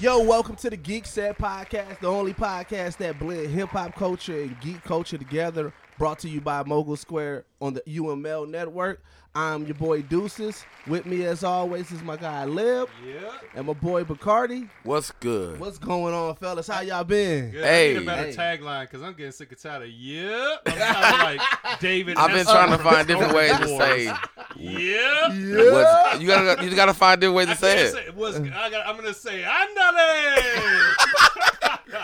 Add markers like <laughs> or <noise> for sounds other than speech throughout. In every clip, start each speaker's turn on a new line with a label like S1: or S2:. S1: Yo, welcome to the Geek Set Podcast, the only podcast that blend hip hop culture and geek culture together. Brought to you by Mogul Square on the UML network. I'm your boy Deuces. With me, as always, is my guy Lib
S2: Yeah.
S1: and my boy Bacardi.
S3: What's good?
S1: What's going on, fellas? How y'all been?
S2: Good. I
S3: Hey.
S2: need a better
S1: Hey.
S2: tagline because I'm getting sick and tired of yeah. I'm tired of
S1: <laughs>
S2: like David.
S3: I've been
S2: Hester
S3: trying to
S2: from
S3: find different
S2: Star
S3: ways to
S2: Wars.
S3: say.
S2: yeah.
S1: Yeah.
S3: What's, you gotta you gotta find different ways
S2: I
S3: to
S2: can't
S3: say it.
S2: say it was, I got, I'm gonna
S1: <laughs>
S2: say andale.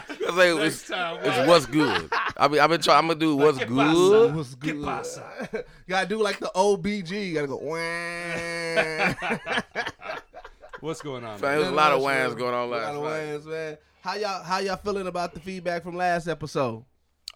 S3: It's like,
S2: Next
S3: it's,
S2: time,
S3: it's what's good. I mean I've been trying. I'm gonna do what's
S2: Like, ¿qué
S3: good.
S1: What's
S2: ¿Qué
S1: good?
S2: pasa?
S1: <laughs> gotta do like the OBG. You gotta go.
S3: <laughs>
S1: wah.
S2: What's going on?
S3: Man,
S2: Man?
S1: <laughs>
S3: There's a lot of
S1: Nothing much,
S3: wines
S1: man.
S3: going on
S1: A lot
S3: last
S1: of
S3: night.
S1: wines, man. How y'all how y'all feeling about the feedback from last episode?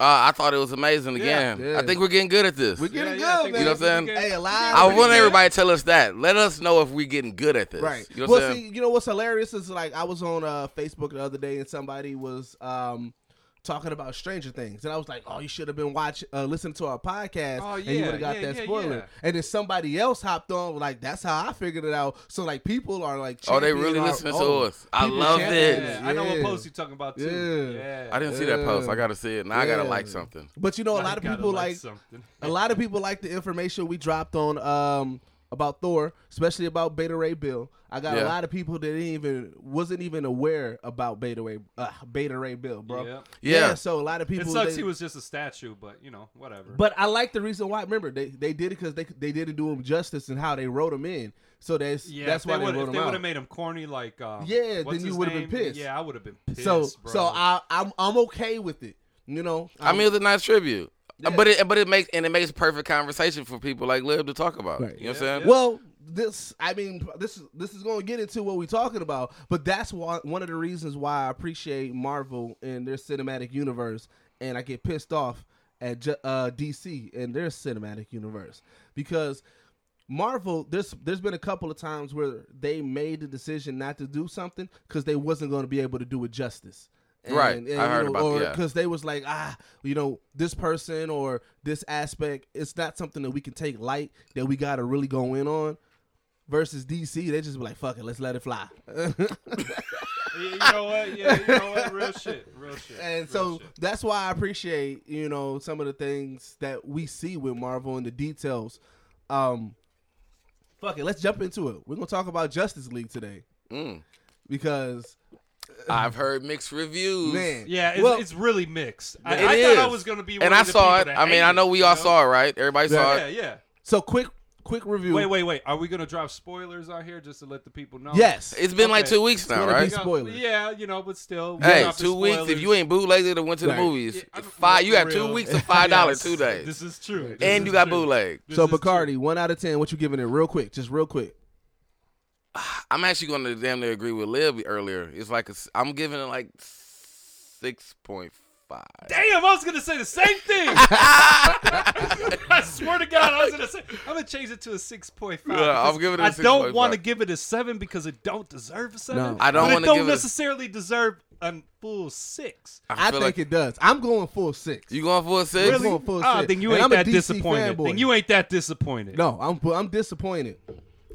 S3: Uh, I thought it was amazing
S2: Yeah.
S3: again.
S1: Yeah.
S3: I think we're getting good at this.
S1: We're getting
S2: Yeah, yeah, I
S1: good,
S2: think
S1: man.
S3: You know what I'm
S2: saying?
S1: Hey, alive.
S3: I
S2: pretty
S3: want
S2: good.
S3: everybody to tell us that. Let us know if we're getting good at this.
S1: Right.
S3: You know what
S1: well,
S3: I'm
S1: see,
S3: saying?
S1: you know what's hilarious is like I was on uh, Facebook the other day and somebody was um, talking about Stranger Things, and I was like, "Oh, you should have been watching, uh, listening to our podcast,
S2: Oh,
S1: and you
S2: yeah,
S1: would have got
S2: yeah,
S1: that
S2: yeah,
S1: spoiler."
S2: yeah.
S1: And then somebody else hopped on, like, "That's how I figured it out." So like, people are like,
S3: Oh, they
S1: championing
S3: really
S1: our-
S3: listening
S1: oh,
S3: to us. I
S1: people
S3: love
S1: championing
S3: this.
S2: Yeah, I know what
S1: Yeah.
S2: post you're talking about too.
S1: Yeah.
S2: Yeah.
S3: I didn't see that post.
S1: Yeah.
S3: I gotta see it. Now I gotta
S1: Yeah.
S3: like something.
S1: But you know, a lot of
S2: gotta
S1: people like <laughs>
S2: something.
S1: a lot of people like the information we dropped on um about Thor, especially about Beta Ray Bill. I got a
S3: Yeah.
S1: lot of people that didn't even wasn't even aware about Beta Ray uh, Beta Ray Bill, bro.
S2: Yeah.
S3: Yeah.
S1: so a lot of
S2: It
S1: people.
S2: sucks
S1: they-
S2: he was just a statue, but you know whatever.
S1: but I like the reason why. Remember, they they did it because they they didn't do him justice and how they wrote him in. So that's
S2: yeah,
S1: that's
S2: if they
S1: why they,
S2: would
S1: wrote
S2: if
S1: him
S2: they would
S1: out.
S2: have made him corny like um,
S1: Yeah,
S2: what's
S1: then you
S2: his
S1: would've been
S2: name?
S1: pissed.
S2: Yeah, I would have been pissed.
S1: so
S2: bro.
S1: so I I'm I'm okay with it. You know,
S3: I mean, it was a nice tribute.
S1: Um,
S3: Uh,
S1: Yeah.
S3: But it but it makes and it makes perfect conversation for people like Lib to talk about.
S1: Right.
S3: You know what I'm
S2: Yeah,
S3: saying?
S2: yeah.
S1: Well, this I mean this is this is going to get into what we're talking about, but that's why, one of the reasons why I appreciate Marvel and their cinematic universe, and I get pissed off at ju- uh, DC and their cinematic universe because Marvel there's there's been a couple of times where they made the decision not to do something because they wasn't going to be able to do it justice.
S3: Right. I heard
S1: you know,
S3: about-
S1: or
S3: yeah.
S1: because they was like, ah, you know, this person or this aspect, it's not something that we can take light that we gotta really go in on. Versus DC, they just be like, fuck it, let's let it fly. <laughs>
S2: Yeah, you know what? Yeah, you know what? Real shit.
S3: <laughs>
S2: Real shit. real
S1: and so
S2: shit.
S1: that's why I appreciate, you know, some of the things that we see with Marvel and the details. Um, fuck it, let's jump into it. We're gonna talk about Justice League today
S3: Mm.
S1: because
S3: I've heard mixed reviews.
S1: man,
S2: yeah, it's,
S1: well,
S2: it's really mixed. I,
S3: It
S2: I thought I
S3: is.
S2: was gonna be, one
S3: and
S2: of
S3: I
S2: the
S3: saw it.
S2: people that
S3: I mean,
S2: hate
S3: I know
S2: it,
S3: we
S2: you
S3: all saw it, right? Everybody saw
S2: Yeah,
S3: it.
S2: yeah.
S1: so quick, quick review.
S2: Wait, wait, wait. Are we gonna drop spoilers out here just to let the people know?
S1: Yes,
S3: It's been like
S2: Okay.
S3: two weeks now,
S1: gonna be
S3: right?
S2: You know,
S1: Spoilers.
S2: Yeah, you know, but still. we're
S3: Hey,
S2: not for
S3: two weeks. If
S2: spoilers.
S3: you ain't bootlegged or went to the
S1: Right.
S3: movies,
S2: Yeah, I'm-
S3: five. You
S2: for
S3: have two
S2: real.
S3: weeks of five dollars,
S2: <laughs> Yes,
S3: two days,
S2: This is true. This
S3: and
S2: is
S3: you got
S2: true.
S3: bootleg.
S2: This
S1: so
S2: is true.
S1: Bacardi, one out of ten. What you giving it? Real quick, just real quick.
S3: I'm actually going to damn near agree with Liv earlier. It's like a, s- I'm giving it like six point five.
S2: Damn, I was gonna say the same
S1: <laughs>
S2: thing. <laughs> I swear to God, I was gonna say I'm gonna change it to a six point five.
S3: Yeah, I'm giving it a
S2: I don't
S3: 6.5.
S2: want to give it a seven because it don't deserve a
S1: No.
S2: seven.
S3: I don't
S2: But it
S3: wanna
S2: don't
S3: give it a-
S2: necessarily deserve a full six.
S3: I,
S1: I,
S3: feel
S1: think
S3: like
S1: it does. I'm going full six.
S3: you going for a six.
S1: Really? going full
S2: Ah,
S1: six.
S2: then you
S1: And
S2: ain't
S1: I'm a
S2: that
S1: DC
S2: disappointed.
S1: fanboy.
S2: Then you ain't that disappointed.
S1: no, I'm I'm disappointed.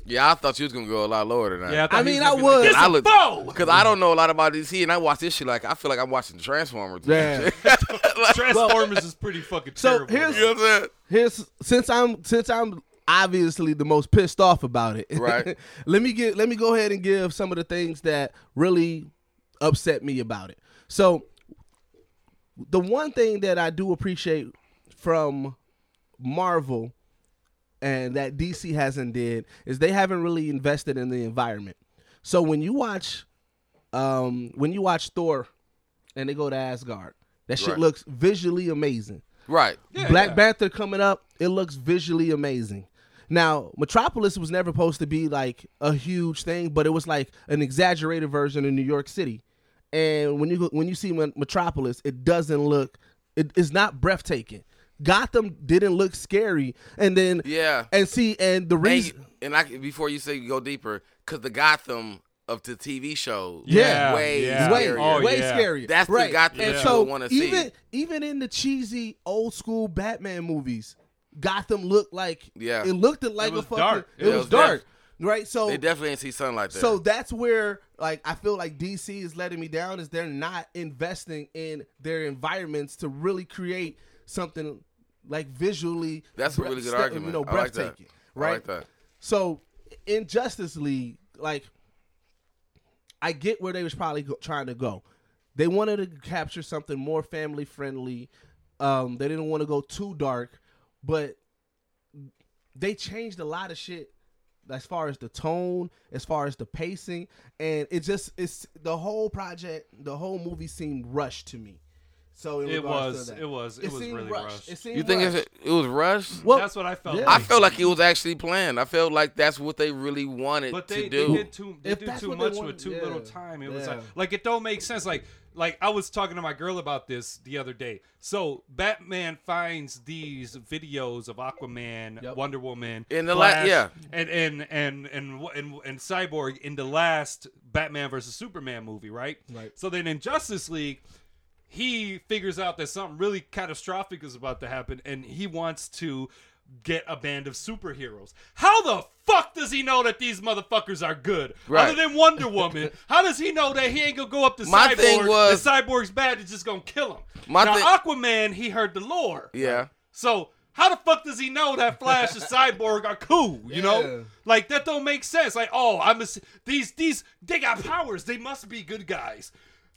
S3: Yeah, I thought you was going to go a lot lower than that.
S2: Yeah, thought
S1: I
S2: he
S1: mean,
S2: gonna
S1: I
S2: be like,
S1: would.
S2: This
S3: I
S2: I
S3: look-
S1: <laughs>
S2: foe.
S3: Cause I don't know a lot about DC, and I watch this shit like I feel like I'm watching Transformers. <laughs>
S1: Yeah.
S2: Transformers is pretty fucking
S1: So,
S2: terrible.
S1: here's-
S3: you know what I'm saying?
S1: Here's since I'm since I'm obviously the most pissed off about it.
S3: Right.
S1: <laughs> let me get let me go ahead and give some of the things that really upset me about it. So the one thing that I do appreciate from Marvel and that DC hasn't did is they haven't really invested in the environment. So when you watch um when you watch Thor and they go to Asgard, that shit
S3: Right.
S1: looks visually amazing.
S3: Right.
S2: Yeah,
S1: Black
S2: yeah.
S1: Panther coming up, it looks visually amazing. Now, Metropolis was never supposed to be like a huge thing, but it was like an exaggerated version of New York City. And when you go- when you see Met- Metropolis, it doesn't look it is not breathtaking. Gotham didn't look scary, and then
S3: Yeah.
S1: and see, and the
S3: And,
S1: reason
S3: you- and I, before you say you go deeper, because the Gotham of the TV show, is
S1: Yeah.
S3: way,
S2: Yeah.
S1: way
S3: scarier.
S2: Oh,
S1: way
S2: yeah.
S1: scarier.
S3: That's the
S1: right.
S3: Gotham
S1: and
S2: that
S1: so
S3: you would wanna see.
S1: even even in the cheesy old school Batman movies, Gotham looked like
S3: Yeah.
S1: it looked like
S2: It was
S1: a fucking
S2: dark.
S1: it
S3: Yeah,
S1: was
S3: it was dark.
S1: dark. right? So
S3: They definitely didn't see something like that.
S1: so that's where like I feel like DC is letting me down is they're not investing in their environments to really create something like visually.
S3: That's a
S1: breath-
S3: really good
S1: sta-
S3: argument.
S1: You know,
S3: I like that.
S1: breathtaking.
S3: I
S1: Right.
S3: like that.
S1: So in Justice League, like I get where they was probably go- trying to go. They wanted to capture something more family friendly. Um, they didn't want to go too dark, but they changed a lot of shit as far as the tone, as far as the pacing, and it just it's the whole project, the whole movie seemed rushed to me. So in
S2: It
S1: regards
S2: was-
S1: to that,
S2: it was- it was
S1: seemed
S2: really rushed.
S1: It seemed
S3: You think
S1: rushed.
S3: it's, it was rushed?
S1: well,
S2: That's what I felt.
S1: yeah.
S3: I
S2: Like.
S3: felt like it was actually planned. I felt like that's what they really wanted
S2: but they,
S3: to
S2: they
S3: do.
S2: did too they
S1: If
S2: did
S1: that's
S2: too
S1: what they
S2: much
S1: wanted-
S2: with too
S1: yeah.
S2: little time. It was
S1: Yeah.
S2: like, like it don't make sense. Like like I was talking to my girl about this the other day. So Batman finds these videos of Aquaman,
S1: Yep.
S2: Wonder Woman,
S3: In the la-
S2: Flash,
S3: yeah.
S2: and and and and wh- and and Cyborg in the last Batman versus Superman movie, right?
S1: Right.
S2: So then in Justice League. He figures out that something really catastrophic is about to happen, and he wants to get a band of superheroes. How the fuck does he know that these motherfuckers are good?
S3: Right.
S2: Other than Wonder
S3: <laughs>
S2: Woman, how does he know that he ain't gonna go up to
S3: My
S2: Cyborg?
S3: thing was-
S2: the Cyborg's bad is just gonna kill him.
S3: My
S2: now
S3: thi-
S2: Aquaman, he heard the lore.
S3: Yeah.
S2: So how the fuck does he know that Flash and Cyborg are cool?
S1: Yeah.
S2: You know, like that don't make sense. Like, oh, I'm a, these these they got powers. They must be good guys.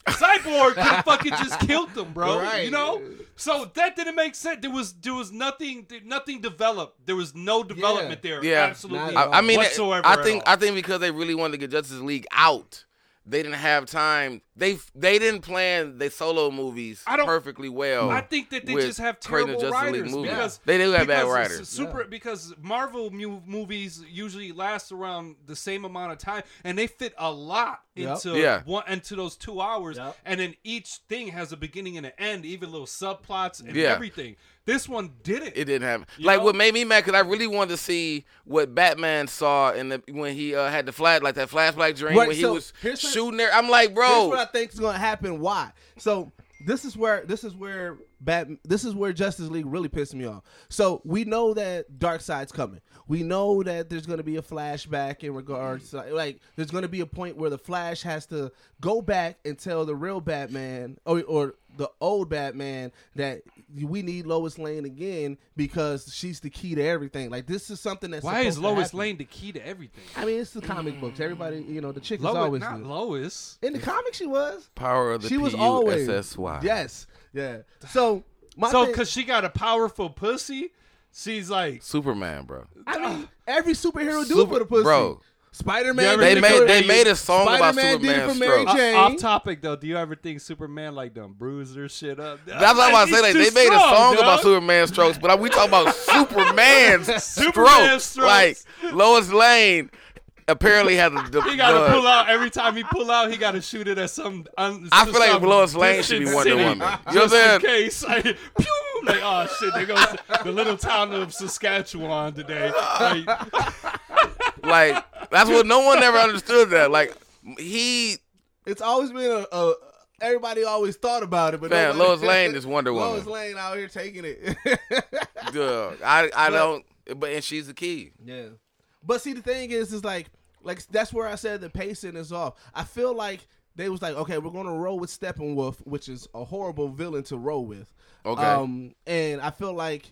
S2: Cyborg
S1: <laughs>
S2: could have fucking just killed them, bro. You
S1: Right.
S2: know, so that didn't make sense. There was there was nothing there- nothing developed. There was no development there.
S3: Yeah.
S2: absolutely.
S1: Not at all.
S3: I, I mean,
S2: whatsoever.
S3: I
S2: at
S3: think
S2: all.
S3: I think because they really wanted to get Justice League out, they didn't have time. They they didn't plan their solo movies
S2: I don't-
S3: perfectly well.
S2: I think that they
S3: Oh, with
S2: just have
S3: creating a
S2: terrible
S3: Justice
S2: writers
S3: League movie.
S2: because
S3: they do have bad
S2: because it's
S3: writers.
S2: Super because Marvel mu- movies usually last around the same amount of time, and they fit a lot
S1: Yep.
S2: into
S3: Yeah.
S2: one into those two hours,
S1: Yep.
S2: and then each thing has a beginning and an end, even little subplots and
S3: Yeah.
S2: everything. This one didn't.
S3: It didn't happen.
S2: You
S3: like
S2: know?
S3: what made me mad because I really wanted to see what Batman saw in the when he uh, had the flash, like that flashback dream
S1: Right,
S3: when he
S1: so
S3: was
S1: here's what-
S3: shooting there. I'm like,
S1: Here's
S3: bro,
S1: what I think is going to happen. Why? So this is where this is where Bat this is where Justice League really pissed me off. So we know that Dark Side's coming. We know that there's going to be a flashback in regards to, like there's going to be a point where the Flash has to go back and tell the real Batman or or the old Batman that we need Lois Lane again because she's the key to everything. Like this is something that's
S2: Why is
S1: supposed to
S2: Lois
S1: happen.
S2: Lane the key to everything?
S1: I mean, it's the comic books. Everybody, you know, the chick is
S2: Lois,
S1: always
S2: not
S1: good.
S2: Lois.
S1: in the comics. She was
S3: power of the
S1: she was always
S3: P-U-S-S-Y.
S1: Yes, yeah. So my
S2: So
S1: thing-
S2: because she got a powerful pussy, she's like
S3: Superman, bro.
S1: I mean, every superhero do
S3: Super-
S1: for the pussy.
S3: bro.
S1: Spider
S2: You
S1: Man.
S2: ever
S3: They
S2: They
S3: made
S2: could-
S3: they made a song
S1: Spider-Man
S3: about
S1: did it
S3: Superman's
S1: for Mary
S3: stroke.
S1: Jane.
S2: O- Uh, off topic though, do you ever think Superman like done bruised her shit up?
S3: That's what I'm about to say. Like, they made a song about Superman strokes, but we
S1: <laughs>
S3: talking about Superman's
S2: Superman
S3: strokes. Like
S2: strokes.
S3: Lois Lane apparently had a.
S1: <laughs>
S3: the-
S2: He gotta
S3: the-
S2: pull out every time he pull out. He gotta shoot it at some. Un-
S3: I feel like
S2: some
S3: Lois Lane should be
S2: distant
S3: Wonder
S2: city, <laughs>
S3: Woman. You know
S2: Just
S3: what I'm
S2: in case, like, <laughs> pew, like oh shit, there goes the little town of Saskatchewan today. Like,
S3: Like that's what no one
S1: <laughs>
S3: ever understood. That like he
S1: It's always been a, a everybody always thought about it, but
S3: Man,
S1: nobody- <laughs>
S3: Lois Lane is Wonder
S1: Lois
S3: Woman.
S1: Lane out here taking it.
S2: <laughs>
S3: Duh, I I don't. But and she's the key.
S1: yeah, but see, the thing is, is like, like that's where I said the pacing is off. I feel like they was like, okay, we're gonna roll with Steppenwolf, which is a horrible villain to roll with.
S3: Okay.
S1: Um, and I feel like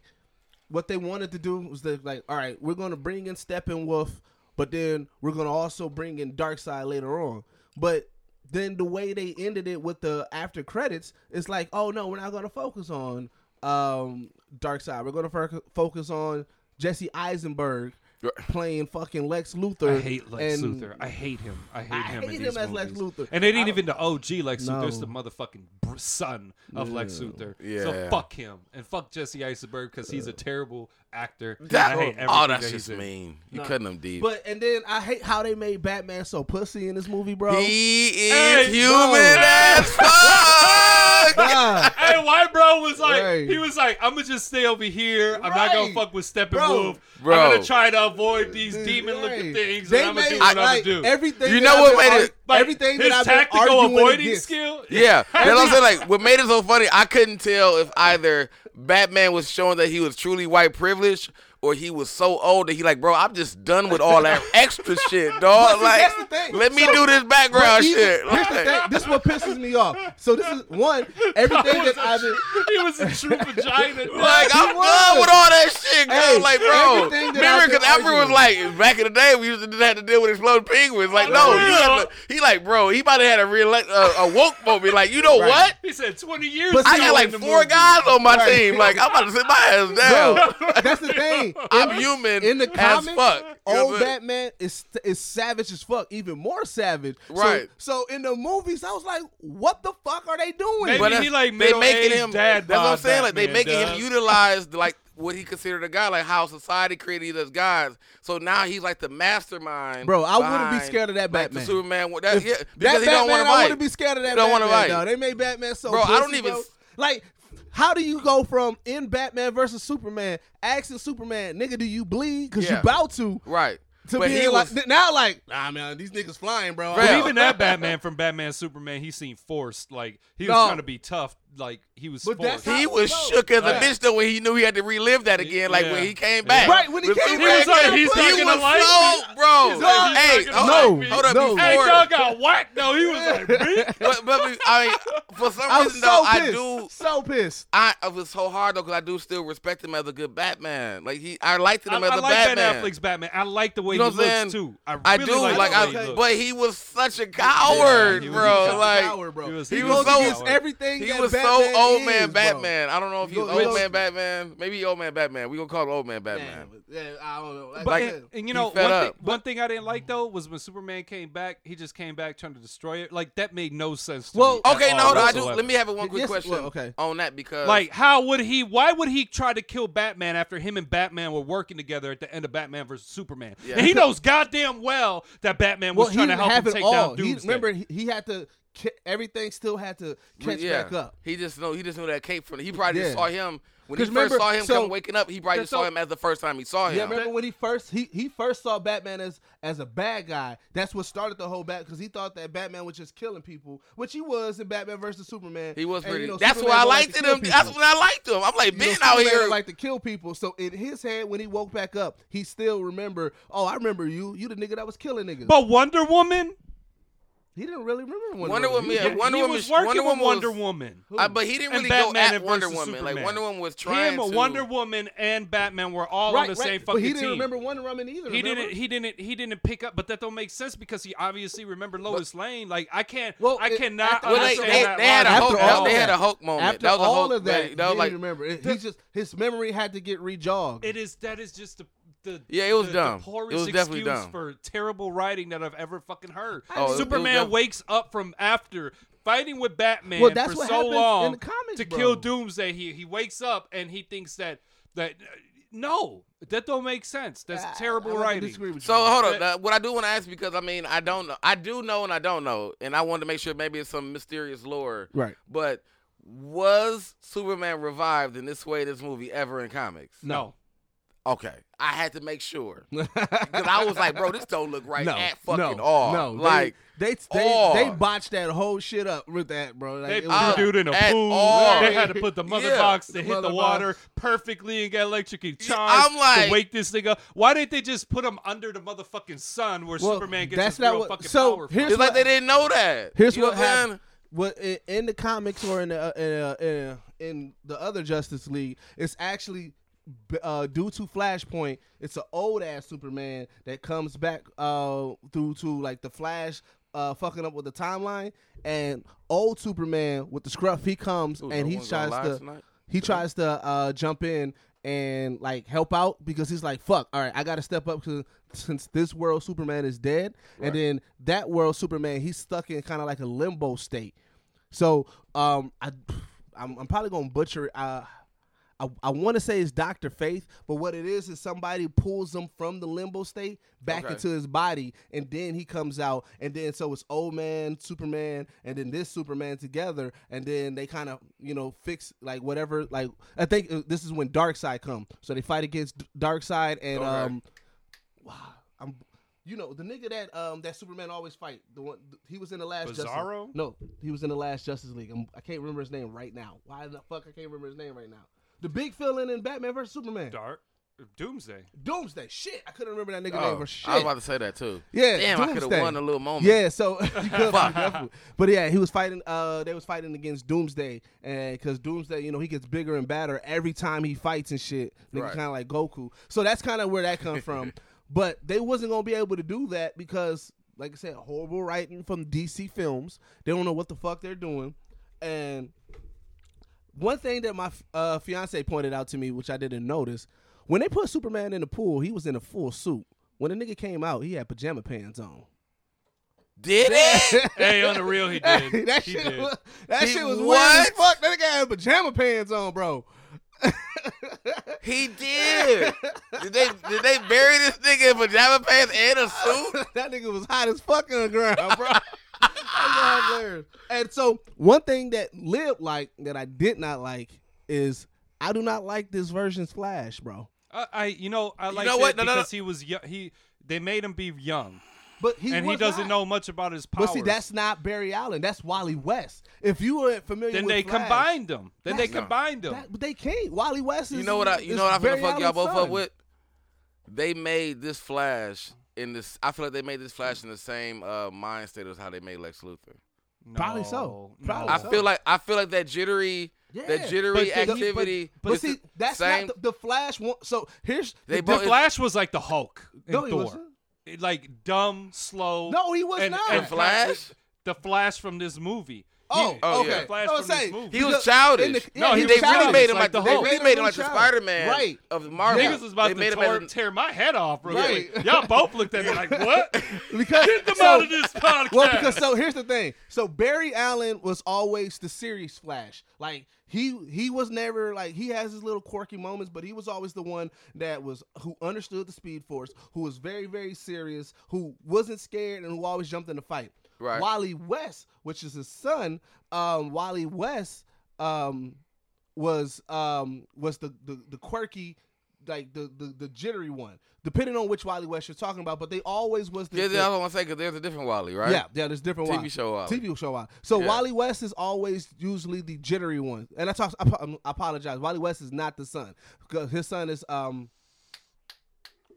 S1: what they wanted to do was they like, all right, we're gonna bring in Steppenwolf, but then we're gonna also bring in Darkseid later on. But then the way they ended it with the after credits, it's like, oh no, we're not gonna focus on um Darkseid. We're gonna fo- focus on Jesse Eisenberg
S3: Right.
S1: playing fucking Lex Luthor.
S2: I hate Lex
S1: and-
S2: Luthor. I hate him. I hate
S1: I
S2: him. in
S1: hate
S2: these
S1: him as Lex Luthor.
S2: movies. And it ain't
S1: I-
S2: even the OG Lex Luthor. It's
S1: No.
S2: the motherfucking br- son of Lex Luthor.
S3: Yeah.
S2: So fuck him and fuck Jesse Eisenberg because he's a
S1: Uh.
S2: terrible actor. and I
S3: That,
S2: hate everything
S3: oh, that's
S2: that
S3: just
S2: he's in.
S3: mean. You cutting him deep.
S1: But and then I hate how they made Batman so pussy in this movie, bro.
S3: he is
S2: Hey,
S3: human
S1: bro.
S3: as
S1: <laughs>
S3: fuck.
S1: Nah.
S2: Hey, white bro was like,
S1: Right.
S2: he was like, I'm gonna just stay over here. I'm not gonna
S1: Right.
S2: fuck with
S1: Bro.
S2: Steppenwolf.
S3: Bro.
S2: I'm gonna try to avoid these demon
S1: Hey,
S2: looking things.
S1: they
S2: and I'm gonna do
S1: made,
S2: what
S1: like,
S2: I'm gonna do.
S1: Everything
S3: You
S1: that
S3: know
S1: I've
S3: what
S1: been
S3: made
S1: argu-
S3: it-
S2: Like,
S1: everything
S2: his
S1: that I've been
S2: tactical
S1: arguing
S2: avoiding
S1: against.
S2: skill. <laughs>
S3: Yeah, that's what I'm saying. Like, what made it so funny, I couldn't tell if either Batman was showing that he was truly white privileged or he was so old that he like, bro, I'm just done with all
S1: <laughs>
S3: that extra shit, dog.
S1: see,
S3: like,
S1: that's the thing.
S3: let me
S1: So-
S3: do this background
S1: But even- Here's
S3: shit.
S1: the
S3: Like,
S1: thing. This is what pisses me off. So this is one everything that I've been.
S2: he was a
S1: <laughs>
S2: true vagina.
S3: Like
S1: He
S3: I'm
S1: was.
S3: done with all that shit, girl.
S1: Hey,
S3: like, bro,
S1: everything that I've
S3: remember?
S1: been
S3: Because everyone was
S1: arguing.
S3: like, back in the day, we used to have to deal with exploding penguins. Like, no,
S2: know.
S3: you gotta, he like, bro, he might have had a real uh, a woke moment. Like, you know
S1: Right.
S3: what?
S2: he said 20 years
S1: But see,
S3: I
S2: ago
S3: got like
S2: in the
S3: four
S2: movie.
S3: guys on my
S1: Right.
S3: team. Like, I'm about to sit my ass down.
S1: Bro, that's the thing.
S3: I'm human
S1: in the
S3: as
S1: comics,
S3: fuck. You know
S1: old
S3: what I'm saying?
S1: Batman is is savage as fuck, even more savage. So-
S3: Right.
S1: So, in the movies, I was like, "What the fuck are they doing?"
S2: Maybe
S3: But
S2: he
S3: that's-
S2: like
S3: they
S2: middle-aged
S3: making him.
S2: dad
S3: that's what I'm
S2: bod
S3: saying. Like they
S2: Batman,
S3: making him
S2: dog.
S3: utilize like what he considered a guy, like how society created us guys. So now he's like the mastermind.
S1: Bro, I wouldn't be
S3: behind,
S1: scared of that
S3: like, the
S1: Batman.
S3: Superman. That, yeah,
S1: That
S3: because he
S1: Batman,
S3: don't want to
S1: I
S3: fight.
S1: wouldn't be scared of that.
S3: He don't wanna
S1: Batman,
S3: fight.
S1: dog. They made Batman so.
S3: Bro, I
S1: pussy,
S3: don't even-
S1: bro. like. How do you go from in Batman versus Superman asking Superman, nigga, do you bleed? Because you
S3: Yeah.
S1: about to.
S3: Right.
S1: To
S3: but
S1: being
S3: he
S1: like
S3: was
S1: now, like nah, man, these niggas flying, bro.
S3: Bro,
S2: But even <laughs> that Batman from Batman Superman, he seemed forced. Like he was
S1: No.
S2: trying to be tough. Like he was
S1: But that's
S2: forced.
S1: how-
S3: he was
S1: Bro.
S3: shook as a
S2: Yeah.
S3: bitch though when he knew he had to relive that again. Like when
S2: Yeah.
S3: he came back.
S1: Right, when he
S3: With
S1: came
S3: Superman,
S1: back,
S3: he was,
S1: he was like,
S2: "He's not gonna like
S3: so- bro.
S2: He's like, "He's
S3: hey,
S2: not gonna
S3: hold
S1: like
S3: up,
S1: me."
S3: hold up,
S1: No.
S2: hey,
S3: before-
S2: dog got whacked. No, he was like, "Bitch."
S3: but, but we- I mean, for some
S1: I was
S3: reason
S1: so
S3: though, I
S1: pissed,
S3: do.
S1: so pissed.
S3: I, I was so hard though because I do still respect him as a good Batman. Like he, I liked him
S2: I,
S3: as
S2: I
S3: a
S2: like
S3: Batman.
S2: Ben Affleck's Batman. I like the way
S3: You know
S2: he
S3: what I'm
S2: looks
S3: saying?
S2: too. I, really
S3: I do
S2: like,
S3: like,
S2: the way
S1: okay.
S2: he
S3: I,
S2: looks.
S3: but he was such a coward,
S2: he was- he was
S3: bro.
S2: a
S3: like
S1: power, bro.
S2: he was-
S1: he
S3: he
S1: goes
S3: was so-
S1: against everything.
S3: He
S1: that
S3: was
S1: Batman
S3: so old man
S1: is, bro.
S3: Batman. I don't know if he was
S1: Which-
S3: old man Batman. Maybe old man Batman. We gonna call him old man Batman.
S1: Man, yeah, I don't know. Like,
S2: But
S3: Like,
S2: and, and
S3: he
S2: you know
S3: fed
S2: one thing,
S3: up.
S2: one thing I didn't like though was when Superman came back, he just came back trying to destroy it. Like that made no sense. To
S1: Well,
S2: me at
S3: Okay,
S2: all
S3: no, no, I do.
S2: whatsoever.
S3: Let me have one quick
S1: Yes,
S3: question
S1: well, okay.
S3: on that because
S2: Like how would he? Why would he try to kill Batman after him and Batman were working together at the end of Batman versus Superman?
S3: Yeah.
S2: And he knows goddamn well that Batman was
S1: well, he
S2: trying
S1: didn't
S2: to help
S1: have
S2: him
S1: it
S2: take
S1: all.
S2: down
S1: He,
S2: Doomsday.
S1: remember, he, he had to. ca- Everything still had to catch
S3: yeah,
S1: back up.
S3: He just know he just knew that cape from. He probably
S1: Yeah.
S3: just saw him when he
S1: 'Cause
S3: first
S1: remember-
S3: saw him
S1: so-
S3: come waking up. He probably just
S2: so-
S3: saw him as the first time he saw him.
S1: Yeah, remember when he first he, he first saw Batman as as a bad guy. That's what started the whole bat because he thought that Batman was just killing people, which he was in Batman versus Superman.
S3: He was
S1: And,
S3: pretty.
S1: you know,
S3: that's
S1: Superman
S3: why I
S1: don't like
S3: liked
S1: to kill
S3: him. That's
S1: people.
S3: when I liked him. I'm like,
S1: You know,
S3: Ben out
S1: Superman don't
S3: here.
S1: like to kill people. So in his head, when he woke back up, he still remember. Oh, I remember you. You the nigga that was killing niggas.
S2: But Wonder Woman,
S1: he didn't really remember Wonder,
S3: Wonder Woman,
S1: He-
S3: yeah,
S2: he
S3: Wonder Woman-
S2: was working
S3: Wonder
S2: with
S3: Woman
S2: Wonder
S3: was-
S2: Woman.
S3: I- but he didn't
S2: And
S3: really go
S2: Batman
S3: at Wonder
S2: versus
S3: Woman. Like
S2: Superman.
S3: Wonder Woman was trying
S2: Him,
S3: to.
S2: Wonder Woman, and Batman were all on
S1: Right,
S2: the
S1: right.
S2: same fucking
S1: but he didn't
S2: team.
S1: remember Wonder Woman either.
S2: He
S1: remember?
S2: didn't. He didn't. He didn't pick up. But that don't make sense because he obviously remembered Lois Lane. Like I can't.
S1: Well,
S2: Well, I
S1: it-
S2: cannot.
S1: after-
S3: Well, they,
S2: understand
S3: they,
S2: that
S3: they had a
S2: logic
S1: After
S3: Hulk.
S2: at
S1: all
S3: They
S1: that.
S3: had a Hulk moment.
S1: After
S3: that was a
S1: all
S3: Hulk,
S1: of that,
S3: That, that
S1: he
S3: was like,
S1: didn't remember. It- he just his memory had to get rejogged.
S2: It is. That is just the. The,
S3: Yeah, it was
S2: the,
S3: dumb. It
S2: The poorest
S3: was definitely
S2: excuse
S3: dumb.
S2: for terrible writing that I've ever fucking heard.
S3: Oh, it was- it was
S2: Superman
S3: dumb.
S2: wakes up from after fighting with Batman
S1: Well, that's
S2: for
S1: what
S2: so
S1: happens
S2: long
S1: in the comics,
S2: to
S1: bro.
S2: kill Doomsday. He he wakes up and he thinks that that no, that don't make sense. That's
S3: Ah,
S1: I-
S2: terrible
S1: I don't
S2: writing.
S1: disagree with you.
S3: So hold on.
S2: But-
S3: Uh, what I do want to ask because I mean I don't know. I do know and I don't know, and I wanted to make sure maybe it's some mysterious lore.
S1: <laughs> Right.
S3: But was Superman revived in this way this movie ever in comics?
S2: no.
S3: Okay. I had to make
S1: <laughs>
S3: sure because I was like, bro, this don't look right at fucking
S1: no,
S3: all.
S1: No,
S3: like.
S1: they they, they,
S3: all.
S1: they botched that whole shit up with that, bro. Like,
S2: They
S1: it
S2: threw
S1: was-
S3: uh,
S2: dude in a
S3: at
S2: pool.
S3: all.
S2: They had to put the mother
S3: Yeah.
S2: box to hit
S1: Mother
S2: the water perfectly and get electrically
S3: Yeah,
S2: charged
S3: I'm like-
S2: to wake this thing up. Why didn't they just put him under the motherfucking sun where
S1: Well,
S2: Superman gets
S1: that's
S2: his
S1: not
S2: real
S1: what-
S2: fucking
S1: so
S2: power?
S1: here's
S2: from?
S3: It's like
S1: what-
S3: they didn't know that.
S1: Here's
S3: You know
S1: what
S3: I'm saying?
S1: happened. What in, in the comics or in the uh, in, uh, in, uh, in the other Justice League, it's actually b- uh, due to Flashpoint. It's an old ass Superman that comes back uh, through to like the Flash. Uh, fucking up with the timeline and old Superman with the scruff, he comes and
S3: no
S1: he
S3: one's gonna
S1: tries
S3: lie
S1: to
S3: tonight?
S1: he tries to uh, jump in and like help out because he's like, "Fuck, all right, I got to step up 'cause- since this world Superman is dead, and then that world Superman he's stuck in kind of like a limbo state." So um, I, I'm, I'm probably gonna butcher. Uh, I, I want to say it's Doctor Faith, but what it is is somebody pulls him from the limbo state back
S3: Okay.
S1: into his body, and then he comes out, and then so it's old man, Superman, and then this Superman together, and then they kind of you know fix like whatever. Like I think uh, this is when Dark Side come, so they fight against Dark Side, and
S3: Okay.
S1: um, wow, I'm. You know the nigga that um that Superman always fight the one he was in the last Justice-
S2: Bizarro?
S1: no, he was in the last Justice League. I'm, I can't remember his name right now. Why the fuck I can't remember his name right now? The big villain in Batman vs Superman.
S2: Dark.
S1: <laughs>
S2: Doomsday.
S1: Doomsday. Shit, I couldn't remember that nigga
S3: Oh,
S1: name for shit.
S3: I was about to say that too.
S1: Yeah,
S3: Damn, I could
S1: Doomsday.
S3: have won a little moment.
S1: Yeah, so <laughs> you could
S3: Fuck.
S1: definitely. but yeah, he was fighting. Uh, they was fighting against Doomsday, and because Doomsday, you know, he gets bigger and badder every time he fights and shit. Nigga,
S3: Right.
S1: kind of like Goku. So that's kind of where that come
S3: <laughs>
S1: from. but they wasn't gonna be able to do that because, like I said, horrible writing from DC Films. They don't know what the fuck they're doing, and one thing that my uh, fiance pointed out to me, which I didn't notice, when they put Superman in the pool, he was in a full suit. When the nigga came out, he had pajama pants on.
S3: Did <laughs> it?
S2: Hey, on the real, he <laughs>
S1: <laughs>
S2: did.
S1: that
S2: he
S1: shit,
S2: did.
S1: was, that
S3: He-
S1: shit was weird
S3: what?
S1: as fuck. That nigga had pajama pants on, bro.
S3: he did. Did they did they bury this nigga in pajama pants and a suit?
S1: that nigga was hot as fuck on the ground, bro. <laughs> That nigga had layers. and so one thing that lived like that I did not like is I do not like this version's Flash, bro.
S2: I, I, you know, I like
S3: know
S2: that
S3: what? No, no, no.
S2: because he was young. He they made him be young,
S1: But he
S2: and he
S1: was not.
S2: doesn't know much about his powers.
S1: But see, that's not Barry Allen. That's Wally West. If you weren't familiar,
S2: then
S1: with
S2: they
S1: Flash,
S2: combined him. Then they
S1: That's-
S2: combined him.
S1: that- but they can't. Wally West is.
S3: You know what I you
S1: is
S3: know what I'm
S1: Barry
S3: gonna fuck y'all
S1: Allen's
S3: both up
S1: son.
S3: with? They made this flash in this I feel like they made this flash in the same uh, mind state as how they made Lex Luthor.
S1: Probably
S2: No,
S1: so.
S2: no.
S1: Probably
S3: I
S1: so.
S3: feel like I feel like that jittery
S1: Yeah.
S3: that
S2: But
S3: jittery
S2: the- but-
S3: activity
S1: But
S3: is
S1: see,
S3: the
S1: that's
S3: same
S1: not the, the Flash. One, so here's
S3: They
S1: the
S3: both-
S2: The Flash was like the Hulk in
S1: No, he
S2: Thor.
S1: wasn't.
S2: It- Like dumb, slow.
S1: No, he was
S2: and-
S1: not.
S2: and
S3: Flash?
S2: The Flash from this movie.
S1: Oh,
S2: He-
S3: Oh,
S1: okay.
S3: yeah.
S1: Yeah.
S2: Flash
S1: I
S2: from
S1: was
S2: this
S1: saying,
S2: movie.
S3: He was
S1: because-
S3: childish.
S1: in the-
S2: No,
S1: yeah,
S2: Oh, he
S1: he
S3: they
S1: was
S3: really
S1: childish.
S3: made him
S2: like
S3: like
S2: the
S3: the they
S2: Hulk.
S3: really
S1: They
S3: made
S1: made
S3: him
S1: him
S3: like the
S1: child.
S3: Spider Man
S1: Right.
S3: of Marvel.
S1: Yeah.
S2: Niggas was about
S3: they
S2: to
S3: made
S2: tear,
S3: him as,
S2: tear my head off real
S1: Right.
S2: quick. Y'all both looked at
S1: <laughs>
S2: me like, what?
S1: because
S2: Get them
S1: so-
S2: out of this
S1: <laughs>
S2: podcast.
S1: Well, because so here's the thing. So Barry Allen was always the serious Flash. Like he he was never like he has his little quirky moments, but he was always the one that was who understood the Speed Force, who was very very serious, who wasn't scared, and who always jumped in the fight.
S3: Right.
S1: Wally West, which is his son, um, Wally West um, was um, was the, the the quirky. Like the, the the jittery one, depending on which Wally West you're talking about, but they always was the,
S3: yeah,
S1: the-
S3: that's what I'm saying because there's a different Wally, right?
S1: yeah, yeah, there's different
S3: TV
S1: Wally.
S3: show Wally.
S1: TV show Wally. So
S3: Yeah.
S1: Wally West is always usually the jittery one, and I talk. I, po- I apologize. Wally West is not the son because his son is um.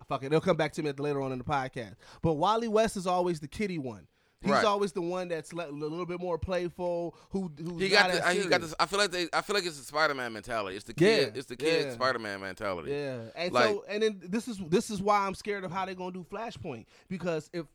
S1: Fuck it, they'll come back to me at the later on in the podcast. But Wally West is always the kitty one. He's
S3: Right.
S1: always the one that's le- a little bit more playful. Who who's
S3: He got
S1: not
S3: the, uh,
S1: as
S3: he got
S1: serious.
S3: this. I feel like they. I feel like it's the Spider Man mentality. It's the
S1: Yeah,
S3: kid. It's the kid
S1: yeah.
S3: Spider Man mentality.
S1: Yeah, and
S3: Like-
S1: so and then this is this is why I'm scared of how they're gonna do Flashpoint because if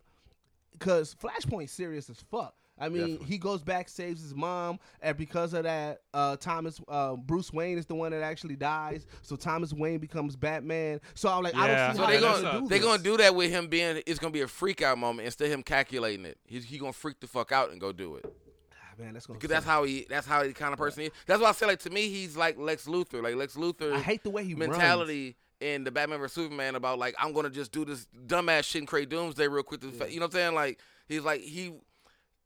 S1: because Flashpoint's serious as fuck. I mean,
S3: Definitely.
S1: he goes back, saves his mom, and because of that, uh, Thomas uh, Bruce Wayne is the one that actually dies. So Thomas Wayne becomes Batman. So I'm like, I
S2: Yeah.
S1: don't see
S3: So
S1: how
S3: they
S1: they're gonna,
S2: Yeah, that's
S3: gonna
S1: do
S3: they
S1: this.
S3: gonna do that with him being. It's gonna be a freak out moment instead of him calculating it. He's he gonna freak the fuck out and go do it.
S1: Ah, man, that's gonna.
S3: Cause that's
S1: suck.
S3: how he. That's how he kind of person he is. That's why I say like to me he's like Lex Luthor. Like Lex Luthor.
S1: I hate the way he runs.
S3: mentality in the Batman vs Superman about like I'm gonna just do this dumbass shit and create doomsday real quick. To the fa- You know what I'm saying? Like he's like he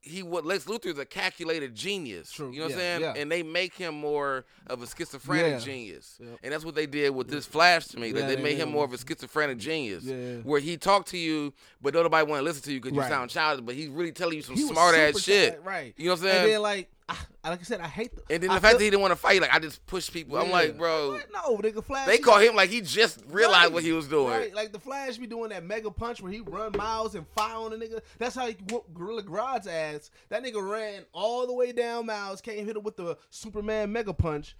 S3: he what Lex Luthor is a calculated genius.
S1: True.
S3: You know what
S1: Yeah,
S3: I'm saying?
S1: yeah.
S3: And they make him more of a schizophrenic
S1: Yeah.
S3: genius.
S1: Yep.
S3: And that's what they did with this Flash to me. Like
S1: Yeah, they
S3: they made
S1: made
S3: him
S1: him-
S3: more of a schizophrenic genius,
S1: Yeah.
S3: where he talked to you, but nobody want to listen to you because
S1: Right.
S3: you sound childish. But he's really telling you some
S1: He was
S3: smart ass
S1: super
S3: shit.
S1: tight, right?
S3: You know what I'm
S1: And
S3: saying?
S1: then like, I, like I said, I hate. The,
S3: And then the
S1: I
S3: fact
S1: feel-
S3: that he didn't want to fight, like I just push people. I'm
S1: Yeah.
S3: like, bro,
S1: What? no, nigga, Flash.
S3: they
S1: is-
S3: call him like he just realized
S1: Right,
S3: what he was doing.
S1: Right, like the Flash be doing that mega punch where he run miles and fire on a nigga. That's how he whooped Gorilla Grodd's ass. That nigga ran all the way down miles, came hit him with the Superman mega punch.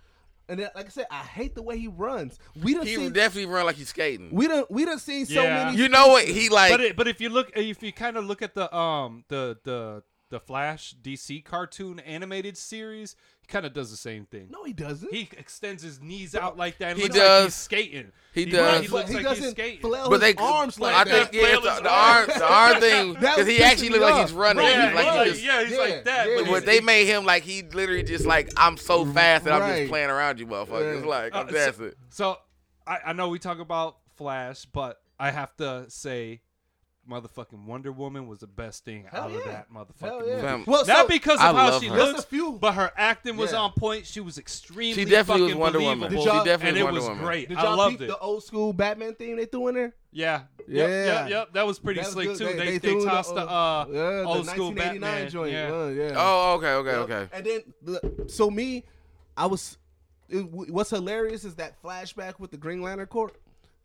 S1: And then, like I said, I hate the way he runs. We done
S3: He
S1: seen
S3: definitely run like he's skating.
S1: we done we done seen so
S2: Yeah.
S1: many.
S3: you know what? He like
S2: but it, but if you look if you kind of look at the um the the the Flash DC cartoon animated series, he kind of does the same thing.
S1: no, he doesn't.
S2: He extends his knees out like that. And
S3: He
S2: looks like
S3: does.
S2: he's skating.
S3: He
S2: looks-
S3: does.
S2: He looks
S1: He
S2: like he's
S1: doesn't
S2: skating.
S1: flail
S3: but
S1: his
S3: they
S1: arms like
S3: I
S1: that.
S3: think yeah,
S2: Flail
S3: the,
S2: his
S3: the arm
S2: arms.
S3: the arm <laughs> thing
S1: That
S3: because he
S1: was pissing
S3: actually
S1: me
S3: looked like
S1: off.
S3: he's running.
S1: Right,
S3: He's like
S1: right,
S3: he just,
S2: yeah, he's
S1: yeah,
S2: like that.
S1: yeah.
S2: but
S3: But
S2: he's-
S3: they made him like he literally just like I'm so fast that I'm
S1: Right.
S3: just playing around you, motherfuckers.
S1: Yeah.
S3: Like
S2: Uh,
S3: that's
S2: so,
S3: it.
S2: So I, I know we talk about Flash, but I have to say, motherfucking Wonder Woman was the best thing
S1: Hell
S2: out of
S1: yeah.
S2: that motherfucking
S1: Hell yeah.
S2: movie.
S3: Fam,
S1: Well,
S2: Not
S1: so,
S2: because
S3: I
S2: of how
S3: looks,
S2: she
S3: love her.
S1: just
S2: looks,
S1: a few.
S2: but her acting was
S1: Yeah.
S2: on point. She was extremely
S3: She definitely was
S2: fucking
S3: Wonder Woman.
S1: Did
S2: believable.
S1: y'all- She
S3: definitely
S2: and it
S3: Wonder
S2: was
S3: Woman.
S2: great.
S1: Did
S2: I
S1: y'all
S2: loved
S1: peep
S2: it.
S1: the old school Batman theme they threw in there?
S2: Yeah.
S1: Yeah.
S2: Yep, yep, yep. That was pretty
S1: That was
S2: slick
S1: good.
S2: too.
S1: They-
S2: They,
S1: they
S2: they,
S1: threw in the
S2: tossed the, uh,
S1: Yeah, the
S2: old school
S1: 1989
S2: Batman.
S1: joint.
S2: Yeah.
S1: Uh, yeah.
S3: Oh, okay, okay, okay.
S1: And then, the- so me, I was. It, what's hilarious is that flashback with the Green Lantern Corps.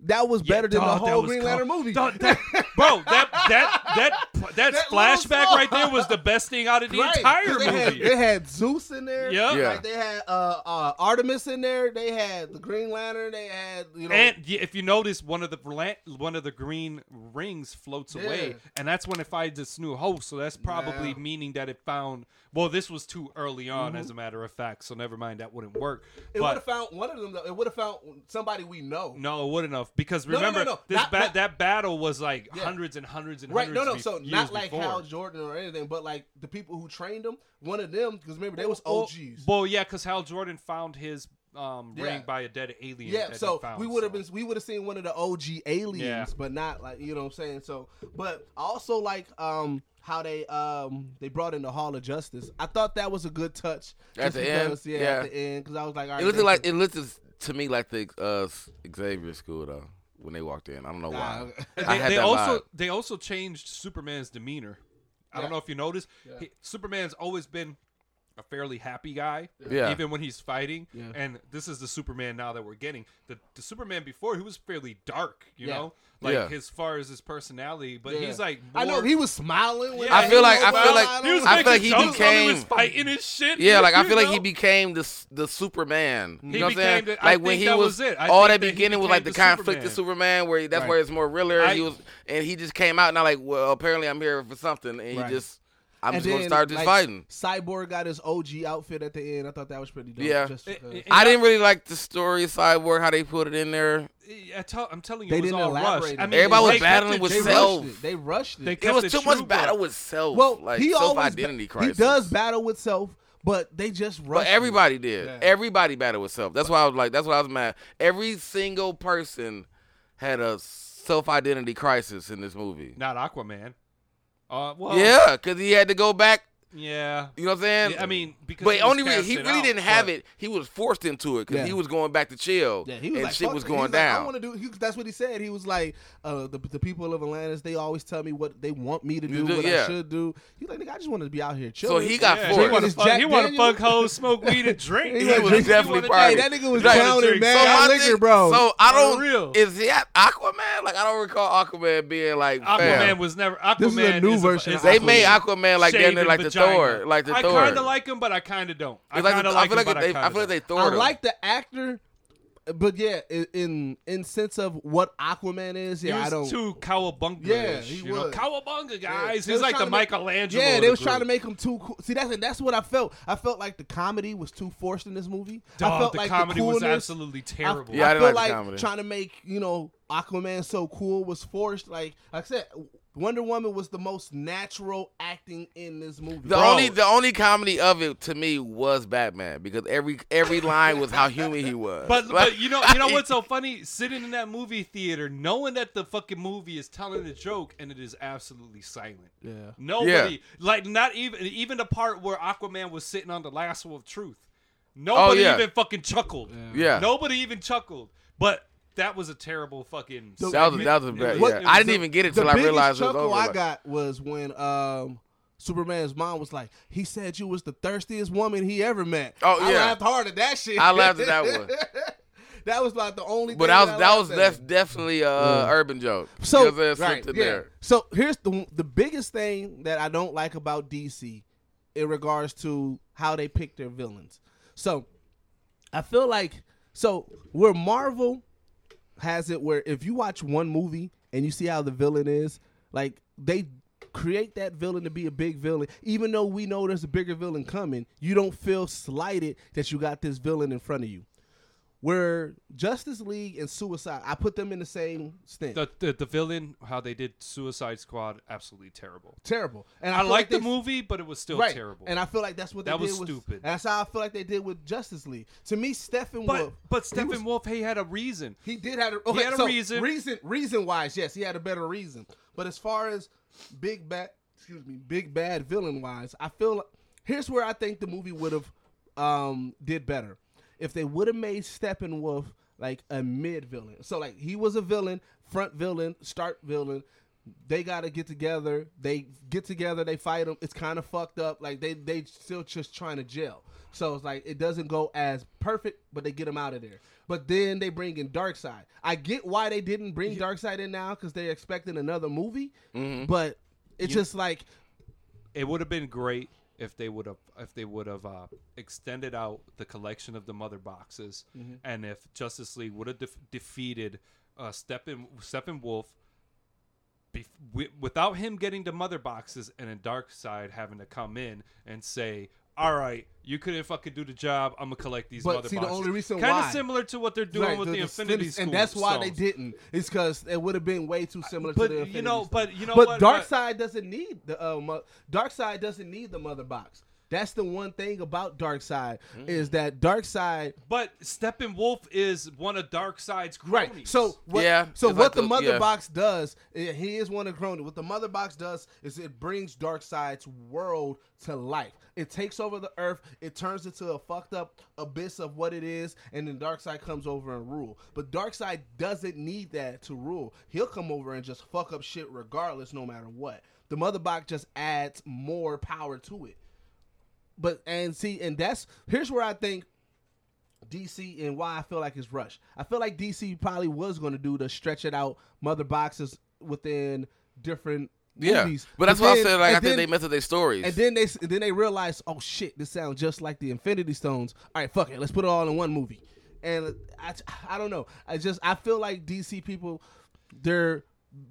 S1: That was better than
S2: dog,
S1: the
S2: that
S1: whole
S2: was
S1: Green
S2: cold.
S1: Lantern movie. <laughs>
S2: Dog, that- bro, that that that that,
S1: little
S2: flashback
S1: song.
S2: right there was the best thing out of the
S1: Right.
S2: entire
S1: they Had,
S2: movie.
S1: they had Zeus in there.
S2: Yep.
S3: Yeah.
S1: Like they had uh, uh, Artemis in there. They had the Green Lantern. They had you know.
S2: And y- if you notice, one of the la- one of the green rings floats
S1: Yeah.
S2: away, and that's when it finds its new host. So that's probably
S1: Yeah. Mm-hmm.
S2: meaning that it found. Well, this was too early on, as a matter of fact. So never mind, that wouldn't work.
S1: it would have
S2: but
S1: found one of them. though. It would have found somebody we know.
S2: no, it wouldn't have because
S1: no, no,
S2: remember
S1: no.
S2: this
S1: Not-
S2: ba-
S1: not-
S2: that battle was like
S1: Yeah.
S2: hundreds and hundreds and
S1: Right, no,
S2: hundreds.
S1: no.
S2: be-
S1: So
S2: years
S1: not like
S2: before.
S1: Hal Jordan or anything, but like the people who trained him, one of them, because remember they was
S2: Well-
S1: OGs.
S2: Well, yeah, because Hal Jordan found his um,
S1: Yeah.
S2: ring by a dead alien.
S1: yeah,
S2: that he
S1: so
S2: found,
S1: we would have
S2: so.
S1: been we would have seen one of the OG aliens,
S2: Yeah.
S1: but not like you know what I'm saying. So, but I also like um how they um they brought in the Hall of Justice. I thought that was a good touch
S3: At
S1: just
S3: the end?
S1: because- yeah,
S3: Yeah.
S1: at the end because I was like, all right,
S3: It looked
S1: they-
S3: like it looked as- to me like the uh, Xavier school though when they walked in. I don't know
S1: Nah,
S3: why.
S1: okay.
S3: I
S2: they,
S3: had
S2: they
S3: that
S2: also
S3: vibe.
S2: they also changed Superman's demeanor. I
S1: Yeah.
S2: don't know if you noticed.
S1: Yeah.
S2: he- Superman's always been a fairly happy guy,
S3: Yeah.
S2: even when he's fighting.
S1: Yeah.
S2: And this is the Superman now that we're getting. The, the Superman before he was fairly dark, you
S1: Yeah.
S2: know, like
S3: Yeah.
S2: as far as his personality. But
S1: Yeah.
S2: he's like,
S1: I know
S2: more-
S1: he was smiling. When
S2: Yeah, I feel
S1: he
S2: like-
S1: was
S2: I feel
S1: wild.
S3: like-
S1: I
S2: He was
S1: don't-
S3: I
S2: making
S3: feel like he
S2: jokes while he was
S3: became-
S2: fighting his shit.
S3: Yeah, like I
S2: you
S3: feel like
S2: know?
S3: he became the s- the Superman. You
S2: He
S3: know what I'm saying?
S2: became the- I
S3: like when
S2: think
S3: he
S2: that
S3: was,
S2: was it. I
S3: all
S2: think
S3: that
S2: that he
S3: beginning was like the,
S2: became the
S3: conflict of
S2: Superman.
S3: Superman, where he, that's
S2: Right.
S3: where it's more realer.
S2: I-
S3: he was, and he just came out now like, well, apparently I'm here for something, and he
S1: Right.
S3: just, I'm
S1: And
S3: just gonna
S1: then,
S3: start just
S1: like,
S3: fighting.
S1: Cyborg got his OG outfit at the end. I thought that was pretty dope.
S3: Yeah.
S1: just
S2: It-
S1: because-
S2: it-
S3: I didn't really like the story of Cyborg how they put it in there.
S2: I tell, I'm telling you,
S1: They
S2: it was
S1: didn't
S2: all
S1: elaborate
S2: rushed.
S1: on
S2: I
S1: it.
S2: mean,
S3: Everybody
S2: they-
S3: was
S2: they
S3: battling
S2: kept
S3: with
S1: they
S2: it-
S3: self.
S1: rushed it. They rushed it.
S2: They
S3: It
S2: kept
S3: was too
S2: true,
S3: much
S2: but-
S3: battle with self.
S1: well,
S3: like
S1: he
S3: self
S1: always
S3: identity
S1: ba- he
S3: crisis.
S1: does battle with self, but they just rushed.
S3: But
S1: it.
S3: everybody did.
S1: Yeah.
S3: Everybody battled with self. That's why I was like. That's why I was mad. Every single person had a self identity crisis in this movie.
S2: Not Aquaman. Uh, well,
S3: yeah, because he had to go back.
S2: yeah.
S3: You know what I'm saying?
S2: Yeah, I mean, because
S3: but
S2: he was
S3: only re- he
S2: casted
S3: really
S2: out,
S3: didn't have
S2: but-
S3: it. He was forced into it because
S1: Yeah.
S3: he was going back to chill.
S1: Yeah, he was
S3: and
S1: like,
S3: shit
S1: "Fuck
S3: was
S1: it."
S3: going
S1: He like,
S3: down.
S1: I want to do. He, that's what he said. He was like, uh, the, the people of Atlantis, they always tell me what they want me to
S3: You
S1: do,
S3: do-
S1: what
S3: yeah.
S1: I should do. He's like, nigga, I just want to be out here
S3: so
S1: chilling.
S3: he got
S2: Yeah,
S1: Ford.
S2: he
S3: forced.
S2: want to
S1: It's
S2: fuck,
S1: Jack
S2: he wanna
S1: Daniels.
S2: fuck hoes, smoke weed, and drink.
S1: <laughs> He
S3: was definitely
S2: wanna
S3: partying.
S1: Hey,
S2: drink.
S1: that nigga was
S2: He wanna
S1: drowning,
S2: drink.
S1: man.
S3: So
S1: That
S3: my
S1: liquor,
S3: thing-
S1: bro.
S3: So I
S2: For
S3: don't.
S2: real.
S3: Is he at Aquaman? Like I don't recall Aquaman being like.
S2: Aquaman
S3: fam.
S2: was never. Aquaman
S1: This is a new
S2: is
S1: version
S2: Is
S1: of
S3: They
S1: Aquaman.
S3: made Aquaman like damn near
S2: shaving
S3: like the
S2: vagina.
S3: Thor, like the
S2: I
S3: Thor.
S2: kind of like him, but I kind of don't. I
S3: It's like
S2: kind
S3: the-
S2: of
S3: I
S2: like him,
S3: feel
S2: but
S3: like
S2: I
S3: they, I
S2: kind
S3: feel like
S2: of
S3: they Thor.
S1: I
S3: him.
S1: like the actor, but yeah, in, in in sense of what Aquaman is, yeah,
S2: He
S1: I
S2: was
S1: don't.
S2: too cowabunga.
S1: Yeah, he
S2: you know?
S1: was.
S2: Cowabunga guys.
S1: They
S2: He's
S1: was
S2: like
S1: trying
S2: the
S1: to make-
S2: Michelangelo.
S1: yeah,
S2: of
S1: they
S2: the
S1: was trying to
S2: group.
S1: make him too cool. See, that's and that's what I felt. I felt like the comedy was too forced in this movie. I
S2: Dog,
S1: felt
S2: the
S1: like
S2: comedy
S1: the
S2: was
S1: coolness,
S2: absolutely terrible.
S1: I,
S3: Yeah, I
S1: I,
S3: didn't
S1: feel
S3: like
S1: like,
S3: the comedy.
S1: trying to make you know Aquaman so cool was forced. Like, like I said, Wonder Woman was the most natural acting in this movie.
S3: The only the only comedy of it to me was Batman because every every line was how human he was. <laughs>
S2: But,
S3: Like,
S2: but you know you know what's so funny? Sitting in that movie theater, knowing that the fucking movie is telling a joke and it is absolutely silent.
S1: yeah,
S2: Nobody like not even even the part where Aquaman was sitting on the lasso of truth. Nobody
S3: Oh, yeah.
S2: even fucking chuckled.
S3: Yeah.
S2: Nobody even chuckled. But that was a terrible fucking.
S1: The-
S3: that was
S2: segment.
S3: that was
S2: It
S3: bad.
S2: was-
S3: yeah.
S2: it
S3: I
S2: was
S3: didn't
S2: a-
S3: even get it
S1: the
S3: till I
S1: biggest
S3: realized it was
S1: chuckle
S3: over.
S1: I
S3: Like,
S1: got was when um, Superman's mom was like, "He said you was the thirstiest woman he ever met."
S3: Oh,
S1: I
S3: yeah.
S1: laughed hard at that shit.
S3: I laughed at that one.
S1: <laughs> that was like the only. thing
S3: but that was that
S1: laughed
S3: was
S1: at.
S3: def- definitely a urban joke.
S1: So
S3: You know what I'm saying?
S1: right,
S3: Slipped in
S1: yeah.
S3: there.
S1: So here's the the biggest thing that I don't like about DC in regards to how they pick their villains. So I feel like so where Marvel has it where if you watch one movie and you see how the villain is, like they create that villain to be a big villain even though we know there's a bigger villain coming, you don't feel slighted that you got this villain in front of you. Where Justice League and Suicide, I put them in the same stint.
S2: The, the the villain, how they did Suicide Squad, absolutely terrible.
S1: terrible. And
S2: I,
S1: feel
S2: liked
S1: they-
S2: the movie, but it was still
S1: right.
S2: terrible.
S1: And I feel like that's what they
S2: That
S1: did
S2: was
S1: with-
S2: stupid.
S1: And that's how I feel like they did with Justice League. To me, Stephen
S2: but
S1: he
S2: but
S1: was-
S2: Stephen Wolf, he had a reason.
S1: he did have a, okay,
S2: had a
S1: so
S2: reason.
S1: Reason reason wise, yes, he had a better reason. But as far as big bad excuse me, big bad villain wise, I feel like- here's where I think the movie would have um did better. If they would have made Steppenwolf like a mid villain. So like he was a villain, front villain, start villain, They gotta get together. They get together. They fight them. It's kind of fucked up. Like they they still just trying to jail. So it's like it doesn't go as perfect, but they get them out of there. But then they bring in Darkseid. I get why they didn't bring Darkseid in now because they're expecting another movie.
S2: Mm-hmm.
S1: But it's just like
S2: it would have been great if they would have if they would have uh, extended out the collection of the mother boxes,
S1: Mm-hmm.
S2: and if Justice League would have def- defeated uh, Steppen Steppenwolf bef- wi- without him getting the mother boxes, and then Darkseid having to come in and say. All right, you couldn't fucking do the job. I'm gonna collect these
S1: But
S2: mother
S1: see, the
S2: boxes.
S1: only reason
S2: kind
S1: why-
S2: of similar to what they're doing
S1: Right,
S2: with the, Infinity
S1: Infinity-
S2: School,
S1: and that's why they
S2: stones.
S1: didn't. It's because it would have been way too similar
S2: but
S1: to the
S2: you
S1: Infinity
S2: know-
S1: Stone.
S2: but you know
S1: but
S2: what,
S1: Dark
S2: but-
S1: Side doesn't need the uh, mo- Dark Side doesn't need the mother box. That's the one thing about Dark Side
S2: Mm-hmm.
S1: is that Dark Side.
S2: But Steppenwolf is one of Darkseid's cronies.
S1: Right. So what,
S3: Yeah,
S1: So
S3: if I
S1: what the
S3: could-
S1: mother
S3: yeah.
S1: box does, eh, he is one of Cronin. What the mother box does is it brings Darkseid's world to life. It takes over the earth. It turns it to a fucked up abyss of what it is, and then Darkseid comes over and rule. But Darkseid doesn't need that to rule. He'll come over and just fuck up shit regardless, no matter what. The mother box just adds more power to it. But and see, and that's here's where I think DC and why I feel like it's rushed. I feel like DC probably was going to do the stretch it out mother boxes within different
S3: Yeah,
S1: movies.
S3: but that's why I
S1: then-
S3: said like
S1: and
S3: I think
S1: then-
S3: they messed up their stories.
S1: And then they s- and then they realized, oh shit, this sounds just like the Infinity Stones. All right, fuck it, let's put it all in one movie. And I, I don't know. I just I feel like DC people, they're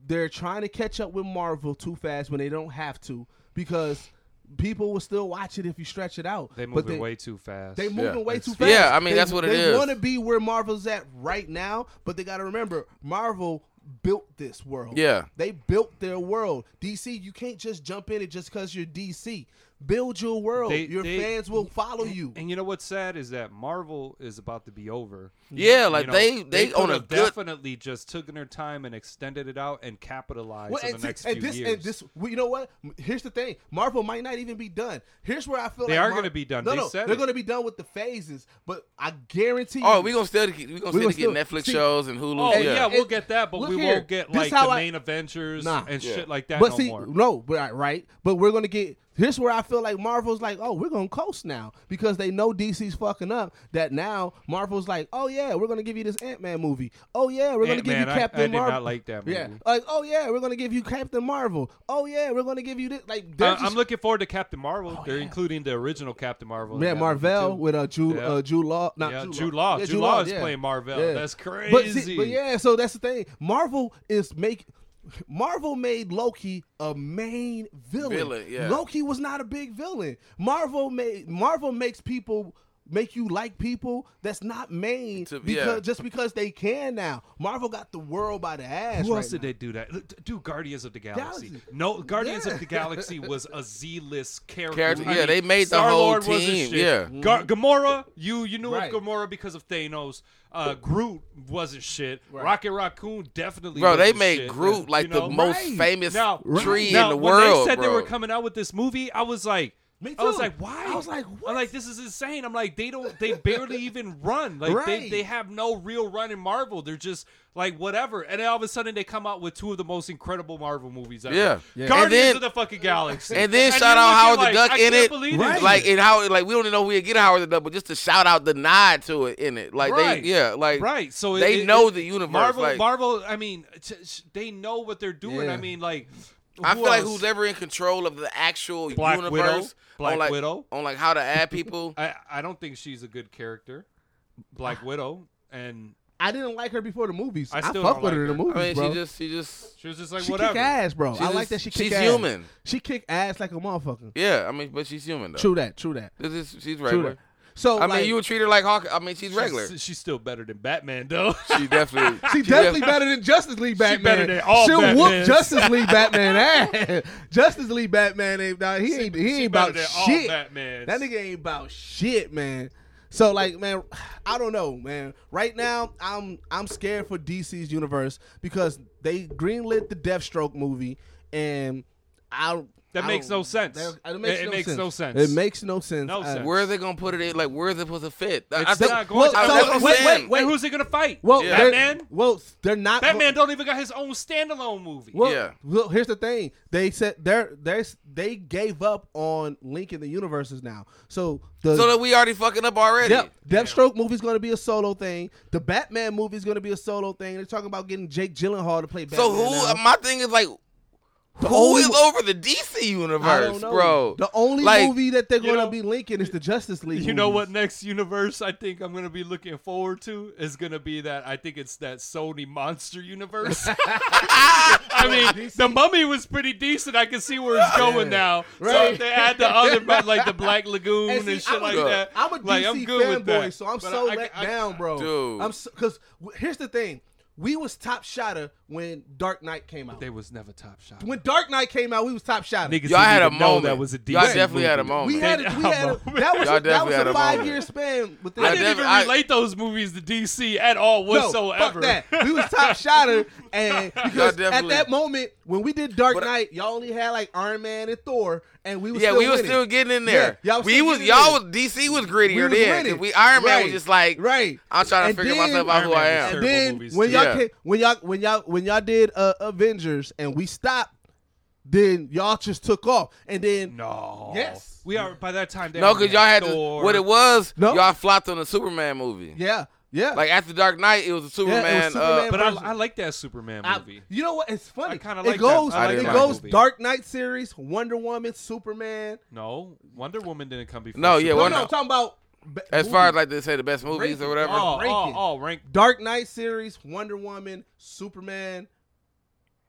S1: they're trying to catch up with Marvel too fast when they don't have to because people will still watch it if you stretch it out.
S2: They
S1: But
S2: move it way too fast.
S1: they moving way too fast.
S3: Yeah, I mean,
S1: They-
S3: that's what it
S1: they
S3: is.
S1: want to be where Marvel's at right now, but they got to remember Marvel built this world.
S3: Yeah.
S1: They built their world. DC, you can't just jump in it just cuz you're DC. Build your world.
S2: They-
S1: your
S2: they-
S1: fans will follow you.
S2: and you know what's sad is that Marvel is about to be over.
S3: yeah,
S2: You
S3: like
S2: know,
S3: they they,
S2: could
S3: on a
S2: have
S3: good.
S2: definitely just took their time and extended it out and capitalized
S1: Well,
S2: on
S1: and,
S2: the
S1: see-
S2: next
S1: and
S2: few
S1: this
S2: years.
S1: and this well, you know what? M- Here's the thing. Marvel might not even be done. Here's where I feel
S2: They
S1: like
S2: are
S1: Mar-
S2: gonna be done.
S1: No,
S2: They
S1: no,
S2: said
S1: they're
S2: it.
S1: going to be done with the phases, but I guarantee
S3: Oh,
S1: you-
S3: we gonna still we gonna still
S1: gonna
S3: get
S1: still-
S3: Netflix
S1: see-
S3: shows and Hulu.
S2: oh yeah,
S3: yeah,
S2: we'll
S1: it-
S2: get that, but
S1: look
S2: we
S1: here.
S2: won't get
S1: This
S2: like
S1: how
S2: the
S1: I-
S2: main Avengers
S1: Nah.
S2: and
S3: Yeah.
S2: shit like that
S1: But
S2: no
S1: see,
S2: more.
S1: no, but right, right. But we're gonna get. Here's where I feel like Marvel's like, oh, we're gonna coast now because they know DC's fucking up. That now Marvel's like, oh yeah, we're gonna give you this Ant Man movie. Oh yeah, we're gonna give you
S2: Ant-Man, I-
S1: Captain
S2: I did not
S1: Marvel.
S2: like that
S1: Yeah,
S2: movie.
S1: like oh yeah, we're gonna give you Captain Marvel. Oh yeah, we're gonna give you this. Like
S2: I,
S1: they're just, Oh,
S2: am looking forward to Captain Marvel. They're
S1: yeah.
S2: including the original Captain Marvel. in
S1: yeah,
S2: that movie,
S1: Marvel
S2: too.
S1: with uh, Jude
S2: Yeah.
S1: uh, Jude Law. Not
S2: Yeah,
S1: Jude,
S2: Jude Law.
S1: Yeah,
S2: Jude Law is playing Marvel. That's
S1: But, see-
S2: crazy.
S1: but yeah, so that's the thing. Marvel is make. Marvel made Loki a main villain.
S3: Villain, yeah.
S1: Loki was not a big villain. Marvel made Marvel makes people make you like people that's not main
S3: To-
S1: because
S3: yeah.
S1: just because they can now. Marvel got the world by the ass.
S2: Who
S1: right
S2: else did
S1: now.
S2: they do that? Look, d- Do Guardians of the Galaxy?
S1: Galaxy.
S2: No, Guardians
S1: Yeah.
S2: of
S1: <laughs>
S2: the Galaxy was a Z-list character.
S3: Character-
S2: I
S3: yeah,
S2: mean,
S3: they made the
S2: Star-Lord
S3: whole
S2: was his
S3: team,
S2: shit.
S3: yeah.
S2: Gar- Gamora, you you knew
S1: Mm-hmm. Right.
S2: of Gamora because of Thanos. Uh, Groot wasn't shit. Rocket Raccoon definitely.
S3: bro,
S2: was
S3: they
S2: the
S3: made
S2: shit.
S3: Groot like
S2: You know?
S3: the most
S1: Right.
S3: famous
S2: now,
S3: tree
S2: now,
S3: in the
S2: when
S3: world,
S2: They said
S3: bro.
S2: they were coming out with this movie. I was like.
S1: Me
S2: I was
S1: too.
S2: like, why?
S1: I was like, what?
S2: I'm like, this is insane. I'm like, they don't, they barely even run. Like, they,
S1: Right.
S2: they have no real run in Marvel. They're just like whatever. And then all of a sudden, they come out with two of the most incredible Marvel movies ever.
S3: Yeah. Yeah.
S2: Guardians
S3: And then-
S2: of the fucking Galaxy.
S3: and then shout
S2: you're
S3: out
S2: looking
S3: Howard
S2: like,
S3: the Duck
S2: I
S3: in
S2: can't
S3: it,
S2: believe
S1: Right.
S3: like and how like we don't even know if we get Howard the Duck, but just to shout out the nod to it in it, like
S2: Right.
S3: they yeah, like
S2: right. So it-
S3: they
S2: it-
S3: know
S2: it-
S3: the universe.
S2: Marvel,
S3: like,
S2: Marvel. I mean, t- sh- they know what they're doing.
S1: Yeah.
S2: I mean, like,
S3: I
S2: who
S3: feel like
S2: else?
S3: who's ever in control of the actual
S2: Black
S3: universe
S2: Widow. Black
S3: on like
S2: Widow.
S3: on like how to add
S1: <laughs>
S3: people.
S2: I, I don't think she's a good character.
S1: Ah.
S2: Black Widow, and
S1: I didn't like her before the movies.
S2: I
S1: I,
S2: still
S1: fuck
S2: don't
S1: with
S2: like
S1: her in the
S2: her.
S1: movies,
S3: I
S1: bro.
S3: mean, she just she just
S2: she was just like,
S1: she
S2: whatever.
S1: kick ass, bro. I
S3: She's-
S1: like that she kick
S3: she's
S1: ass.
S3: human.
S1: She kick ass like a motherfucker.
S3: yeah. I mean, but she's human though.
S1: True that. True that.
S3: This is, she's
S1: True
S3: regular.
S1: that. So
S3: I mean,
S1: like,
S3: you would treat her like Hawk. I mean, she's regular.
S2: She's, she's still better than Batman, though.
S3: <laughs> She definitely.
S1: <laughs>
S2: <laughs>
S1: She definitely better than Justice League Batman.
S2: better than all
S1: She'll
S2: Batmans.
S1: whoop Justice League
S2: <laughs>
S1: Batman ass. Justice League Batman ain't nah, he ain't he
S2: she
S1: ain't
S2: better
S1: about
S2: than all
S1: shit.
S2: Batmans.
S1: That nigga ain't about shit, man. So like, man, <sighs> I don't know, man. Right now, I'm I'm scared for DC's universe because they greenlit the Deathstroke movie, and I
S2: That
S1: I
S2: makes
S1: don't-
S2: no sense.
S1: that-
S2: It,
S1: it makes, no,
S2: makes
S1: sense.
S2: no sense.
S1: It makes no sense.
S2: No
S1: at-
S2: sense.
S3: Where are they gonna put it? in? Like where are they supposed to fit? I- I
S2: It's
S3: think-
S2: not going.
S3: I-
S1: Well,
S3: that's
S1: so-
S3: what I'm
S1: wait,
S3: saying.
S1: wait,
S2: And who's he gonna fight?
S1: Well,
S3: Yeah.
S1: they're-
S2: Batman?
S1: Well, they're not.
S2: Batman don't even got his own standalone movie.
S1: Well,
S3: Yeah.
S1: well, here's the thing. They said they're they they gave up on Link in the universes now. So the
S3: So that we already fucking up already.
S1: Yep. Deathstroke movie's going to be a solo thing. The Batman movie's going to be a solo thing. They're talking about getting Jake Gyllenhaal to play Batman.
S3: So who?
S1: now.
S3: My thing is like, who
S1: only-
S3: is over the DC
S1: I don't
S3: universe,
S1: know.
S3: bro?
S1: The only
S3: Like,
S1: movie that they're
S2: you
S1: going to
S2: know-
S1: be linking is the Justice League.
S2: You know
S1: movies.
S2: what next universe I think I'm gonna be looking forward to is gonna be that I think it's that Sony
S1: <laughs>
S2: monster universe. I mean, the Mummy was pretty decent. I can see where it's going now. So
S1: Right.
S2: if they add the other, but like the Black Lagoon
S1: <laughs>
S2: and,
S1: And see,
S2: shit
S1: I'm
S2: like
S1: a-
S2: that.
S1: I'm a DC
S2: like, I'm good with
S1: fanboy,
S2: that.
S1: so I'm
S2: But
S1: so
S2: I- I-
S1: let
S2: I-
S1: down, bro.
S3: Dude.
S1: I'm because here's the thing: we was top shotter when Dark Knight came out.
S2: They was never top shot.
S1: when Dark Knight came out, we was top shotter.
S2: Niggas
S3: Y'all
S2: didn't
S3: had a
S2: even know
S3: moment.
S2: That was a DC
S3: Y'all definitely
S2: movie.
S3: had a moment.
S1: we had, a, we had a, that was
S3: Oh,
S1: a,
S3: Y'all
S1: that was
S3: definitely had
S1: a
S3: a
S1: five
S3: moment.
S1: year span with
S2: I
S1: this.
S2: didn't even
S3: definitely- I-
S2: relate those movies to DC at all whatsoever.
S1: No, fuck that. We was top shotter,
S3: <laughs>
S1: and because at
S3: definitely-
S1: that moment when we did Dark
S3: But-
S1: Knight, y'all only had like Iron Man and Thor, and we was
S3: yeah,
S1: still
S3: we were
S1: winning.
S3: still getting in there.
S1: Yeah, y'all was
S3: we
S1: still
S3: was
S1: getting in
S3: y'all
S1: there.
S3: was DC was
S1: We
S3: grittier
S1: was
S3: then. 'cause
S1: winning.
S3: We Iron Man
S1: Right,
S3: was just like
S1: right.
S3: I'm trying to
S1: And
S3: figure
S1: then-
S3: myself out who I
S2: Iron Man was
S3: am.
S1: And
S2: Terrible
S1: then
S2: movies,
S1: when
S2: too.
S1: y'all
S3: Yeah.
S1: came, when y'all when y'all when y'all did uh, Avengers and we stopped, then y'all just took off, and then
S2: <laughs> No.
S1: Yes.
S2: We are by that time. They
S3: No,
S2: already
S3: because y'all had to,
S2: Thor.
S3: what it was.
S1: No.
S3: Y'all flopped on the Superman movie.
S1: yeah, yeah,
S3: Like after Dark Knight, it was a Superman.
S1: Superman
S2: But I,
S1: versus-
S2: I like that Superman
S1: I-
S2: movie.
S1: you know what? It's funny.
S2: I kinda
S1: it
S2: like that.
S1: goes.
S3: I
S1: it
S3: didn't like
S1: goes.
S2: that movie.
S1: Dark Knight series, Wonder Woman, Superman.
S2: no, Wonder Woman didn't come before.
S3: No,
S1: No,
S3: yeah,
S2: Superman.
S3: Wonder-
S1: no, I'm talking about b-
S3: uh, as far as
S1: movies.
S3: like they say the best movies
S1: Rated
S3: or whatever.
S1: R.
S2: Oh, oh,
S1: ranking.
S2: oh, rank
S1: Dark Knight series, Wonder Woman, Superman.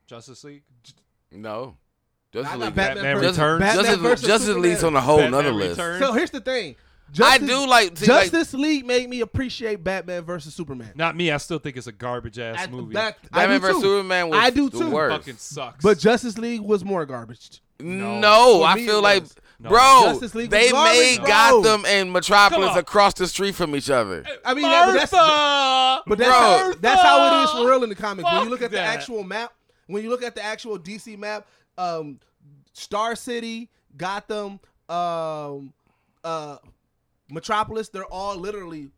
S2: Justice League. J-
S3: No,
S1: I
S3: Justice
S1: got
S3: League.
S2: Batman
S1: versus-
S2: Returns.
S1: Batman
S3: Justice,
S1: versus
S3: Justice
S1: Superman.
S3: League's on a whole
S2: Batman
S3: nother list.
S2: Returns.
S1: So here's the thing.
S3: I
S1: Justice-
S3: do like see, like,
S1: Justice League made me appreciate Batman versus Superman.
S2: Not me. I still think it's a garbage ass
S1: I-
S2: movie.
S1: that- I
S3: Batman
S1: do too.
S3: vs Superman was
S1: I do
S3: the
S1: too.
S3: worst.
S2: fucking sucks.
S1: But Justice League was more garbage.
S2: No.
S3: no,
S1: For
S3: I
S1: me,
S3: feel
S1: it
S3: like,
S1: was.
S2: No.
S3: bro,
S1: Justice League was
S3: they
S1: garbage,
S3: made
S1: bro.
S3: Gotham and
S2: Come
S3: Metropolis
S2: on.
S3: across the street from each other.
S1: I mean, that-
S2: Martha.
S1: but that's- But that's how,
S3: Bro.
S1: that's how it is for real in the comics. when you
S2: Fuck
S1: look at the
S2: that.
S1: actual map, when you look at the actual DC map, um, Star City, Gotham, um, uh, Metropolis, they're all literally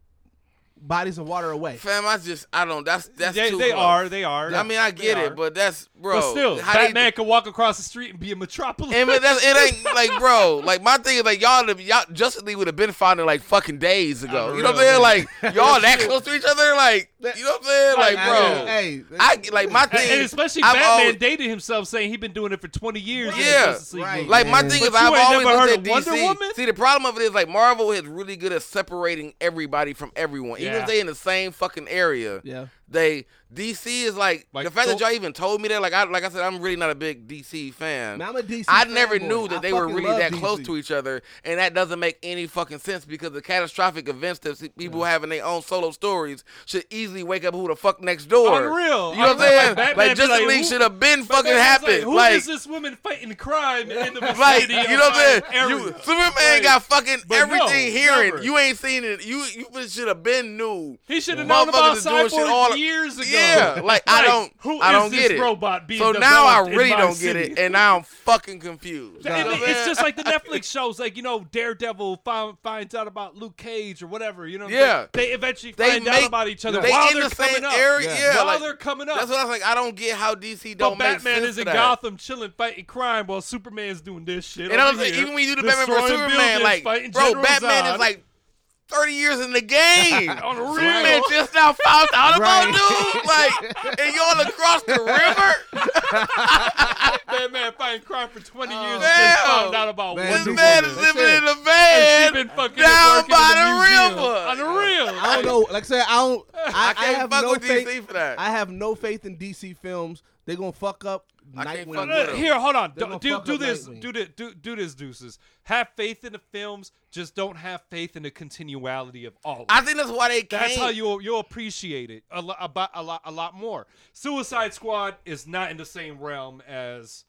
S1: bodies of water away.
S3: Fam, I just I don't. That's that's
S2: they
S3: too
S2: they
S3: close.
S2: are. They are.
S3: I mean, I
S2: They
S3: get
S2: are.
S3: it, but that's bro.
S2: But still,
S3: how they-
S2: Batman can walk across the street and be a metropolis.
S3: <laughs> And but that's, it ain't
S2: <laughs>
S3: like, bro. Like my thing is like y'all, would've- y'all Justice League would have been founded like fucking days ago.
S2: I'm
S3: you know what I'm
S2: real,
S3: saying?
S2: man. <laughs>
S3: Like y'all that close to each other, like you know what I'm saying? Like,
S2: Like,
S1: hey,
S3: bro,
S1: hey,
S3: I like my thing.
S2: and especially
S3: I've
S2: Batman
S3: always-
S2: dated himself, saying he'd been doing it for twenty years. in the
S3: Yeah.
S2: Justice League
S1: Right.
S2: movie.
S3: Like my
S1: Man.
S3: thing
S2: But
S3: is,
S2: you
S3: I've
S2: ain't
S3: always
S2: never
S3: looked
S2: heard
S3: at
S2: of Wonder
S3: DC.
S2: Woman?
S3: See, the problem of it is like Marvel is really good at separating everybody from everyone, even
S2: Yeah.
S3: if they in the same fucking area.
S1: Yeah.
S3: They DC is like,
S2: Like,
S3: the fact that
S2: Thor-
S3: y'all even told me that. Like I like I said, I'm really not a big DC fan.
S1: Man, I'm a DC
S3: I never
S1: fanboy.
S3: knew that
S1: I
S3: they were
S1: fucking
S3: really
S1: love
S3: that
S1: DC.
S3: close to each other, and that doesn't make any fucking sense because the catastrophic events that se- people have in their own solo stories should easily wake up who the fuck next door.
S2: Unreal.
S3: You know what I'm
S2: Unreal.
S3: saying?
S2: Batman
S3: Like,
S2: be
S3: Justice
S2: like,
S3: League
S2: who-
S3: should have been fucking
S2: Batman's
S3: happened.
S2: Like, who
S3: like,
S2: is this woman fighting crime in
S3: <laughs>
S2: the
S3: like
S2: vicinity
S3: you know what
S2: of my
S3: I'm saying?
S2: area?
S3: You, <laughs> Superman
S2: Like,
S3: got fucking
S2: but
S3: everything
S2: no,
S3: hearing.
S2: never.
S3: You ain't seen it. You you should have been new.
S2: He should have known about
S3: Motherfuckers is doing
S2: Cyborg
S3: shit all-
S2: years ago.
S3: Yeah, like, I don't
S2: Who
S3: I
S2: is
S3: don't
S2: this
S3: get it.
S2: robot being
S3: so now I
S2: developed in
S3: really
S2: my
S3: don't
S2: city?
S3: get it, and now I'm fucking confused.
S2: Th-
S3: You know
S2: it-
S3: what I'm
S2: it's
S3: saying?
S2: just like the Netflix shows, like you know, Daredevil find, finds out about Luke Cage or whatever. You know, what I'm
S3: Yeah.
S2: saying? they eventually
S3: They
S2: find out
S3: make-
S2: about each other
S3: they
S2: while
S3: in
S2: they're
S3: the
S2: coming
S3: same
S2: up.
S3: area. Yeah,
S2: while
S3: like,
S2: they're coming up.
S3: That's what I was like. I don't get how DC
S2: but
S3: don't make
S2: Batman
S3: sense
S2: is
S3: to
S2: in
S3: that.
S2: Gotham chilling, fighting crime, while Superman's doing this shit.
S3: And I
S2: over
S3: was like,
S2: here,
S3: even when you do the Batman vs
S2: destroying
S3: Superman,
S2: buildings, fighting uh,
S3: like, bro,
S2: General
S3: Batman
S2: Zod.
S3: is like 30 years in the game.
S2: <laughs> On the real.
S3: Superman just now found out about dude. Like, and y'all
S1: <laughs>
S3: across the river?
S2: <laughs> Batman fighting crime for 20 years and
S3: Damn.
S2: just found out about
S1: Man,
S3: This
S1: Superman.
S2: one
S3: man Oh, is
S1: That's
S3: living
S1: it.
S3: in a
S2: And
S3: van
S2: she been fucking
S3: down
S2: working in
S3: by
S2: the
S3: the
S2: museum. On the
S3: river.
S2: real.
S1: I don't know. Like I said, I don't. I,
S3: <laughs> I
S1: I
S3: can't
S1: have
S3: fuck
S1: no
S3: with
S1: faith.
S3: DC for that.
S1: I have no faith in DC films. They gonna fuck up.
S3: I can't
S1: Nightwing.
S3: fuck
S2: Uh,
S3: with 'em.
S2: here, hold on.
S1: They're
S2: Do,
S1: gonna
S2: do,
S1: fuck
S2: do
S1: up
S2: this.
S1: Nightwing.
S2: Do this. Do, do this, Deuces. Have faith in the films. Just don't have faith in the continuality of all. Of
S3: I
S2: it.
S3: think that's why they came.
S2: That's how you'll you'll appreciate it a lot, a, lot a lot more. Suicide Squad is not in the same realm as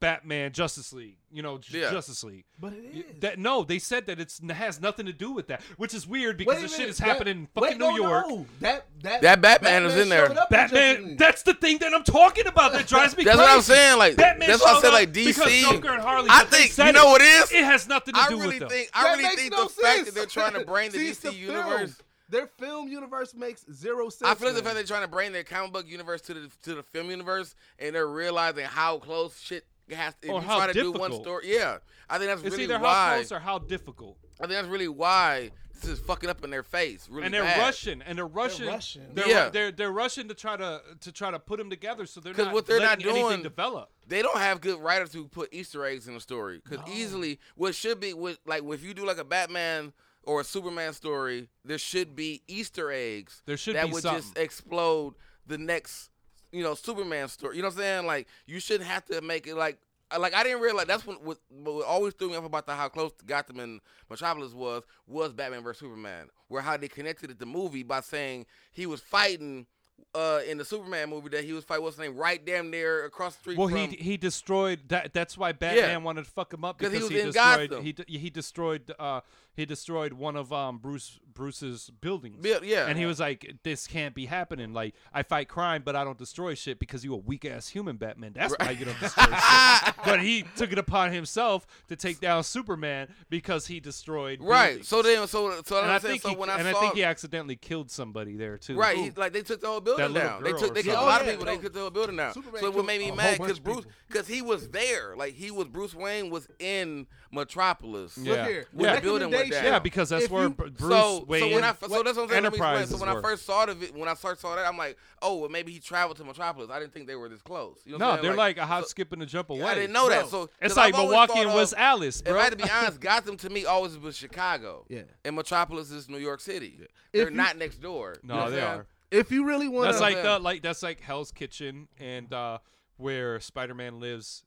S2: Batman Justice League, you know, J-
S3: Yeah.
S2: Justice League.
S1: But it
S2: Y-
S1: is.
S2: That no, they said that it's has nothing to do with that, which is weird because
S1: Wait a
S2: this shit
S1: minute,
S2: is
S1: that-
S2: happening in fucking
S1: wait, no,
S2: New York.
S1: no. That that
S3: That Batman is in there.
S1: showed up in Justice
S2: Batman,
S1: League.
S2: that's the thing that I'm talking about that drives
S3: <laughs>
S2: me
S3: That's
S2: crazy.
S3: what I'm saying, like,
S2: Batman
S3: that's why I
S2: showed
S3: said,
S2: up
S3: like,
S2: Because
S3: DC.
S2: Joker and Harley,
S3: I
S2: but they
S3: think-
S2: said
S3: you know
S2: it.
S3: what it is?
S2: It has nothing to
S3: I
S2: do
S3: really
S2: with them.
S3: think I
S1: That
S3: really
S1: makes
S3: think
S1: no
S3: the fact
S1: sense.
S3: that they're trying to
S1: <laughs>
S3: bring the
S1: See, it's
S3: DC
S1: film.
S3: universe.
S1: Their film universe makes zero sense.
S3: I feel like the
S1: now.
S3: fact they're trying to bring their comic book universe to the to the film universe, and they're realizing how close shit has. If
S2: Or
S3: you
S2: how
S3: try to do one
S2: difficult.
S3: story, yeah, I think that's
S2: It's
S3: really
S2: either
S3: why.
S2: how close or how difficult.
S3: I think that's really why this is fucking up in their face. Really,
S2: and they're
S3: bad.
S2: Russian, and they're Russian.
S1: Russian.
S2: They're,
S3: Yeah.
S2: they're they're Russian to try to to try to put them together. So they're
S3: 'Cause
S2: not
S3: what they're
S2: letting
S3: not
S2: anything
S3: doing-
S2: develop.
S3: They don't have good writers who put Easter eggs in the story because easily what should be what like if you do like a Batman or a Superman story, there should be Easter eggs.
S2: There should
S3: that
S2: be
S3: would just
S2: something.
S3: explode the next you know Superman story. You know what I'm saying? Like you shouldn't have to make it like. uh, Like I didn't realize that's what, what, what always threw me off about the how close Gotham and Metropolis was was Batman vs Superman, where how they connected it the movie by saying he was fighting uh, in the Superman movie that he was fighting what's his name right damn near across the street.
S2: Well,
S3: from,
S2: he he destroyed that. That's why Batman wanted to fuck him up
S3: 'Cause
S2: because
S3: he was in
S2: destroyed
S3: Gotham.
S2: he de- he destroyed uh he destroyed one of um Bruce Bruce's buildings.
S3: Buil- yeah.
S2: and he was like, "This can't be happening. Like, I fight crime, but I don't destroy shit because you a weak ass human, Batman. That's why you don't
S3: <laughs>
S2: destroy shit." But he took it upon himself to take down Superman because he destroyed
S3: Right.
S2: buildings.
S3: So then, so so
S2: and
S3: I'm
S2: I
S3: saying,
S2: think
S3: so
S2: he,
S3: when I
S2: and
S3: saw
S2: I think he accidentally killed somebody there too.
S3: right, he, like they took the whole building
S2: little
S3: down. They
S2: girl
S3: took
S2: or
S3: they killed a
S1: something.
S3: lot
S1: Oh,
S3: of
S1: yeah,
S3: people. They
S1: no.
S3: took the whole building down.
S1: Superman
S3: so what
S1: killed
S3: made me
S1: a whole
S3: mad
S1: bunch
S3: because
S1: of
S3: Bruce,
S1: people.
S3: because he was there, like he was Bruce Wayne was in Metropolis.
S2: Yeah.
S1: Look here.
S2: Yeah.
S1: The
S3: Building went
S1: recommendation-
S3: down.
S2: Yeah, because that's
S1: If
S2: where
S1: you-
S2: Br- Bruce
S3: so,
S2: Wayne
S3: so when I f- so that's what I'm saying. Let me explain.
S2: Enterprises
S3: So when I
S2: were.
S3: first saw the vi- when I first saw that, I'm like, oh, well, maybe he traveled to Metropolis. I didn't think they were this close. You know what
S2: No,
S3: I'm saying?
S2: they're like, a hop,
S3: so-
S2: skip, and a jump away.
S3: I didn't know that.
S1: Bro,
S3: So 'cause I've
S2: It's like
S3: always
S2: Milwaukee
S3: thought
S2: and
S3: of-
S2: West Alice,
S3: If
S2: bro.
S3: I had to be honest, Gotham to me always was Chicago.
S1: Yeah.
S3: And Metropolis is New York City. They're
S1: If you-
S3: not next door.
S2: No,
S3: You know what
S2: they
S3: I'm saying?
S2: are.
S1: If you really want
S2: that's
S1: to,
S2: like
S3: yeah.
S2: the like that's like Hell's Kitchen and uh, where Spider-Man lives,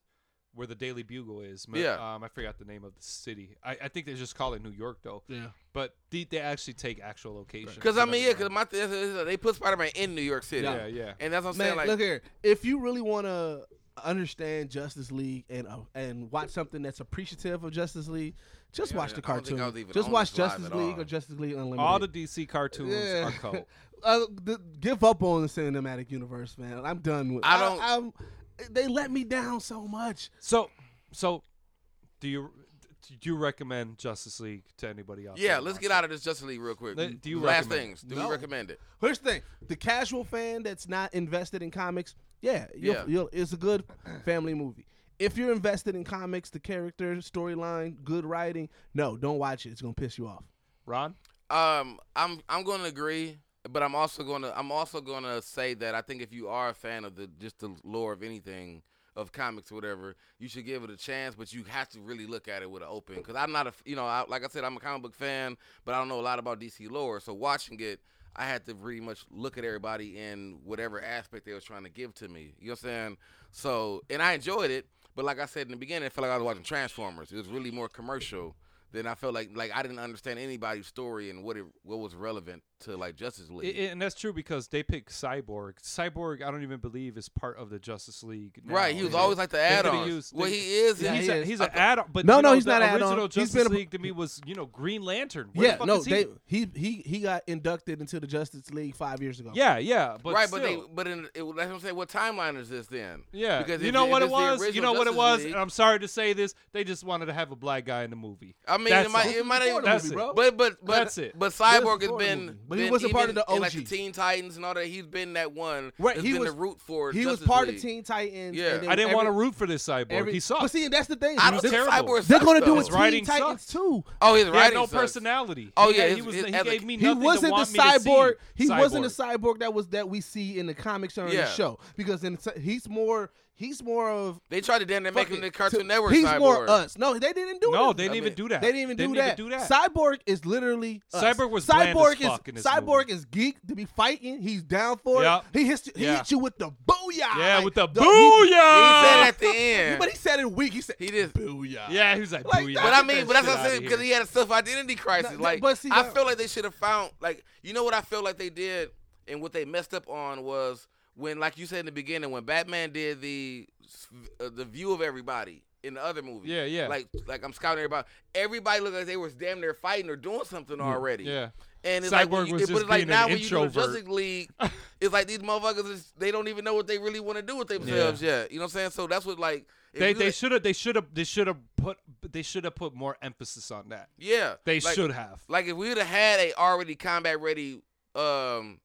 S2: where the Daily Bugle is. Ma-
S3: Yeah.
S2: um, I forgot the name of the city. I, I think they just call it New York though.
S1: Yeah.
S2: but they, they actually take actual locations.
S3: Because I mean, yeah, because
S2: everywhere.
S3: my th- uh, they put Spider Man in New York City.
S2: Yeah, yeah.
S3: And that's what I'm
S1: man,
S3: saying. Like,
S1: look here. If you really want to understand Justice League and uh, and watch something that's appreciative of Justice League, just watch
S3: yeah,
S1: the
S3: I don't think I was
S1: cartoon.
S3: even
S1: Just
S3: on
S1: watch
S3: this live
S1: Justice
S3: at
S1: League
S3: all.
S1: or Justice League Unlimited.
S2: all the DC cartoons
S1: Yeah.
S2: are cold.
S1: <laughs> Uh, the, give up on the cinematic universe, man. I'm done with.
S3: I don't-
S1: I, am they let me down so much.
S2: So, so do you do you recommend Justice League to anybody else?
S3: yeah, let's get out of this Justice League real quick.
S2: Let- do you
S3: Last
S2: recommend
S3: things. Do
S1: No.
S3: we recommend it?
S1: Here's the thing: the casual fan that's not invested in comics, yeah, you'll,
S3: Yeah.
S1: You'll, it's a good family movie. If you're invested in comics, the character, storyline, good writing, no, don't watch it. It's gonna piss you off.
S2: Ron.
S3: Um, I'm I'm going to agree, but I'm also going to I'm also going to say that I think if you are a fan of the just the lore of anything of comics or whatever, you should give it a chance, but you have to really look at it with an open. Because I'm not a f- you know I, like I said I'm a comic book fan, but I don't know a lot about DC lore, so watching it. I had to pretty much look at everybody in whatever aspect they was trying to give to me. You know what I'm saying? So, and I enjoyed it, but like I said in the beginning, I felt like I was watching Transformers. It was really more commercial than I felt like like I didn't understand anybody's story and what it what was relevant to like Justice League.
S2: I- I- and that's true because they pick Cyborg. Cyborg, I don't even believe is part of the Justice Legue. now.
S3: right, he was
S2: They-
S3: always like the
S2: they could've
S3: add-on.
S2: used-
S3: well,
S2: they-
S3: he is.
S1: Yeah,
S3: in-
S2: he's
S1: he
S2: a,
S1: is.
S2: he's an add-on, but
S1: No,
S2: you
S1: no,
S2: know,
S1: he's
S2: the
S1: not add-on.
S2: Original
S1: He's
S2: Justice
S1: been a-
S2: League to me was you know Green Lantern. Where the fuck
S1: no,
S2: is he?
S1: they he he he got inducted into the Justice League five years ago.
S2: yeah, yeah, but
S3: right,
S2: still,
S3: but they but in, it, that's what I'm saying. What timeline is this then?
S2: yeah,
S3: because
S2: you
S3: if
S2: know
S3: it-
S2: what
S3: if
S2: it
S3: it's the
S2: was. You
S3: original
S2: know what it
S3: Justice
S2: was. Um,
S3: League-
S2: And I'm sorry to say this, they just wanted to have a black guy in the movie.
S3: I mean,
S2: That's
S3: it might
S2: all.
S3: it might
S1: Before
S3: even,
S1: the
S2: That's
S1: movie,
S2: it.
S1: bro.
S3: But but but
S2: That's it.
S3: But
S1: This
S3: Cyborg
S1: is
S3: has
S1: before the
S3: been,
S1: movie. But he
S3: been
S1: wasn't part of
S3: even
S1: the
S3: in, like the
S1: OG.
S3: Teen Titans and all that. He's been that one.
S2: Right,
S3: that's
S1: he
S3: been
S1: was-
S3: the root for.
S1: he was
S3: Justice
S1: part
S3: League.
S1: of Teen Titans.
S3: Yeah.
S1: and then
S2: I didn't want to
S1: every-
S2: root for this cyborg.
S1: every-
S2: he sucked.
S1: But see, that's the thing.
S3: I don't
S1: They're-
S3: think
S2: terrible.
S3: Cyborg.
S1: they're
S3: going
S1: gonna
S3: to
S1: do
S2: His
S1: it. Teen
S2: writing
S1: Titans
S2: sucks.
S1: too.
S3: Oh, his
S2: he had
S3: writing
S2: no
S3: sucks.
S2: personality.
S3: Oh,
S2: He had-
S3: yeah,
S2: he
S3: his-
S2: was.
S3: his-
S2: he
S3: as a-
S2: gave me
S1: He
S2: nothing to
S1: wasn't the
S2: want me to see
S1: cyborg. He wasn't the
S2: Cyborg.
S1: cyborg that was that we see in the comics or in
S3: Yeah.
S1: the show. Because in he's more he's more of
S3: They tried to damn near make
S1: fucking-
S3: him the Cartoon Network.
S1: He's
S3: cyborg.
S1: more
S2: uh,
S1: us. No, they didn't do
S2: No,
S1: it.
S2: they didn't
S3: I
S2: even
S3: mean,
S2: do that.
S1: They didn't even, do, that.
S2: do that.
S1: Cyborg is literally us.
S2: Cyborg was
S1: cyborg
S2: bland as
S1: is
S2: fuck in this
S1: cyborg
S2: movie.
S1: is geek to be fighting. He's down for
S2: Yep.
S1: it. He hits he
S2: Yeah.
S1: hit you with the booyah.
S2: Yeah,
S1: Like,
S2: with the,
S1: the- he-
S2: booyah.
S3: He
S2: uh,
S3: said
S2: <laughs>
S3: at the
S1: he-
S3: end.
S1: but he said it weak. He said
S3: He did.
S1: booyah.
S2: yeah, he was like,
S1: Like
S2: booyah.
S1: that.
S3: But I mean,
S2: Get
S3: but
S2: that
S3: that's what I'm
S2: shit
S3: saying
S2: outta
S3: because
S2: here.
S3: he had a self identity crisis.
S1: No, no,
S3: like
S1: but see,
S3: I
S1: that-
S3: feel like they should have found like you know what I feel like they did and what they messed up on was when, like you said in the beginning, when Batman did the s- uh, the view of everybody in the other movie.
S2: Yeah, yeah.
S3: Like like I'm scouting everybody. Everybody looked like they was damn near fighting or doing something already.
S2: Yeah.
S3: And it's like, when
S2: Cyborg
S3: you,
S2: was
S3: it- but
S2: just
S3: it's like
S2: being
S3: now
S2: an
S3: when you go to
S2: introvert.
S3: Justice
S2: <laughs>
S3: League, it's like these motherfuckers is, they don't even know what they really want to do with themselves yet. You know what I'm saying? So that's what like if
S2: They
S3: you
S2: they
S3: let-
S2: should have they should have they should have put they should have put more emphasis on that.
S3: yeah
S2: They
S3: like,
S2: should have.
S3: Like if we would have had a already combat ready um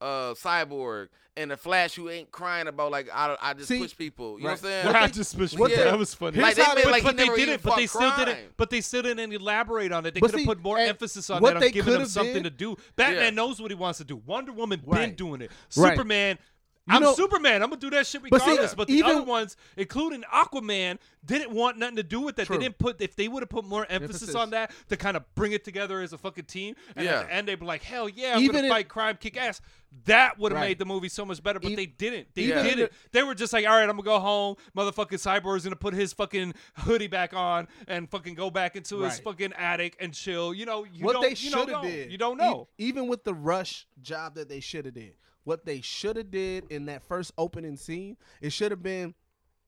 S3: uh cyborg and a Flash who ain't crying about like I I just
S1: See?
S3: push people. You know what I'm saying?
S2: Well, I just wish
S3: what the-
S2: that was funny.
S1: Here's
S3: like they
S1: how they-
S3: made
S2: but,
S3: like
S2: but
S3: he
S2: they
S3: never
S2: did
S3: even
S2: it. But they
S3: fought
S2: still
S3: crime.
S2: didn't. But they still didn't elaborate on it. They
S1: But
S2: could have
S1: see,
S2: put more
S1: and
S2: emphasis on
S1: what
S2: that.
S1: they
S2: On giving them
S1: could've
S2: something
S1: did-
S2: to do. Batman
S3: Yeah.
S2: knows what he wants to do. Wonder Woman been
S1: Right.
S2: doing it.
S1: Right.
S2: Superman.
S1: You
S2: I'm
S1: know-
S2: Superman. I'm gonna do that shit
S1: But see,
S2: regardless. But, the
S1: even-
S2: other ones, including Aquaman, didn't want nothing to do with that.
S1: True.
S2: They didn't put if they would have put more emphasis,
S1: Emphasis.
S2: on that to kind of bring it together as a fucking team. And
S3: Yeah.
S2: at the end, they'd be like, "Hell yeah, I'm
S1: Even
S2: gonna
S1: in-
S2: fight crime, kick ass." That would have
S1: Right.
S2: made the movie so much better. But
S1: E-
S2: they didn't. They
S1: even
S2: didn't.
S1: in the-
S2: They were just like, all right, I'm gonna go home. Motherfucking cyborg's gonna put his fucking hoodie back on and fucking go back into his
S1: Right.
S2: fucking attic and chill. You know, you
S1: what
S2: don't,
S1: they
S2: you don't
S1: should
S2: know.
S1: have did.
S2: You don't know.
S1: E- even with the rush job that they should have did, what they should have did in that first opening scene, it should have been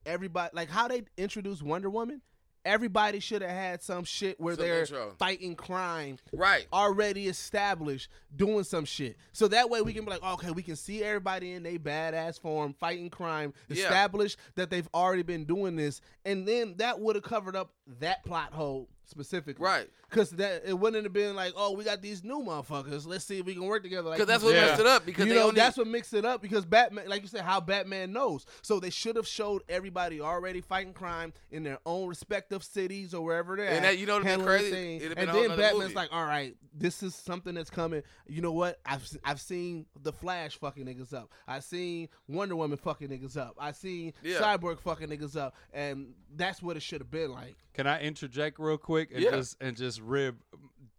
S1: everybody like how they introduced Wonder Woman. Everybody should have had some shit where
S3: Some
S1: they're
S3: intro.
S1: fighting crime,
S3: Right.
S1: Already established, doing some shit. So that way we can be like, okay, we can see everybody in their badass form fighting crime,
S3: Yeah.
S1: established that they've already been doing this, and then that would have covered up that plot hole specifically,
S3: Right.
S1: Because that it wouldn't have been like, oh, we got these new motherfuckers. Let's see if we can work together. Like
S3: Because that's
S1: you
S3: what
S1: said.
S2: Yeah.
S3: messed it up. Because
S1: you
S3: they
S1: know
S3: only, <laughs>
S1: that's what mixed it up because Batman, like you said, how Batman knows. So they should have showed everybody already fighting crime in their own respective cities or wherever they're
S3: And
S1: at.
S3: that- you know what'd be
S1: handling their
S3: crazy?
S1: thing.
S3: It'd
S1: And
S3: been a
S1: then
S3: whole nother
S1: Batman's
S3: movie.
S1: like, all right, this is something that's coming. You know what? I've s- I've seen the Flash fucking niggas up. I seen Wonder Woman fucking niggas up. I seen
S3: Yeah.
S1: Cyborg fucking niggas up, and that's what it should have been like.
S2: Can I interject real quick and
S3: Yeah.
S2: just and just rib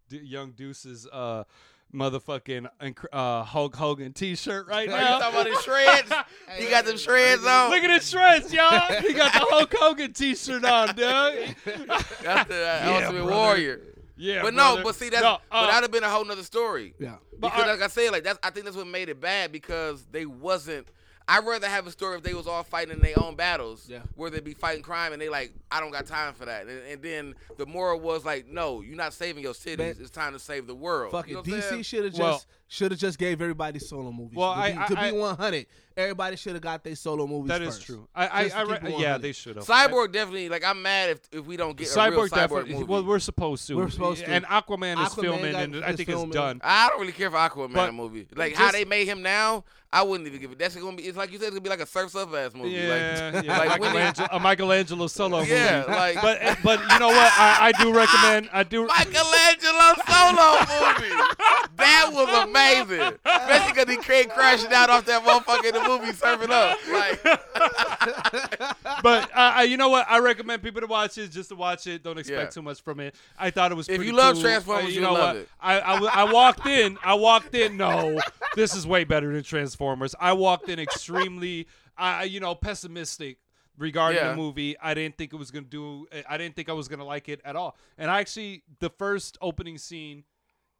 S2: D- Young Deuce's uh, motherfucking inc- uh, Hulk Hogan T-shirt right
S3: Oh, you talking
S2: now?
S3: about his shreds?
S2: <laughs>
S3: he got them shreds on.
S2: Look at his shreds, y'all. He got the Hulk Hogan T-shirt on, dude.
S3: <laughs> That's the uh,
S2: Yeah,
S3: Ultimate
S2: brother.
S3: Warrior.
S2: Yeah,
S3: but
S2: brother.
S3: no, but see, that's
S2: No,
S3: but
S2: uh,
S3: that'd have been a whole nother story.
S1: Yeah.
S2: But
S3: because
S2: I-
S3: like I said, like that's I think that's what made it bad because they wasn't. I'd rather have a story if they was all fighting in their own battles,
S1: Yeah.
S3: where they be fighting crime and they like, I don't got time for that. And, and then the moral was like, no, you're not saving your cities.
S1: Man.
S3: It's time to save the world.
S1: Fucking
S3: You know what I'm saying?
S1: DC should have just
S2: Well-
S1: should have just gave everybody solo movies.
S2: Well,
S1: to
S2: I-
S1: be, to
S2: I- I-
S1: be one hundred, everybody should have got their solo movies.
S2: that is
S1: first.
S2: true. I, I,
S1: Just to
S2: I
S1: keep
S2: re-
S1: it 100.
S2: yeah, they should have.
S3: Cyborg definitely. Like I'm mad if, if we don't get a real
S2: Cyborg
S3: cyborg
S2: definitely.
S3: movie.
S2: Well, we're supposed to.
S1: We're supposed to.
S2: And Aquaman is
S1: Aquaman
S2: filming,
S1: got-
S2: and I
S1: is
S2: think
S1: filming.
S2: it's done.
S3: I don't really care for Aquaman
S2: But
S3: movie. Like
S2: just-
S3: how they made him now, I wouldn't even give it. That's gonna be. It's like you said, it's gonna be like a surf's up ass movie.
S2: Yeah,
S3: <laughs> like,
S2: yeah,
S3: like when they-
S2: Michelangelo, a Michelangelo
S3: <laughs>
S2: solo
S3: yeah,
S2: movie.
S3: like
S2: But but you know what? I, I do recommend. I do.
S3: Michelangelo solo movie. That was amazing. Especially because he came crashing out off that motherfucker in the movie, serving up. Like,
S2: But uh, I- you know what? I recommend people to watch it just to watch it. Don't expect
S3: Yeah.
S2: too much from it. I thought it was.
S3: If
S2: pretty
S3: you love
S2: cool. Uh,
S3: Transformers,
S2: you
S3: you'll
S2: know
S3: love
S2: what?
S3: it.
S2: I, I w- I walked in. I walked in. No, this is way better than Transformers. I walked in extremely, I you know, pessimistic regarding
S3: Yeah.
S2: the movie. I didn't think it was gonna do. I didn't think I was gonna like it at all. And I actually, the first opening scene.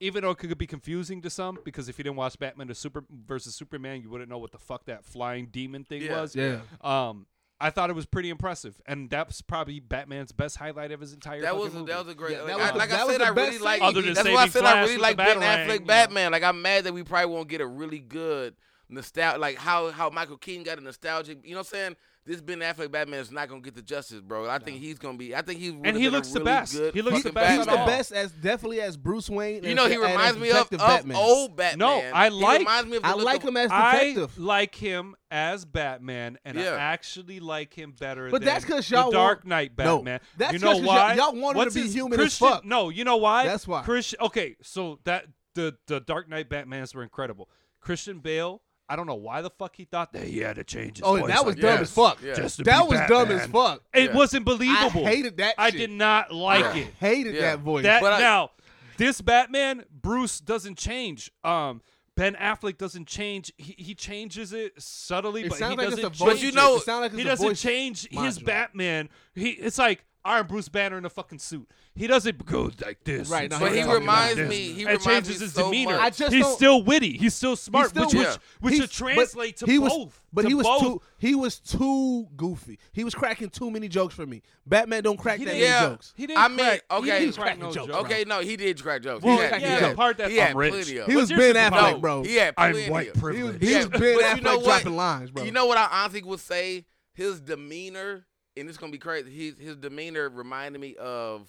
S2: Even though it could be confusing to some, because if you didn't watch Batman or Super versus Superman, you wouldn't know what the fuck that flying demon thing
S3: Yeah.
S2: was.
S1: Yeah.
S2: Um, I thought it was pretty impressive, and that's probably Batman's best highlight of his entire.
S3: that was
S2: fucking movie.
S3: that was a great.
S1: Yeah,
S3: like,
S1: that
S3: I,
S1: was the-
S3: like I
S1: that was
S3: said,
S1: the
S3: I really
S1: best
S3: like.
S1: Other
S2: than
S3: that's why I
S2: Saving
S3: said I
S2: Flash
S3: really
S2: with
S3: like
S2: the
S3: Ben
S2: Batarang,
S3: Affleck
S2: yeah.
S3: Batman. Like I'm mad that we probably won't get a really good nostalgia, like how how Michael Keaton got a nostalgic. You know what I'm saying? This Ben Affleck Batman is not gonna get the justice, bro. I think he's gonna be. I think he's
S2: And he looks the best. He looks the best
S1: He's
S2: at
S1: the
S2: all.
S1: best as definitely as Bruce Wayne.
S3: You
S1: as-
S3: know, he
S1: and as
S3: reminds me of,
S1: Detective
S3: of
S1: Batman.
S3: old Batman.
S2: I
S3: He
S2: like-
S3: reminds me of the
S1: I
S3: look
S1: like
S3: of-
S1: him as
S2: I
S1: detective.
S2: like him as Batman, and
S3: Yeah.
S2: I actually like him better.
S1: But
S2: than
S1: that's 'cause y'all
S2: the Dark
S1: want-
S2: Knight
S1: No,
S2: Batman.
S1: that's
S2: you know
S1: 'cause y'all-
S2: why?
S1: y'all wanted to
S2: What's
S1: be
S2: his-
S1: human as
S2: Christian,
S1: fuck.
S2: No, you know why?
S1: That's why.
S2: Christian. Okay, so that the the Dark Knight Batmans were incredible. Christian Bale. I don't know why the fuck he thought that he had to change his
S1: Oh,
S2: voice
S1: that was
S2: like
S1: dumb
S2: that
S1: as fuck.
S3: Yeah.
S2: just to be
S1: That was dumb
S2: Batman.
S1: as fuck.
S2: It
S3: Yeah.
S2: wasn't believable.
S1: hated that
S2: I
S1: shit.
S2: did not like
S3: Yeah.
S2: it.
S1: Hated
S3: Yeah.
S1: that voice.
S2: That
S3: But I-
S2: now, this Batman, Bruce doesn't change. Um, Ben Affleck doesn't change. He, he changes it subtly,
S1: it
S2: but
S1: sounds
S2: he
S1: like
S2: doesn't
S1: it's a
S2: change.
S1: voice.
S3: you know-
S1: it sounds like it's
S2: he
S1: a
S2: doesn't
S1: voice
S2: change his
S1: module.
S2: Batman. He it's like Iron Bruce Banner in a fucking suit. He doesn't go like this.
S1: Right, no,
S2: now,
S1: But he
S3: reminds me- he reminds me
S2: changes his
S3: so
S2: demeanor.
S3: much.
S1: I just
S2: he's
S1: don't-
S2: still witty. He's still smart,
S1: still
S2: which
S1: witty.
S2: which, which
S1: He's-
S2: should translate
S1: but
S2: to
S1: he was-
S2: both.
S1: but
S2: to
S1: he was
S2: both.
S1: too he was too goofy. He was cracking too many jokes for me. Batman don't crack
S2: He
S1: that many
S2: didn't-
S3: Yeah.
S1: jokes.
S2: He didn't.
S3: I mean,
S2: crack,
S3: okay.
S2: he
S1: He
S2: didn't
S1: was
S2: crack
S1: cracking
S2: no
S1: jokes.
S2: jokes.
S3: Okay, no, he did crack jokes.
S2: Well,
S3: he had,
S1: yeah,
S3: he
S1: the
S3: had-
S2: part that
S3: he had
S2: I'm rich.
S3: plenty of.
S2: He
S1: He
S3: them.
S1: was
S2: What's your
S1: Ben Affleck,
S2: superpower?
S3: no,
S1: bro.
S3: he had
S2: I'm
S3: plenty
S2: white
S3: of. them.
S1: He was,
S2: privilege.
S1: he was Ben
S3: But
S1: Affleck
S3: you know what?
S1: dropping lines, bro.
S3: You know what I honestly would say? His demeanor, and it's gonna be crazy. His his demeanor reminded me of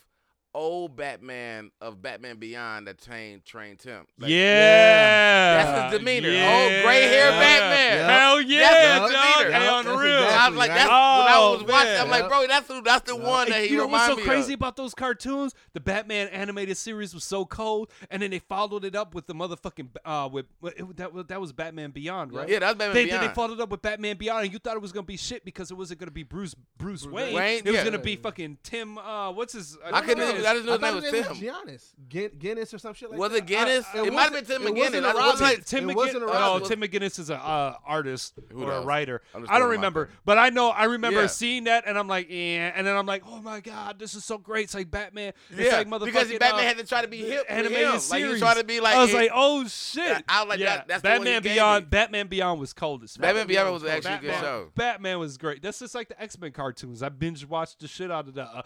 S3: old Batman of Batman Beyond that trained trained Tim. Like,
S2: yeah.
S3: That's his demeanor.
S2: Yeah.
S3: Oh, gray hair
S1: Yeah.
S3: Batman.
S1: Yeah.
S2: Hell yeah,
S3: his
S2: dog.
S3: demeanor.
S2: Hey,
S1: Yup, that's
S2: unreal.
S1: exactly-
S3: I was like, that's when I
S2: Oh,
S3: was watching.
S1: man.
S3: I'm like, bro, that's the that's the
S1: Yeah.
S3: one that
S2: And
S3: he
S2: you know what's
S3: reminded me
S2: so crazy
S3: of.
S2: about those cartoons? The Batman animated series was so cold, and then they followed it up with the motherfucking uh, with what- it, that was- that was Batman Beyond, right?
S3: Yeah, that's Batman
S2: They,
S3: Beyond.
S2: they followed up with Batman Beyond, and you thought it was gonna be shit because it wasn't gonna be Bruce Bruce Wayne.
S3: Wayne,
S2: It was
S3: yeah.
S2: gonna be fucking Tim. Uh, what's his?
S3: I couldn't.
S2: know
S3: Even, I just knew
S1: I
S3: his
S1: thought
S3: name was
S1: his
S3: Tim.
S1: name was Giannis, Gin- Guinness or some shit like
S3: was
S1: that.
S3: it Guinness?
S1: I- I-
S3: it might have been
S1: wasn't-
S3: Tim
S1: it
S3: McGinnis.
S1: wasn't
S3: I
S1: a
S3: was
S1: Robin.
S3: like,
S2: Tim
S1: It wasn't
S2: McGinnis.
S1: a
S2: uh, No,
S1: Robin.
S2: Tim McGinnis is a uh, artist
S3: Who
S2: or a
S3: knows?
S2: writer.
S3: I'm just
S2: I don't
S3: throwing them out
S2: remember,
S3: there.
S2: but I know I remember
S3: Yeah.
S2: seeing that, and I'm like, yeah, and then I'm like, oh my god, this is so great. It's like Batman. It's
S3: yeah,
S2: like motherfucking
S3: because Batman
S2: uh,
S3: had to try to be hip. with
S2: animated
S3: him.
S2: series.
S3: Like he tried to be like.
S2: I was
S3: it-
S2: like, oh shit!
S3: I was like, that- that's the one
S2: Batman
S3: he gave
S2: Beyond.
S3: me.
S2: Batman Beyond was cold as fuck.
S3: Batman Beyond was
S2: cold.
S3: actually a good
S2: Batman-
S3: show.
S2: Batman was great. That's just like the X Men cartoons. I binge watched the shit out of the. Uh,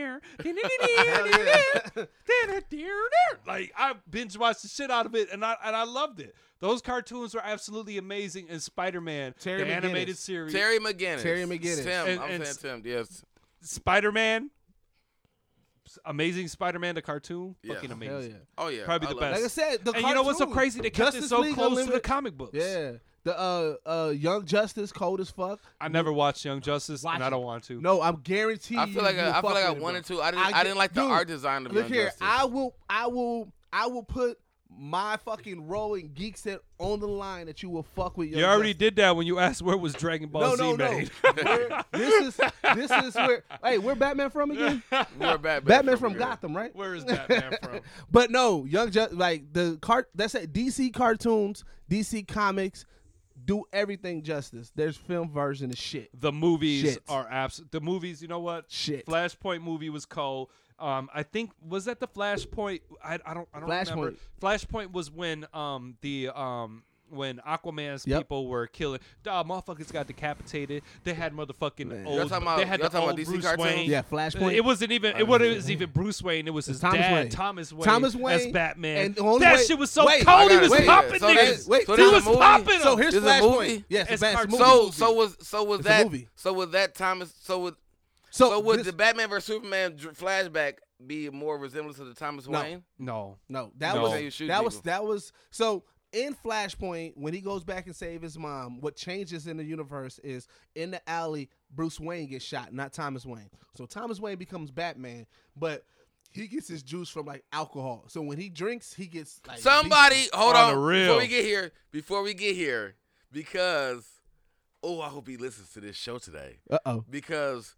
S2: <laughs> like I binge watched the shit out of it, and I and I loved it. Those cartoons were absolutely amazing. And Spider Man, the
S1: Terry McGinnis.
S2: animated series,
S3: Terry McGinnis.
S1: Terry McGinnis.
S3: Tim.
S2: oh, And-
S3: I'm
S2: and s-
S3: saying Tim. Yes.
S2: Spider Man, Amazing Spider Man, the cartoon,
S3: Yeah.
S2: fucking
S3: Hell
S2: amazing.
S1: Hell yeah.
S3: Oh yeah.
S2: Probably
S3: I
S2: the
S3: love
S2: best.
S3: it.
S1: Like I said, the
S2: and you know what's so
S1: cartoon,
S2: crazy? They kept it
S1: Justice
S2: so
S1: League
S2: close to the
S1: Unlimited-
S2: comic books.
S1: Yeah. The uh uh Young Justice, cold as fuck.
S2: I never watched Young Justice,
S1: Watch
S2: and I
S1: it.
S2: don't want to.
S1: No, I'm guaranteed.
S3: I feel like
S1: you
S3: I, I feel
S1: fuck
S3: like I
S1: with it,
S3: wanted
S1: bro.
S3: to. I didn't. I,
S1: get-
S3: didn't like the
S1: dude,
S3: art design of
S1: Look
S3: Young
S1: here,
S3: Justice.
S1: I will, I will, I will put my fucking role in Geek Set on the line that you will fuck with. Young
S2: you already
S1: Justice.
S2: did that when you asked where was Dragon
S1: No,
S2: Ball Z
S1: no, no. <laughs>
S2: made.
S1: We're- this is this is where. Hey, where Batman from
S2: <laughs>
S1: again?
S3: We're Batman.
S1: Batman from
S3: here.
S1: Gotham, right?
S2: where is Batman from?
S1: But no, Young Justice, like the cart. That's it. DC cartoons, DC comics, do everything justice. There's film version of shit.
S2: The movies
S1: Shit.
S2: are abs. The movies, you know what?
S1: Shit.
S2: Flashpoint movie was cold. Um, I think was that the Flashpoint. I, I don't I don't remember. Flashpoint was when um the um when Aquaman's
S1: Yep.
S2: people were killing. Dog, motherfuckers got decapitated. They had motherfucking
S1: Man.
S2: old.
S3: Y'all talking about-
S2: they had
S3: y'all
S2: the
S3: talking about
S2: old
S3: DC
S2: Bruce
S3: cartoons?
S2: Wayne.
S1: Yeah, Flashpoint.
S2: It wasn't even. It wasn't even Bruce Wayne. It was his
S1: Thomas
S2: dad,
S1: Wayne.
S2: Thomas Wayne.
S1: Thomas Wayne,
S2: as Batman.
S1: and the only
S2: that
S1: way-
S2: shit was so
S1: wait,
S2: cold.
S3: I
S2: He
S3: gotta-
S2: was
S3: wait,
S2: popping
S3: so
S2: niggas.
S3: that's- wait, so
S2: he
S3: that's
S2: was
S3: a movie?
S2: popping.
S1: So
S2: them.
S1: here's
S3: It's a
S1: Flashpoint.
S3: movie?
S1: Yes, it's
S2: It's
S1: a
S2: cartoon.
S1: movie.
S3: So so was so was
S1: It's a
S3: that
S1: movie.
S3: so was that Thomas so was
S1: so,
S3: so would
S1: this-
S3: the Batman vs Superman dr- flashback be more resemblance to the Thomas
S1: No.
S3: Wayne?
S2: no,
S1: No, that
S2: No.
S1: was
S2: They
S1: that
S3: would shoot
S1: was
S3: people.
S1: that was so in Flashpoint when he goes back and save his mom. What changes in the universe is in the alley. Bruce Wayne gets shot, not Thomas Wayne. So Thomas Wayne becomes Batman, but he gets his juice from like alcohol. So when he drinks, he gets like
S3: Somebody hold
S2: On
S3: on,
S2: the real.
S3: before we get here before we get here because oh I hope he listens to this show today
S1: Uh oh.
S3: because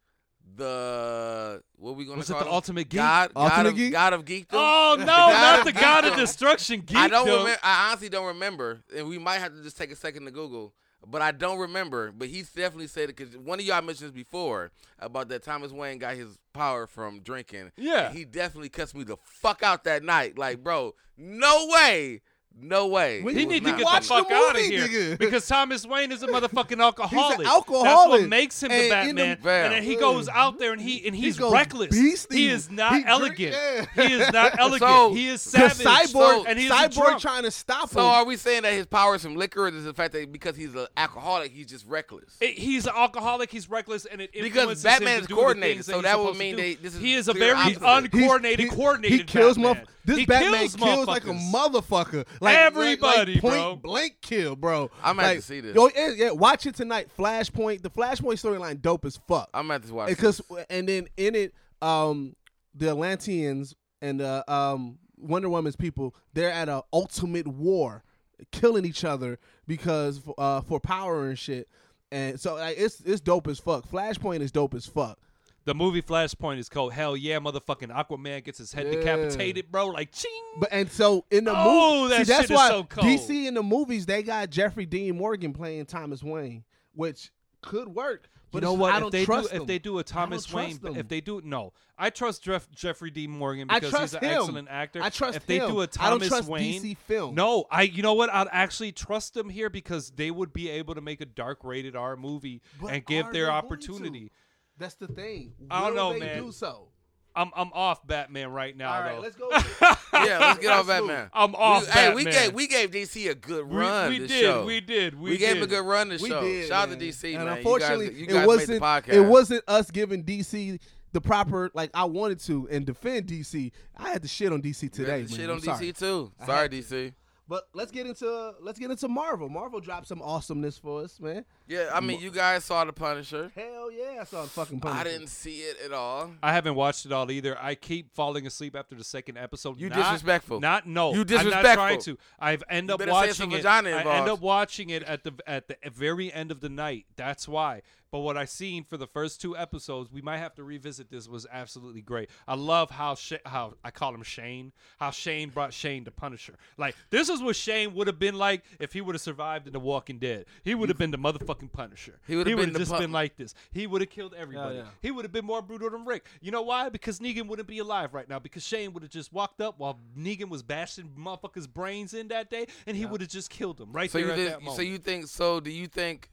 S3: the what we gonna
S2: Was it
S3: call
S2: the
S3: him?
S2: Ultimate Geek?
S3: God God
S1: Ultimate
S3: of,
S1: Geek?
S3: God of Geekdom?
S2: Oh no,
S3: God
S2: not
S3: of
S2: the God of
S3: Geekdom.
S1: <laughs>
S2: Destruction. Geek
S3: I don't remember. I honestly don't remember, and we might have to just take a second to Google. But I don't remember. But he's definitely said it because one of y'all mentioned this before about that Thomas Wayne got his power from drinking.
S2: Yeah.
S3: and he definitely cussed me the fuck out that night. Like, bro, no way, no way.
S1: We-
S2: He
S1: It was
S2: need to
S1: not.
S2: get
S1: Watch
S2: the
S1: the
S2: fuck out of
S1: movie,
S2: here
S1: nigga.
S2: because Thomas Wayne is a motherfucking alcoholic. That's what
S1: alcoholic.
S2: makes him the
S1: And in the-
S2: Batman. and then he goes
S1: Ugh.
S2: out there and he and he's
S1: goes
S2: reckless.
S1: beastie.
S2: He is not
S1: He drink-
S2: elegant.
S1: yeah.
S2: He
S1: <laughs>
S2: is not elegant.
S3: So-
S2: he is
S1: Because
S2: savage.
S1: cyborg,
S2: and he's a
S1: cyborg
S2: drunk.
S1: trying to stop
S3: So
S1: him.
S3: are we saying that his power is from liquor, or is it the fact that because he's an alcoholic, he's just reckless?
S2: It- he's an alcoholic. He's reckless, and it influences
S3: Batman
S2: him to
S3: is
S2: do the
S3: coordinated,
S2: things
S3: so
S2: he's
S3: that would
S2: supposed to
S3: mean
S2: do.
S3: they- this is
S2: he is a
S3: clear
S2: very
S3: opposite.
S1: He's-
S2: uncoordinated,
S1: he-
S2: coordinated.
S1: He kills
S2: Batman.
S1: motherf- This
S2: He
S1: Batman
S2: kills
S1: kills, like a
S2: motherfuckers.
S1: motherfucker. Like
S2: Everybody,
S1: like, point
S2: bro.
S1: Blank kill, bro.
S3: I'm gonna have
S1: like,
S3: to see this.
S1: Yo, yeah, yeah, watch it tonight. Flashpoint. The Flashpoint storyline dope as fuck.
S3: I'm at this watch.
S1: Because and then in it, um, the Atlanteans and uh, um Wonder Woman's people they're at a ultimate war, killing each other because uh for power and shit. And so like, it's it's dope as fuck. Flashpoint is dope as fuck.
S2: The movie Flashpoint is called Hell Yeah, motherfucking Aquaman gets his head decapitated, bro. Like ching.
S1: But and so in the
S2: Oh,
S1: movie,
S2: that
S1: see, that's
S2: shit is
S1: why
S2: so cold.
S1: DC in the movies they got Jeffrey Dean Morgan playing Thomas Wayne, which could work. But
S2: you know
S1: it's-
S2: what?
S1: I
S2: if
S1: don't
S2: they
S1: trust
S2: do,
S1: them.
S2: if they do a Thomas
S1: trust
S2: Wayne,
S1: them.
S2: if they do no, I trust Jeff, Jeffrey D. Morgan
S1: I
S2: because he's
S1: trust
S2: an
S1: him.
S2: excellent actor.
S1: I trust
S2: if they
S1: him.
S2: do
S1: I
S2: a
S1: don't
S2: Thomas
S1: trust
S2: Wayne,
S1: DC Films.
S2: No, I. You know what? I'd actually trust them here because they would be able to make a dark rated R movie
S1: But
S2: and give
S1: are
S2: their
S1: they going to?
S2: opportunity.
S1: That's the thing. Will
S2: I don't know,
S1: they
S2: man.
S1: do so?
S2: I'm I'm off Batman right now.
S1: All right,
S2: though.
S1: let's go.
S2: <laughs>
S3: yeah, let's get off Batman.
S2: I'm off
S3: We, hey, we
S2: Batman.
S3: gave we gave DC a good
S2: We-
S3: run.
S2: we
S3: this
S2: did,
S3: show.
S2: we did, we
S3: We, gave
S2: did.
S3: a good run. This
S1: we
S3: show.
S1: did.
S3: Shout out
S1: man.
S3: to DC,
S1: and
S3: man.
S1: Unfortunately,
S3: you guys, you guys
S1: it wasn't.
S3: made the podcast.
S1: It wasn't us giving DC the proper like I wanted to and defend DC. I had to shit on DC
S3: You
S1: today.
S3: had the
S1: man.
S3: Shit
S1: I'm
S3: on
S1: sorry.
S3: DC too.
S1: I
S3: Sorry,
S1: had
S3: DC.
S1: But let's get into let's get into Marvel. Marvel dropped some awesomeness for us, man.
S3: Yeah, I mean, you guys saw the Punisher.
S1: Hell yeah, I saw the fucking Punisher.
S3: I didn't see it at all.
S2: I haven't watched it all either. I keep falling asleep after the second episode.
S3: You
S2: Not-
S3: disrespectful.
S2: Not no.
S3: You
S2: I'm not
S3: disrespectful.
S2: trying to. I've end up
S3: better say it's a
S2: watching it.
S3: vagina
S2: I end
S3: involved.
S2: up watching it at the at the very end of the night. That's why. But what I seen for the first two episodes, we might have to revisit this. Was absolutely great. I love how Sh- how I call him Shane. How Shane brought Shane to Punisher. Like this is what Shane would have been like if he would have survived in The Walking Dead. He would have been the motherfucking Punisher.
S3: He would've been
S2: would've
S3: the
S2: just
S3: pu-
S2: been like this. He would have killed everybody.
S1: yeah.
S2: He would have been more brutal than Rick. You know why? Because Negan wouldn't be alive right now. Because Shane would have just walked up while Negan was bashing motherfuckers' brains in that day, and he would have just killed him right
S3: So
S2: there
S3: you
S2: at
S3: did,
S2: that moment.
S3: so you think so? Do you think?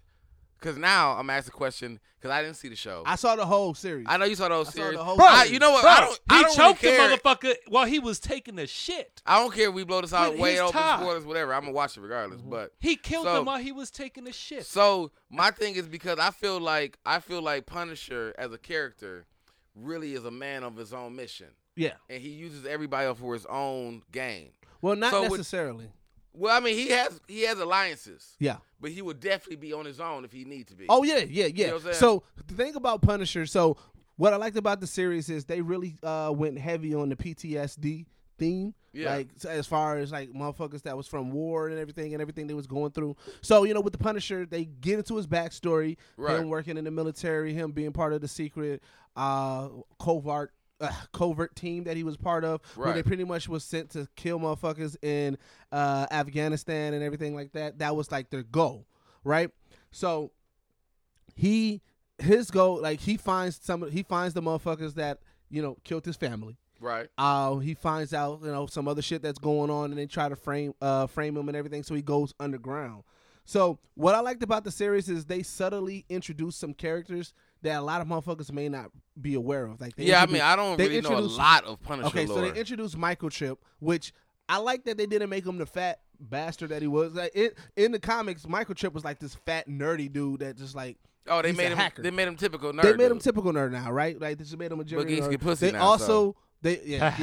S3: Because now I'm asking a question because I didn't see the show. I,
S1: I saw the whole series.
S3: know you saw the whole
S1: saw
S3: series.
S1: the whole
S3: Bro, I-
S1: series.
S3: you know what?
S2: Bro,
S3: I don't. I
S2: he
S3: don't
S2: choked
S3: really care.
S2: the motherfucker while he was taking the shit.
S3: I don't care if we blow this out
S2: But
S3: way
S2: he's
S3: open
S2: tied.
S3: spoilers, whatever. I'm gonna watch it regardless. But
S2: He killed
S3: So-
S2: him while he was taking the shit.
S3: so my thing is because I feel like I feel like Punisher as a character really is a man of his own mission,
S1: yeah.
S3: and he uses everybody else for his own gain.
S1: Well, not
S3: So would-
S1: necessarily.
S3: Well, I mean, he has he has alliances,
S1: yeah.
S3: but he would definitely be on his own if he need to be.
S1: Oh yeah, yeah, yeah.
S3: know what I'm saying?
S1: so the thing about Punisher, so what I liked about the series is they really uh, went heavy on the PTSD theme.
S3: Yeah.
S1: Like so as far as like motherfuckers that was from war and everything and everything they was going through. So, you know, with the Punisher, they get into his backstory,
S3: Right.
S1: him working in the military, him being part of the secret uh covert uh, covert team that he was part of where they
S3: Right.
S1: pretty much was sent to kill motherfuckers in uh Afghanistan and everything like that. That was like their goal, right? So he his goal like he finds some he finds the motherfuckers that you know killed his family
S3: right.
S1: uh, he finds out you know some other shit that's going on and they try to frame uh frame him and everything so he goes underground so what i liked about the series is they subtly introduced some characters that a lot of motherfuckers may not be aware of like they
S3: Yeah, I
S1: introduced-
S3: mean, I don't
S1: they
S3: really know a
S1: introduced-
S3: lot of Punisher
S1: okay
S3: lore.
S1: so they introduced microchip which i like that they didn't make him the fat bastard that he was like it, in the comics microchip was like this fat nerdy dude that just like
S3: oh, they
S1: he's a
S3: made him.
S1: hacker.
S3: They made him typical nerd.
S1: they made him
S3: dude.
S1: typical nerd now, right? Like this made him a
S3: But
S1: general
S3: geeks
S1: nerd.
S3: get pussy
S1: they
S3: now,
S1: also
S3: so.
S1: they
S2: <laughs>
S1: yeah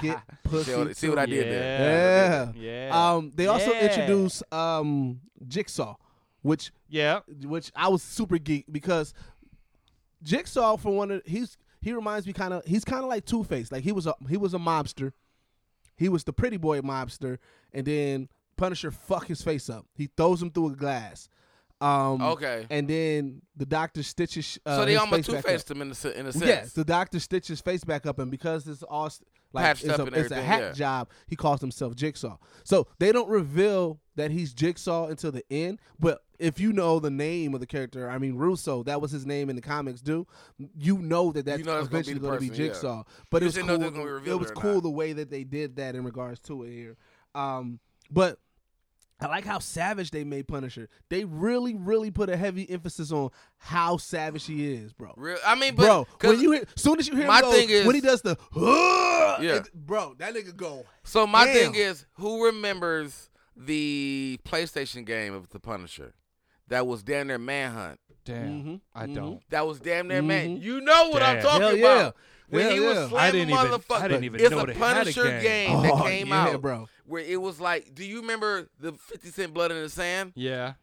S1: geeks get pussy.
S3: <laughs> See what, see what I did there?
S1: Yeah.
S2: yeah,
S1: Um, they also
S2: Yeah.
S1: introduced um Jigsaw, which
S2: yeah.
S1: which I was super geek because Jigsaw for one of he's he reminds me kind of he's kind of like Two Face. Like he was a he was a mobster, he was the pretty boy mobster, and then Punisher fuck his face up. He throws him through a glass. Um,
S3: Okay.
S1: And then the doctor stitches. Uh,
S3: so they
S1: his
S3: almost
S1: face
S3: two
S1: back up.
S3: faced him in a, se- in a sense.
S1: Yes, the doctor stitched his face back up, and because it's all s- like
S3: Patched
S1: it's,
S3: up
S1: a,
S3: and
S1: it's a
S3: everything,
S1: hack
S3: yeah.
S1: job, he calls himself Jigsaw. So they don't reveal that he's Jigsaw until the end. But if you know the name of the character, I mean Russo, that was his name in the comics. Do you know that that's
S3: know that's gonna be
S1: eventually
S3: the
S1: going to be
S3: person, yeah.
S1: Jigsaw? But
S3: You
S1: it's
S3: just didn't know
S1: cool.
S3: they was gonna be
S1: It
S3: revealed
S1: was
S3: or
S1: cool
S3: not.
S1: the way that they did that in regards to it here. Um, but I like how savage they made Punisher. They really, really put a heavy emphasis on how savage he is, bro
S3: Real, I mean, but,
S1: bro.
S3: 'cause-
S1: When you hear, soon as you hear
S3: my
S1: him go,
S3: thing is-
S1: when he does the,
S3: Yeah.
S1: it- bro, that nigga go.
S3: so my
S1: Damn.
S3: thing is, who remembers the PlayStation game of the Punisher? That was damn near manhunt.
S2: Damn,
S1: Mhm,
S2: I
S1: mhm.
S2: don't.
S3: That was damn near man.
S1: Mhm.
S3: You know what I'm
S2: Mm-hmm. Damn.
S3: talking
S1: Hell yeah.
S3: about. When
S1: Hell
S3: he
S1: yeah.
S3: was slamming
S2: I didn't even-
S3: motherfucker,
S2: I didn't even
S3: it's
S2: know
S3: a
S2: they had a
S3: Punisher
S2: game.
S3: that
S1: Oh,
S3: came
S1: yeah,
S3: out,
S1: bro.
S3: Where it was like, do you remember the 50 Cent Blood in the Sand?
S2: Yeah,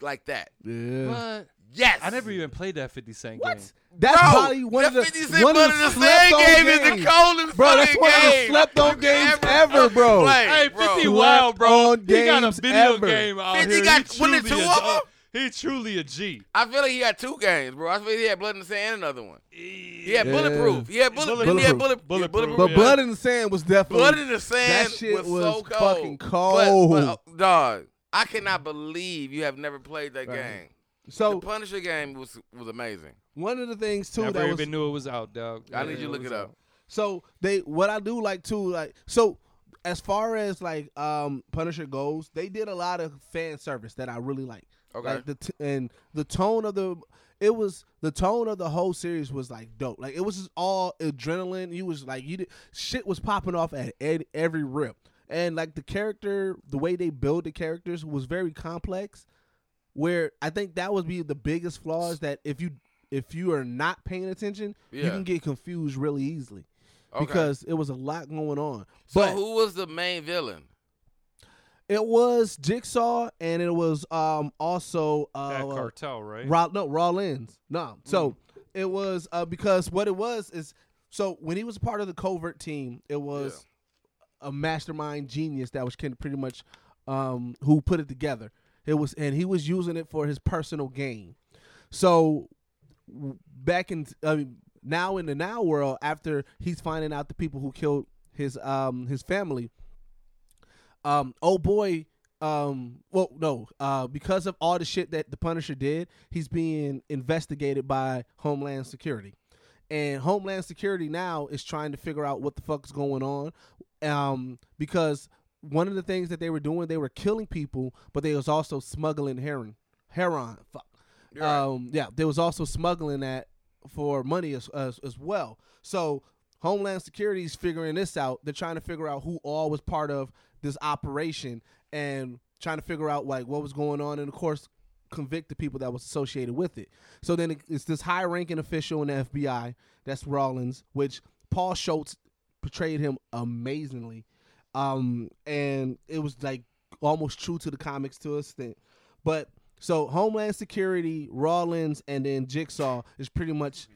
S3: Like that.
S1: Yeah.
S2: but
S3: Yes.
S2: I never even played that Fifty Cent
S1: What?
S2: game.
S1: That's
S3: Bro,
S1: probably one
S3: that
S1: of the
S3: 50 Cent
S1: one
S3: Blood
S1: of
S3: in
S1: the
S3: the
S1: slept
S3: Sand
S1: on
S3: game is
S1: games.
S3: the coldest
S1: Bro, that's
S3: fucking
S1: one of the
S3: game
S1: slept on
S3: you
S1: games
S3: ever,
S1: ever, bro.
S3: played,
S2: Hey,
S3: bro.
S2: 50 wild, bro.
S1: Slept on
S2: He got a
S1: games
S2: video
S1: ever.
S2: game out
S3: 50
S2: here. He
S3: got- wasn't it
S2: truly
S3: two
S2: a
S3: of
S2: dog.
S3: them?
S2: He truly a G.
S3: I feel like he had two games, bro. I feel like he had Blood in the Sand and another one. He had
S1: Yeah.
S3: Bulletproof. He had Bulletproof. He had bullet,
S2: Bulletproof.
S3: bulletproof.
S2: Bulletproof.
S1: But
S2: Yeah.
S1: blood in the sand was definitely
S3: Blood in the Sand
S1: That shit
S3: was, so
S1: was
S3: cold.
S1: fucking
S3: But- oh,
S1: cold.
S3: But, uh, dog, I cannot believe you have never played that
S1: Right.
S3: game.
S1: So
S3: the Punisher game was was amazing.
S1: one of the things too
S2: Never
S1: that was
S2: even knew it was out, dog.
S3: I need you to look it up.
S1: So they what I do like too like so as far as like um Punisher goes, they did a lot of fan service that I really like.
S3: Okay.
S1: Like the t- and the tone of the it was the tone of the whole series was like dope. Like it was just all adrenaline. You was like you did, shit was popping off at ed- every rip. And like the character, the way they build the characters was very complex where I think that would be the biggest flaw is that if you if you are not paying attention, you
S3: Yeah.
S1: can get confused really easily
S3: Okay.
S1: because it was a lot going on.
S3: so
S1: but
S3: who was the main villain?
S1: it was Jigsaw and it was um also
S2: That
S1: uh,
S2: cartel, right?
S1: Raw, no Rawlins. No, so
S3: Mm.
S1: it was uh, because what it was is so when he was part of the covert team, it was a mastermind genius that was kind of pretty much um, who put it together. It was and he was using it for his personal gain. So w- back in I mean, now in the now world, after he's finding out the people who killed his um his family, um oh boy um well no uh because of all the shit that the punisher did he's being investigated by homeland security and homeland security now is trying to figure out what the fuck's going on um because one of the things that they were doing they were killing people but they was also smuggling heron heron fuck um yeah they was also smuggling that for money as, as, as well so homeland security is figuring this out they're trying to figure out who all was part of this operation and trying to figure out like what was going on and of course convict the people that was associated with it so then it- it's this high ranking official in the fbi that's rawlins which paul schultz portrayed him amazingly um and it was like almost true to the comics to a extent but so homeland security rawlins and then jigsaw is pretty much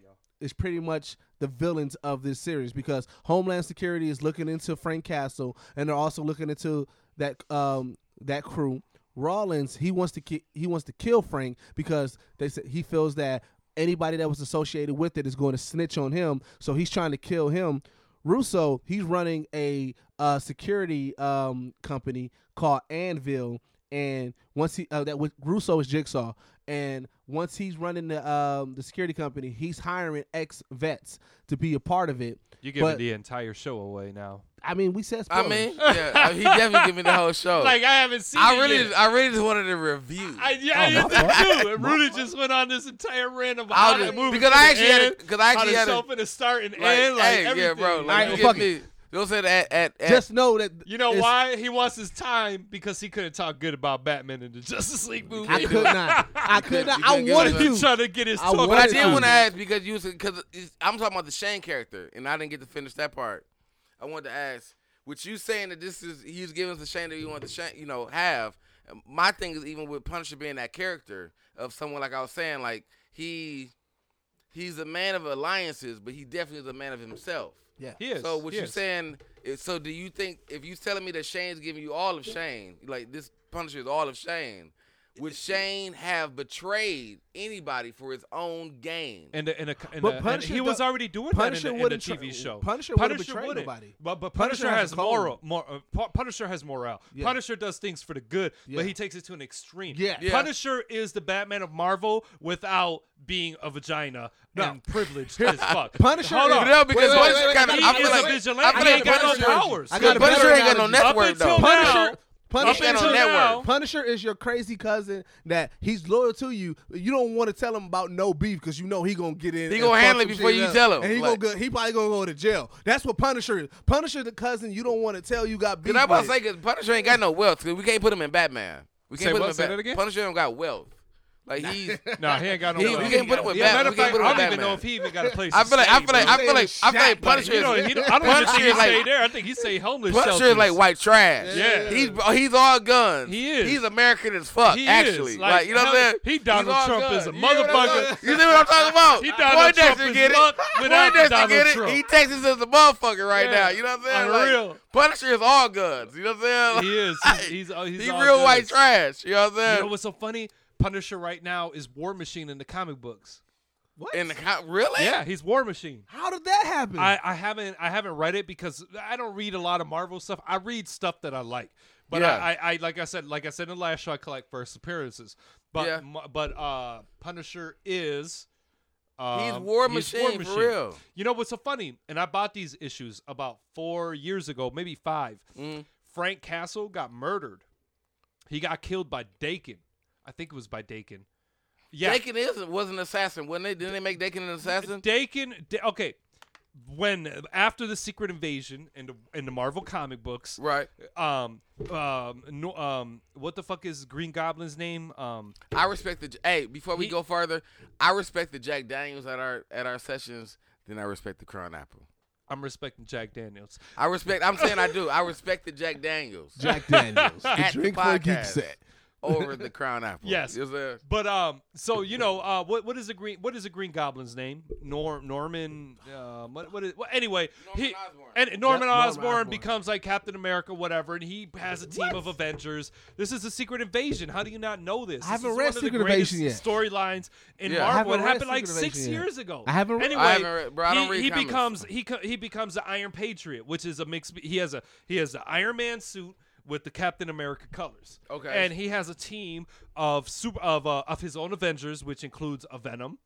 S1: is pretty much the villains of this series because homeland security is looking into frank castle and they're also looking into that um that crew rawlins he wants to ki- he wants to kill frank because they said he feels that anybody that was associated with it is going to snitch on him so he's trying to kill him Russo, he's running a uh, security um, company called Anvil, and once he uh, that with Russo is Jigsaw, and once he's running the um, the security company, he's hiring ex vets to be a part of it.
S2: You giving
S1: But-
S2: the entire show away now.
S1: I mean, we said
S3: I
S1: spoilers.
S3: mean, yeah, uh, he definitely gave me the whole show.
S2: <laughs> Like I haven't seen.
S3: Oh. I
S2: it
S3: really,
S2: yet.
S3: I really just wanted to review.
S2: I, yeah, I
S1: Oh, my
S3: <laughs>
S2: did too. And Rudy just went on this entire rant of
S3: I'll
S2: how the
S3: just-
S2: movie
S3: because I
S2: finna
S3: actually had a-
S2: end,
S3: 'cause I actually
S2: how
S3: had
S2: the
S3: a-
S2: show finna start and
S3: like,
S2: end, like
S3: hey,
S2: everything.
S3: yeah, bro.
S1: All
S3: Like,
S1: right,
S3: you
S1: well,
S2: everything.
S1: fuck
S3: get me. Don't say that. At, at, at,
S1: just know that
S2: you know
S1: it's-
S2: why he wants his time because he couldn't talk good about Batman in the Justice League movie.
S1: I could not. I could not.
S3: <laughs> You
S1: I
S3: couldn't get
S1: wanted
S3: it.
S1: you.
S2: trying to get his
S1: I
S2: talk.
S1: wanted
S3: But I
S1: What
S3: did
S1: is-
S3: want to ask because you because I'm talking about the Shane character, and I didn't get to finish that part. I wanted to ask, with you saying that this is he was giving us the Shane that you want the Shane, you know, have. My thing is even with Punisher being that character of someone like I was saying, like he he's a man of alliances, but he definitely is a man of himself.
S1: Yeah.
S2: He is.
S3: So what
S2: he
S3: you're
S2: is.
S3: saying? Is, so do you think if you telling me that Shane's giving you all of Shane, like this Punisher is all of Shane, would Shane have betrayed anybody for his own gain?
S2: And, a, and, a, and,
S1: But
S2: a- and
S1: Punisher
S2: he
S1: do-
S2: was already doing
S1: Punisher
S2: that in the- in the,
S1: wouldn't
S2: TV
S1: tra-
S2: show.
S1: Punisher wouldn't betray nobody.
S2: But, but
S1: Punisher
S2: Punisher,
S1: has
S2: has,
S1: a code.
S2: moral. More, uh, Pu- Punisher has morale.
S1: Yeah.
S2: Punisher does things for the good,
S1: Yeah.
S2: but he takes it to an extreme.
S1: Yeah.
S3: Yeah.
S2: Punisher is the Batman of Marvel without being a vagina and privileged as fuck.
S1: Punisher
S2: Hold
S1: is-
S2: on.
S3: no, because
S1: Wait, wait,
S3: Punisher
S1: wait, wait,
S3: kind of.
S1: wait,
S3: I
S1: wait,
S3: feel
S1: wait,
S3: like
S1: wait.
S2: vigilante.
S3: I feel
S1: He
S3: like
S1: ain't got no
S3: Punisher.
S2: powers.
S1: I got a
S3: Punisher
S1: better
S3: ain't got no
S1: analogy.
S2: Up
S3: network
S2: until
S3: though.
S1: Punisher-
S2: now,
S1: Punisher-
S2: up
S3: Ain't no
S2: until now,
S3: network.
S1: Punisher is your crazy cousin that he's loyal to you. but You don't want to tell him about no beef because you know he gonna get in.
S3: He
S1: and
S3: gonna
S1: fuck
S3: handle
S1: some
S3: it before
S1: shit
S3: you
S1: up.
S3: tell him.
S1: and he
S3: Like-
S1: gonna go, he probably gonna go to jail. That's what Punisher is. Punisher the cousin you don't want to tell you got beef.
S3: Cause I'm about to
S1: with.
S3: say, 'cause Punisher ain't got no wealth. 'cause we can't put him in Batman. We can't
S2: Say
S3: put
S2: what?
S3: him in
S2: Say
S3: Batman.
S2: that again?
S3: Punisher don't got wealth. Like
S2: <laughs>
S3: he's.
S2: No, he ain't got no.
S3: He- we
S2: wealth.
S3: can't put him with
S2: Yeah,
S3: Batman.
S2: matter of
S3: We can't
S2: fact,
S3: put him
S2: I
S3: with
S2: don't even
S3: Batman.
S2: know if he even got a place.
S3: I feel like I feel like I
S1: They
S3: feel like I feel
S1: shot,
S3: like
S1: but
S3: Punisher
S2: You know,
S3: is.
S2: he don't, I don't even think
S3: Punisher
S2: he
S3: is like-
S2: stay there. I think he stay homeless.
S3: Punisher is like
S2: shelters.
S3: white trash.
S2: Yeah.
S3: he's he's all guns.
S2: He is.
S3: He's American as fuck.
S2: He is.
S3: actually,
S2: Like,
S3: like, you know what I'm
S2: hell,
S3: saying.
S2: he Donald
S3: He's all
S2: Trump
S3: guns.
S2: is a
S3: You hear what I'm
S2: motherfucker.
S3: talking- You see what I'm talking about?
S2: <laughs> He Donald
S3: Poindexter
S2: Trump is
S3: get it.
S2: muck without the
S3: Poindexter
S2: Donald
S3: get it.
S2: Trump.
S3: He Texas is a motherfucker right
S2: Yeah.
S3: now. You know what I'm saying? Like,
S2: Unreal.
S3: Punisher is all guns. You know what I'm saying?
S2: <laughs> He is.
S3: Like,
S2: He's, he's, oh,
S3: <laughs>
S2: he's
S3: he
S2: all
S3: real
S2: good.
S3: white trash. You know what I'm saying?
S2: You know what's so funny? Punisher right now is War Machine in the comic books.
S1: what?
S3: In the co- really?
S2: Yeah, he's War Machine.
S1: How did that happen?
S2: I, I haven't I haven't read it because I don't read a lot of Marvel stuff. I read stuff that I like. But
S3: Yeah.
S2: I, I, I, like I said, like I said in the last show, I collect first appearances. But
S3: Yeah.
S2: mu- but uh, Punisher is. Um,
S3: He's War Machine, for real.
S2: You know what's so funny? And I bought these issues about four years ago, maybe five.
S3: Mm.
S2: Frank Castle got murdered. He got killed by Dakin. I think it was by Dakin. Yeah,
S3: Dakin is was an assassin, wasn't it? Didn't they make Dakin an assassin?
S2: Dakin. Da- okay, when after the Secret Invasion and the, in the Marvel comic books,
S3: Right.
S2: um, um, no, um, what the fuck is Green Goblin's name? Um,
S3: I respect the. Hey, before we
S2: He-
S3: go further, I respect the Jack Daniels at our at our sessions. Then I respect the Crown Apple.
S2: I'm respecting Jack Daniels.
S3: I respect. I'm saying I do. I respect the Jack Daniels <laughs>
S1: Jack Daniels. the
S3: At the
S1: drink for a geek
S3: podcast.
S1: set.
S3: over the
S1: <laughs>
S3: Crown Apple.
S2: Yes.
S3: Is there?
S2: But um, so you know, uh, what what is the green what is the Green Goblin's name? Norm Norman. Um, what what is? Well, anyway,
S3: Norman
S2: he
S3: Osborn.
S2: and Norman
S1: Yep, Norman
S2: Osborn,
S1: Osborn.
S2: becomes like Captain America, whatever, and he has a team of Avengers. This is a Secret Invasion. How do you not know this?
S1: I haven't
S2: This is
S1: read
S2: one of the
S1: Secret
S2: greatest
S1: Invasion yet.
S2: Storylines in
S3: Yeah. I
S2: Marvel. It
S1: haven't read
S2: happened like
S1: Secret
S2: six
S1: Invasion yet.
S2: years ago.
S1: I haven't read-
S2: Anyway,
S3: I haven't read- bro, I don't
S2: he,
S3: read
S2: he
S3: comics.
S2: becomes he co- he becomes the Iron Patriot, which is a mix. He has a he has the Iron Man suit with the Captain America colors.
S3: Okay.
S2: and he has a team of super of uh, of his own Avengers, which includes a Venom,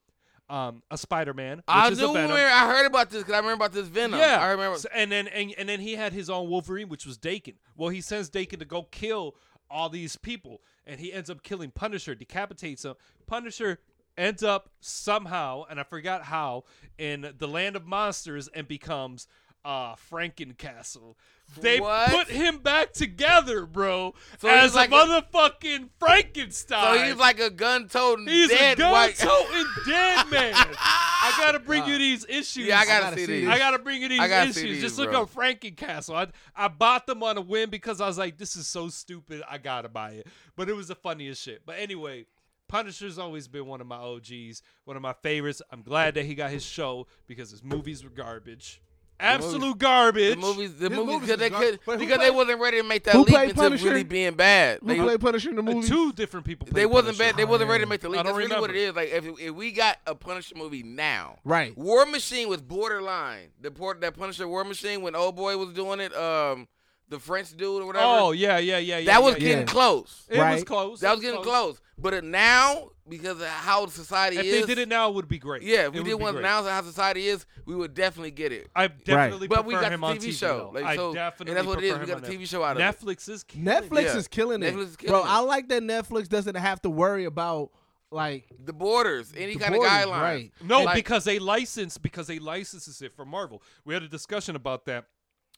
S2: um, a Spider Man, which
S3: I
S2: is
S3: do.
S2: a Venom.
S3: Remember, I heard about this because I remember about this Venom.
S2: Yeah,
S3: I remember.
S2: So- and then and, and then he had his own Wolverine, which was Dakin. Well, he sends Dakin to go kill all these people, and he ends up killing Punisher, decapitates him. Punisher ends up somehow, and I forgot how, in the land of monsters, and becomes uh Frankencastle. They
S3: What?
S2: put him back together, bro,
S3: So he's
S2: as
S3: like a-
S2: a motherfucking Frankenstein.
S3: so he's like a gun toting,
S2: He's
S3: dead
S2: a gun
S3: white. <laughs>
S2: toting dead man. I gotta bring you these issues.
S3: yeah, I gotta,
S1: gotta
S3: see
S1: see
S3: these.
S2: I gotta bring you these
S3: I gotta see
S2: issues.
S3: these,
S2: Just look
S3: bro.
S2: up Frankencastle. I I bought them on a whim because I was like, this is so stupid. I gotta buy it. But it was the funniest shit. But anyway, Punisher's always been one of my OGs, one of my favorites. I'm glad that he got his show because his movies were garbage, absolute
S3: the
S2: garbage.
S3: movies, the
S1: His
S3: movies,
S1: movies
S3: because they
S1: is gar-
S3: could,
S1: but who
S3: because they
S1: played-
S3: wasn't ready to make that
S1: who
S3: leap
S1: played
S3: into
S1: Punisher?
S3: really being bad.
S1: Who
S3: They,
S1: played Punisher in the movie?
S2: Two different people.
S3: they
S2: played
S3: wasn't
S2: Punisher.
S3: bad. They wasn't ready to make the leap.
S2: Oh, I
S3: That's
S2: don't
S3: really what it
S2: remember.
S3: is. Like if, if we got a Punisher movie now,
S1: Right.
S3: War Machine was borderline. The port that Punisher War Machine when old boy was doing it, um, the French dude or whatever.
S2: Oh yeah, yeah, yeah, yeah.
S3: that was
S2: yeah,
S3: getting
S1: yeah.
S3: close.
S2: yeah. It was
S1: Right.
S2: close.
S3: That
S2: It
S3: was getting close. But it now, because of how society
S2: If
S3: is,
S2: they did it now, it would be great.
S3: yeah,
S2: It
S3: if we
S2: would
S3: did
S2: be
S3: one
S2: great.
S3: now, how society is, we would definitely get it.
S2: I definitely
S3: But
S2: prefer
S3: we got the
S2: him on
S3: TV show.
S2: though.
S3: Like,
S2: I
S3: so- and
S2: definitely
S3: that's what it is.
S2: prefer
S3: We
S2: him
S3: got
S2: on
S3: the
S2: Netflix.
S3: TV show out of it.
S2: Netflix is killing it.
S1: Netflix
S3: Yeah.
S1: is killing it.
S3: Netflix is
S1: Bro,
S3: killing it.
S1: I like that Netflix doesn't have to worry about like
S3: The borders, any
S1: The
S3: kind of
S1: borders,
S3: guidelines.
S1: right.
S2: No,
S3: Like-
S2: because they license because they licenses it from Marvel. We had a discussion about that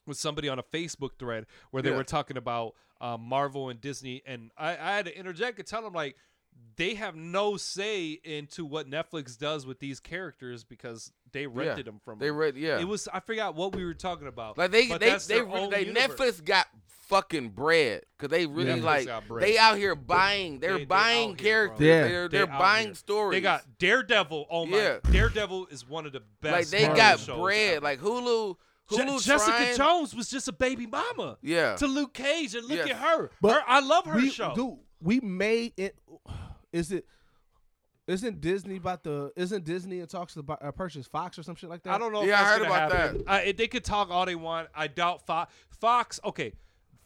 S2: with somebody on a Facebook thread where they
S3: Yeah.
S2: were talking about uh, Marvel and Disney, and I, I had to interject and tell them like they have no say into what Netflix does with these characters because they rented them from.
S3: They
S2: them.
S3: read, yeah.
S2: It was I forgot what we were talking about.
S3: Like they
S2: but
S3: they
S2: that's
S3: they,
S2: their own
S3: they
S2: universe.
S3: Netflix got fucking bread because they really
S2: Netflix got
S3: like
S2: bread.
S3: they out here buying. They're
S2: They- they
S3: buying
S2: out here, bro.
S3: characters.
S1: Yeah.
S3: They're,
S2: They
S3: they're
S2: out
S3: buying
S2: here.
S3: stories.
S2: They got Daredevil. Oh my,
S3: Yeah.
S2: Daredevil is one of the best.
S3: like they
S2: Marvel
S3: got
S2: shows
S3: bread.
S2: ever.
S3: Like Hulu,
S2: Je-
S3: Hulu
S2: Jessica
S3: trying-
S2: Jones was just a baby mama.
S3: Yeah,
S2: to Luke Cage and look
S3: Yes.
S2: at her.
S1: But
S2: her. I love her
S1: we
S2: show.
S1: do we made it <sighs> is it isn't Disney about the isn't Disney in talks about uh, purchase Fox or some shit like that?
S2: I don't know.
S3: Yeah, I
S2: if that's
S3: heard
S2: gonna
S3: about
S2: happen. I, if they could talk all they want. I doubt Fox. Fox. Okay.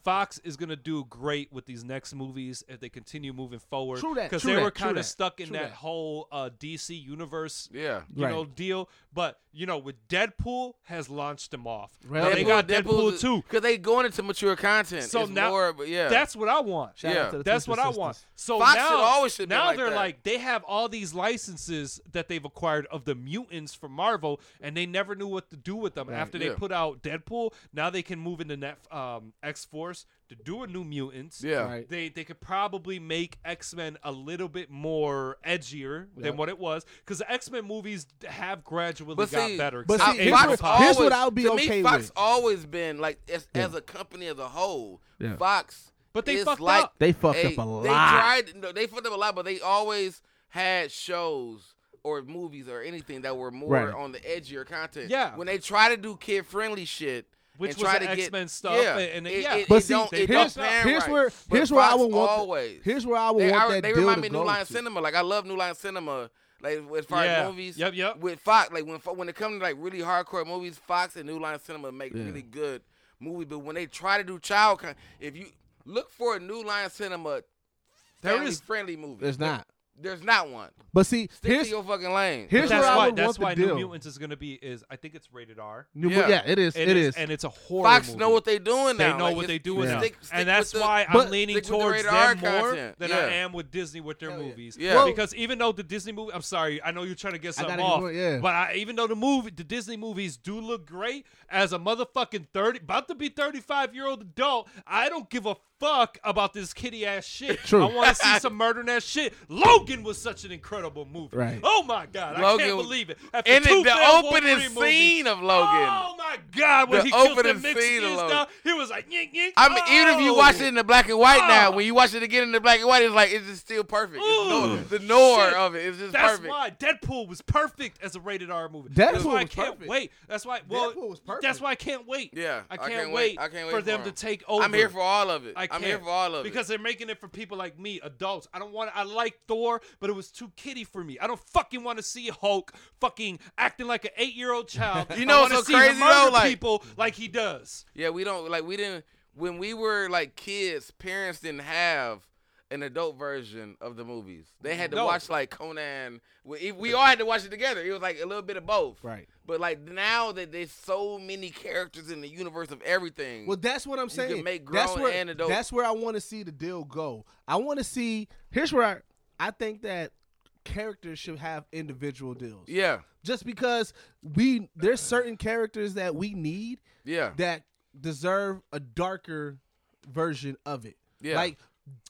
S2: Fox is gonna do great with these next movies if they continue moving forward.
S1: True that,
S2: Because
S1: true
S2: they
S1: that,
S2: were
S1: true
S2: kind
S1: that,
S2: of stuck in
S1: true
S2: that,
S1: that.
S2: whole uh, DC universe,
S3: yeah.
S2: you know,
S1: Right.
S2: deal. But you know, with Deadpool has launched them off.
S1: Right.
S2: They got Deadpool, too.
S3: because they going into mature content.
S2: So
S3: It's
S2: now-
S3: more, but yeah,
S2: That's what I want.
S1: Shout
S3: Yeah.
S1: out to the
S2: That's
S1: Twisted
S2: what I want.
S1: Sisters.
S2: So
S3: Fox
S2: now,
S3: should always should be
S2: now
S3: like
S2: they're
S3: that.
S2: like they have all these licenses that they've acquired of the mutants from Marvel, and they never knew what to do with them. After they
S3: yeah.
S2: put out Deadpool, now they can move into Net um, X Force to do a New Mutants.
S3: yeah.
S1: Right.
S2: They, they could probably make X Men a little bit more edgier
S1: Yeah.
S2: than what it was because the X Men movies have gradually
S3: But
S2: got
S3: see-
S2: better.
S1: but
S2: except
S1: see,
S3: I-
S1: here's
S2: April
S1: what-
S2: Fox.
S1: here's what I'll be
S3: to
S1: okay
S3: me, Fox
S1: with.
S3: always been like as, as a company as a whole.
S1: Yeah.
S3: Fox,
S2: But they
S3: is
S2: fucked
S3: like,
S2: up.
S1: They fucked
S3: they,
S1: up a
S3: They
S1: lot.
S3: tried. No, they fucked up a lot, but they always had shows or movies or anything that were more
S1: Right.
S3: on the edgier content.
S2: Yeah.
S3: When they try to do kid friendly shit.
S2: Which
S3: and
S2: was
S3: try
S2: the
S3: to get-
S2: X-Men stuff,
S3: Yeah,
S2: and- and-
S3: it,
S2: yeah.
S3: It,
S1: But
S3: it
S1: see,
S3: don't, it
S1: here's,
S3: don't pan
S1: here's
S3: right.
S1: where
S3: But
S1: here's where I
S3: Fox
S1: would want
S3: always.
S1: The, here's where I would
S3: They,
S1: want
S3: I-
S1: that
S3: they
S1: deal
S3: remind
S1: to
S3: me of
S1: go
S3: New Line
S1: to.
S3: Cinema. Like I love New Line Cinema. Like as far
S2: Yeah.
S3: as movies,
S2: Yep, yep.
S3: With Fox, like when fo- when it comes to like really hardcore movies, Fox and New Line Cinema make
S1: Yeah.
S3: really good movies. But when they try to do child, con- if you Look for a New Line Cinema
S2: There
S3: family
S2: is-
S3: friendly movie.
S1: There's not.
S3: There's not one.
S1: But see,
S3: Stick
S1: here's
S3: to your fucking lane.
S1: here's where
S2: that's
S1: I
S2: why
S1: would
S2: that's why
S1: want the
S2: New
S1: deal.
S2: Mutants is gonna be is I think it's rated R.
S1: New-
S3: Yeah.
S1: yeah. it is.
S2: It
S1: it
S2: is,
S1: is.
S2: and it's a horror.
S3: Fox
S2: movie.
S3: know what they doing
S2: they
S3: now.
S2: know
S3: Like,
S2: what
S3: it's-
S2: they do with
S1: Yeah.
S2: now.
S1: stick-
S3: stick
S2: and that's
S3: with the-
S2: why
S1: But-
S2: I'm leaning
S3: stick with the
S2: towards
S3: rated R
S2: them more
S3: content.
S2: than
S3: Yeah.
S2: I am with Disney with their
S1: Hell yeah.
S2: movies.
S3: Yeah.
S1: Well-
S2: because even though the Disney movie, I'm sorry, I know you're trying to get
S1: I
S2: something
S1: gotta
S2: off,
S1: get one, yeah.
S2: but I, even though the movie, the Disney movies do look great as a motherfucking thirty, about to be thirty five year old adult, I don't give a fuck about this kitty ass shit.
S1: <laughs> True.
S2: I want to see some murder and ass shit. Logan was such an incredible movie.
S1: Right.
S2: Oh my god, I
S3: Logan
S2: can't
S3: was-
S2: believe it. After
S3: And
S2: two
S3: in the
S2: failed
S3: opening
S2: Wolverine movies,
S3: scene of Logan.
S2: Oh my God! When
S3: The
S2: he killed
S3: opening
S2: them
S3: scene
S2: Mexicans,
S3: alone.
S2: dog, he was like, oh." "Yink yink."
S3: I mean, even if you watch it in the black and white now,
S2: Oh.
S3: when you watch it again in the black and white, it's like it's just still perfect. It's
S2: Ooh,
S3: nor- the nor
S2: shit.
S3: of it is just
S2: that's
S3: perfect.
S2: why Deadpool was perfect as a rated R movie.
S1: Deadpool
S2: that's why I
S1: was
S2: can't
S1: perfect.
S2: wait. That's why. Well,
S1: Deadpool was perfect.
S2: that's why I can't wait.
S3: Yeah,
S2: I can't, wait,
S3: I can't wait
S2: for them to
S3: him.
S2: take over.
S3: I'm here for all of it.
S2: I
S3: am
S2: can't,
S3: here for all of
S2: because they're making it for people like me, adults. I don't want. I like Thor, but it was too kiddie for me. I don't fucking want to see Hulk fucking acting like an eight-year-old child.
S3: <laughs> You know
S2: I
S3: what's
S2: wanna
S3: so
S2: see him
S3: crazy,
S2: murder
S3: though? Like-
S2: people like he does.
S3: it. Yeah, we don't like we didn't when we were like kids. Parents didn't have an adult version of the movies. They had to
S2: No.
S3: watch like Conan. We, we all had to watch it together. It was like a little bit of both.
S1: Right.
S3: But like now that there's so many characters in the universe of everything.
S1: Well, that's what I'm
S3: can
S1: saying.
S3: make
S1: that's
S3: grown
S1: where
S3: and adult.
S1: that's where I want to see the deal go. I want to see. Here's where I, I think that characters should have individual deals.
S3: yeah.
S1: Just because we there's certain characters that we need
S3: Yeah.
S1: that deserve a darker version of it.
S3: Yeah.
S1: Like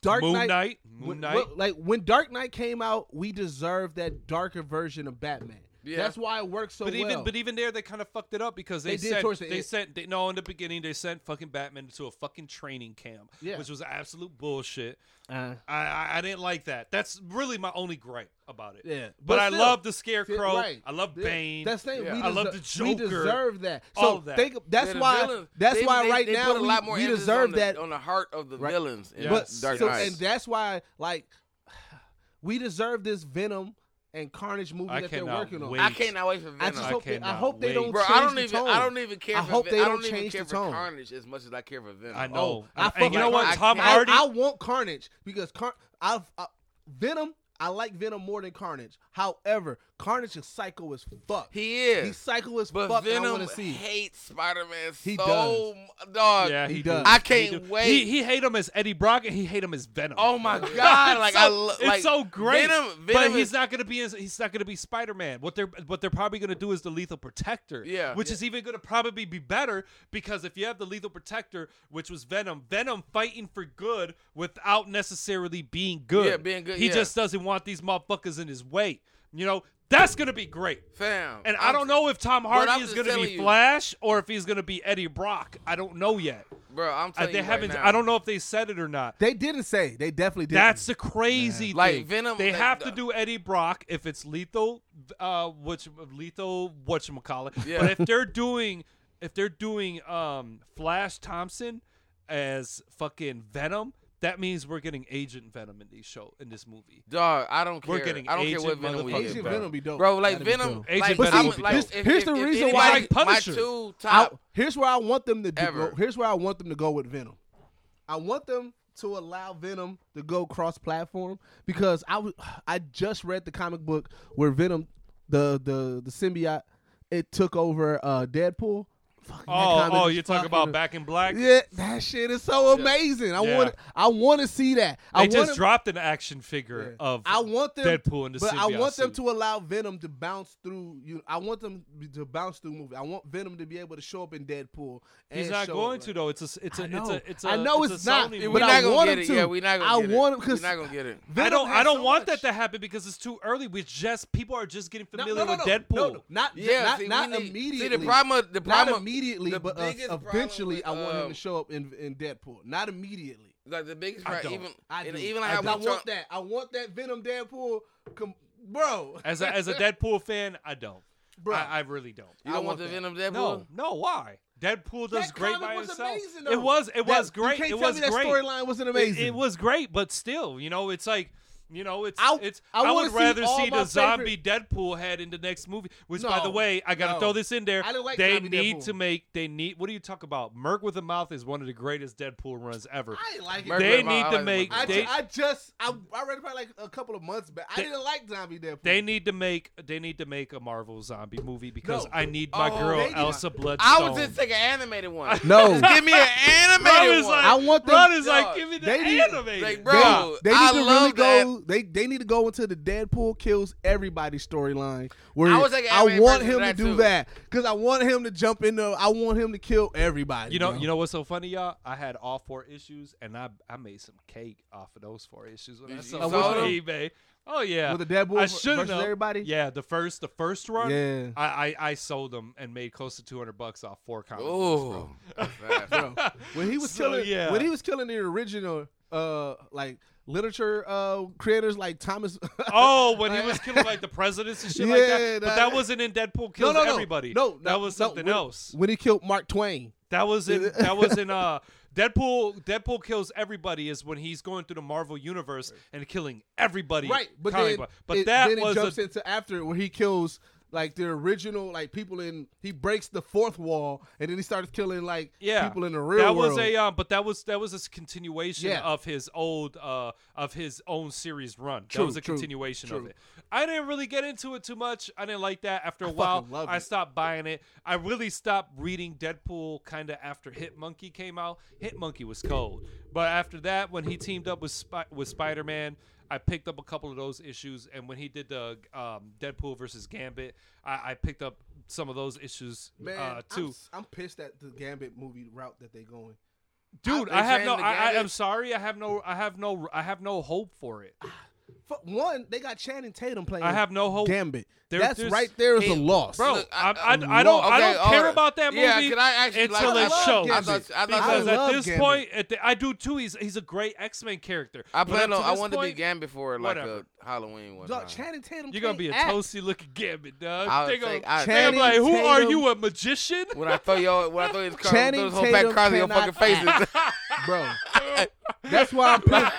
S1: Dark
S2: Moon
S1: Knight.
S2: Knight, Moon
S1: when-
S2: Knight.
S1: well, like when Dark Knight came out, we deserved that darker version of Batman.
S3: Yeah.
S1: That's why it works so
S2: But
S1: well.
S2: even but even there they kind of fucked it up because they,
S1: They did
S2: sent
S1: towards the
S2: they
S1: end.
S2: sent they, no in the beginning they sent fucking Batman to a fucking training camp,
S1: Yeah.
S2: which was absolute bullshit.
S1: Uh,
S2: I, I I didn't like that. That's really my only gripe about it.
S1: yeah,
S2: But, I
S1: still,
S2: love the Scarecrow.
S1: right.
S2: I love
S1: Yeah.
S2: Bane.
S1: That's the thing.
S3: Yeah.
S1: We
S2: I love
S1: deser-
S2: the
S1: We
S2: Joker.
S1: deserve that. So
S2: All of that.
S1: think that's
S3: Yeah, the
S1: why.
S3: villains-
S1: That's
S3: they-
S1: why
S3: they-
S1: right
S3: they
S1: now
S3: put a
S1: we,
S3: lot more
S1: we
S3: emphasis
S1: deserve
S3: on the-
S1: that.
S3: on the heart of the
S1: Right.
S3: villains. In
S1: but
S2: Yes.
S3: Dark
S1: so
S3: Knight.
S1: and that's why like <sighs> we deserve this Venom and Carnage movie
S2: I
S1: that they're
S2: cannot
S1: working on.
S2: wait.
S3: I cannot wait for Venom.
S1: I just
S2: I
S1: hope they, I
S2: cannot
S1: hope they
S2: wait.
S1: don't
S3: Bro,
S1: change
S3: I don't
S1: the
S3: even.
S1: tone.
S3: I don't even care.
S1: I
S3: for
S1: hope
S3: Ven-
S1: they
S3: I
S1: don't
S3: don't even
S1: change
S3: care
S1: the
S3: for
S1: tone.
S3: Carnage as much as I care for Venom.
S2: I
S3: Oh,
S2: know.
S1: Oh, I
S2: and, and you
S1: fucking
S2: know what?
S3: like
S2: Tom
S3: that.
S1: I-
S2: Hardy.
S1: I, want Carnage because Car- I've uh, Venom. I like Venom more than Carnage. However, Carnage is psycho as fuck.
S3: he is.
S1: He's psycho as
S3: but
S1: fuck. and I
S3: Venom
S1: want to see.
S3: hates Spider-Man
S1: He
S3: so mu- dog.
S2: yeah,
S1: he
S2: he,
S1: does.
S2: does.
S3: I
S2: He
S3: can't
S2: do.
S3: wait.
S2: He, he hate him as Eddie Brock and he hate him as Venom.
S3: oh my god! Like
S2: so,
S3: I lo- like
S2: it's so great.
S3: Venom, Venom
S2: but he's
S3: is,
S2: not gonna be as, he's not gonna be Spider Man. What they're what they're probably gonna do is the Lethal Protector.
S3: Yeah.
S2: which is even gonna probably be better because if you have the Lethal Protector, which was Venom, Venom fighting for good without necessarily being good.
S3: Yeah, being good,
S2: He
S3: yeah.
S2: just doesn't want these motherfuckers in his way. You know that's gonna be great.
S3: fam.
S2: And I
S3: I'm-
S2: don't know if Tom
S3: I'm
S2: Hardy is
S3: just
S2: gonna
S3: telling
S2: be
S3: you.
S2: Flash or if he's gonna be Eddie Brock. I don't know yet.
S3: bro. I'm
S2: I,
S3: telling
S2: they
S3: you right
S2: haven't.
S3: now.
S2: I don't know if they said it or not.
S1: They didn't say. They definitely didn't.
S2: That's the crazy thing.
S3: Like, Venom-
S2: they
S3: like,
S2: have
S3: uh,
S2: to do Eddie Brock if it's lethal, uh, which lethal what call it.
S3: Yeah.
S2: But if they're doing, if they're doing um Flash Thompson as fucking Venom, that means we're getting Agent Venom in these show in this movie.
S3: Dog, I don't care.
S2: We're getting
S3: I don't care what
S2: Agent
S3: Venom we
S2: motherfucking
S3: get,
S1: Agent
S3: bro.
S1: Venom be dope.
S3: Bro, like
S1: That'd be
S3: Venom,
S1: dope.
S2: Agent
S3: like,
S2: Venom
S3: I'm-
S2: would be
S3: like,
S1: dope.
S3: if-
S1: Here's
S3: if-
S1: the
S3: if
S1: reason
S3: anybody-
S1: why-
S2: Like Punisher.
S3: My two
S1: I,
S3: top
S1: here's where I want them to do,
S3: Ever.
S1: go. Here's where I want them to go with Venom. I want them to allow Venom to go cross-platform because I was I just read the comic book where Venom, the the the symbiote, it took over uh, Deadpool. Fucking that
S2: Oh,
S1: comic
S2: oh,
S1: is
S2: you're talking
S1: fucking-
S2: about Back in Black.
S1: Yeah, that shit is so amazing. I
S2: Yeah.
S1: want I want to see that.
S2: They
S1: I
S2: just
S1: wanna-
S2: dropped an action figure
S1: Yeah.
S2: of
S1: I want them
S2: Deadpool in the
S1: but I
S2: symbiote
S1: want them
S2: suit.
S1: to allow Venom to bounce through. You, I want them to bounce through movie. I want Venom to be able to show up in Deadpool. And
S2: He's not
S1: show
S2: going
S1: up.
S2: to though. It's a it's a
S1: I
S2: it's
S1: know.
S2: a it's a
S1: I know
S2: it's,
S1: it's
S2: a
S1: not,
S2: Sony
S1: but
S2: movie.
S3: We're not
S1: I
S3: gonna
S1: want
S3: get
S1: him
S3: it.
S1: to.
S3: Yeah, we're not gonna
S1: I
S3: get
S1: want
S3: it.
S1: him 'cause-
S3: We're not gonna get it.
S2: I
S1: Venom
S2: don't. I
S1: has
S2: don't
S1: so
S2: want
S1: much.
S2: that to happen because it's too early. We're just people are just getting
S1: No,
S2: familiar
S1: no, no,
S2: with
S1: no,
S2: Deadpool.
S1: No, no, not
S3: Yeah,
S1: not,
S3: see, we
S1: not
S3: need- see, the
S1: immediately.
S3: problem- the problem-
S1: not immediately,
S3: the
S1: but uh,
S3: biggest problem
S1: eventually,
S3: with,
S1: I want him
S3: um,
S1: to show up in in Deadpool. Not immediately.
S3: Like the biggest
S2: I
S3: part,
S2: don't.
S3: even
S1: I
S3: and
S1: do.
S3: even like
S1: I,
S3: how
S1: do. I
S3: we talk-
S1: want that. I want that Venom Deadpool. Com- bro, <laughs>
S2: As a as a Deadpool fan, I don't.
S1: Bro.
S2: I, I really don't.
S3: You
S1: I
S3: don't want
S1: want
S3: the
S1: that.
S3: Venom Deadpool?
S2: No, no. Why? Deadpool does
S1: That
S2: great
S1: comic
S2: by
S1: was
S2: himself.
S1: amazing,
S2: it
S1: though.
S2: was. It was
S1: That- You
S2: great.
S1: can't
S2: it
S1: tell
S2: was
S1: me that
S2: great.
S1: storyline wasn't
S2: It-
S1: amazing.
S2: It, was great, but still, you know, it's like You know, it's
S1: I-
S2: it's.
S1: I
S2: I,
S1: wanna
S2: would
S1: see
S2: rather
S1: all
S2: see
S1: my
S2: the zombie Deadpool head in the next movie. Which, by the
S1: No,
S2: way, I gotta
S1: no.
S2: throw this in there.
S1: I didn't like
S2: they
S1: zombie
S2: need
S1: Deadpool.
S2: to make. They need. What do you talk about? Merc with a mouth is one of the greatest Deadpool runs ever.
S1: I didn't like it.
S3: Merc
S2: they
S3: with a Mouth,
S2: need
S3: I
S2: to
S3: like
S2: make.
S3: Merc
S1: I,
S3: with a
S2: They,
S1: ju- I just I, I read it probably like a couple of months back.
S2: They-
S1: I didn't like Zombie Deadpool.
S2: they need to make. They need to make a Marvel zombie movie because
S1: No.
S2: I need my
S3: Oh,
S2: girl
S1: they need-
S2: Elsa Bloodstone.
S3: I was just like an animated one. <laughs>
S1: No.
S3: Just give me an
S2: Ron
S3: animated
S2: is
S3: one.
S2: like,
S1: I want them-
S2: Ron is like,
S3: Dog,
S2: give me the
S1: they need-
S2: animated.
S3: like,
S1: They-
S3: Bro,
S1: they, need
S3: I
S1: to really
S3: love
S1: go. They they need to go into the Deadpool kills everybody storyline. Where
S3: I
S1: I,
S3: was like an anime
S1: want
S3: version
S1: him
S3: of
S1: to do
S3: that too.
S1: that because I want him to jump in. The, I want him to kill everybody.
S2: You know,
S1: bro.
S2: you know what's so funny, y'all? I had all four issues, and I I made some cake off of those four issues when I
S3: Did you
S2: sold them
S1: sell
S2: on
S1: them?
S2: eBay. Oh yeah,
S1: With the Deadpool
S2: I
S1: ver-
S2: shoulda
S1: versus
S2: known.
S1: everybody?
S2: Yeah, the first the first run,
S1: Yeah.
S2: I, I I sold them and made close to two hundred bucks off four comics.
S3: Oh,
S1: bro. <laughs> When he was
S2: <laughs> So,
S1: killing,
S2: yeah.
S1: when he was killing the original, uh, like literature uh creators like Thomas. <laughs>
S2: Oh, when he was killing like the presidents and shit like
S1: Yeah,
S2: that. But
S1: that-
S2: that wasn't in Deadpool
S1: no,
S2: kills
S1: no, no,
S2: everybody.
S1: No, no,
S2: that was
S1: no,
S2: something
S1: when-
S2: else.
S1: When he killed Mark Twain.
S2: That was in that
S1: <laughs>
S2: was in uh Deadpool Deadpool kills everybody is when he's going through the Marvel universe and killing everybody.
S1: Right, but
S2: comic
S1: then,
S2: book. but
S1: it,
S2: that
S1: then it
S2: was a
S1: jumps into after where he kills like the original like people in he breaks the fourth wall and then he starts killing like
S2: yeah.
S1: people in the real
S2: that
S1: world.
S2: was a um, but that was that was a continuation
S1: Yeah.
S2: of his old uh of his own series run.
S1: True,
S2: that was a
S1: true,
S2: continuation of
S1: true.
S2: it. I didn't really get into it too much. I didn't like that. After a
S1: I
S2: while,
S1: fucking loved
S2: I
S1: it.
S2: stopped buying it. I really stopped reading Deadpool kind of after Hit Monkey came out. Hit Monkey was cold, but after that, when he teamed up with Spi- with Spider Man. I picked up a couple of those issues, and when he did the um, Deadpool versus Gambit, I, I picked up some of those issues
S1: man.
S2: uh,
S1: I'm,
S2: too.
S1: s- I'm pissed at the Gambit movie route that they're going.
S2: dude
S3: They
S2: i have
S3: saying
S2: no
S3: the
S2: I, I
S3: Gambit-
S2: am sorry i have no i have no i have no hope
S3: <laughs>
S2: for it
S1: For one, they got Channing Tatum playing.
S2: i have no hope
S1: Gambit.
S2: There-
S1: That's
S2: there's-
S1: right there is a
S3: Hey,
S1: loss,
S2: bro
S3: Look,
S2: I,
S3: I-
S2: I, I don't i don't
S3: okay,
S2: care
S3: alright.
S2: about that movie
S3: Yeah, can I actually
S2: until
S3: like-
S2: it
S1: I love
S2: shows
S1: Gambit.
S3: I thought- I thought-
S2: because
S1: I love
S2: at this
S1: Gambit.
S2: point at the, i do too he's he's a great x-men character
S3: I
S2: But
S3: plan
S2: up
S3: on.
S2: to
S3: I
S2: this
S3: wanted to
S2: point,
S3: be Gambit for like
S2: whatever.
S3: a Halloween one.
S1: Dog,
S3: time.
S1: Channing Tatum.
S2: you're gonna
S1: can't
S2: be a
S1: act.
S2: toasty looking gambit dog
S3: I
S2: they
S3: would
S2: gonna,
S3: think- I-
S2: they gonna be like who
S1: Channing
S2: are
S1: Tatum-
S2: you a magician <laughs>
S3: When I throw your, when I throw his car,
S1: Channing
S3: throw this whole back
S1: Tatum
S3: car in your fucking
S1: cannot
S3: faces.
S1: act.
S2: <laughs>
S1: bro. That's why I'm pissed.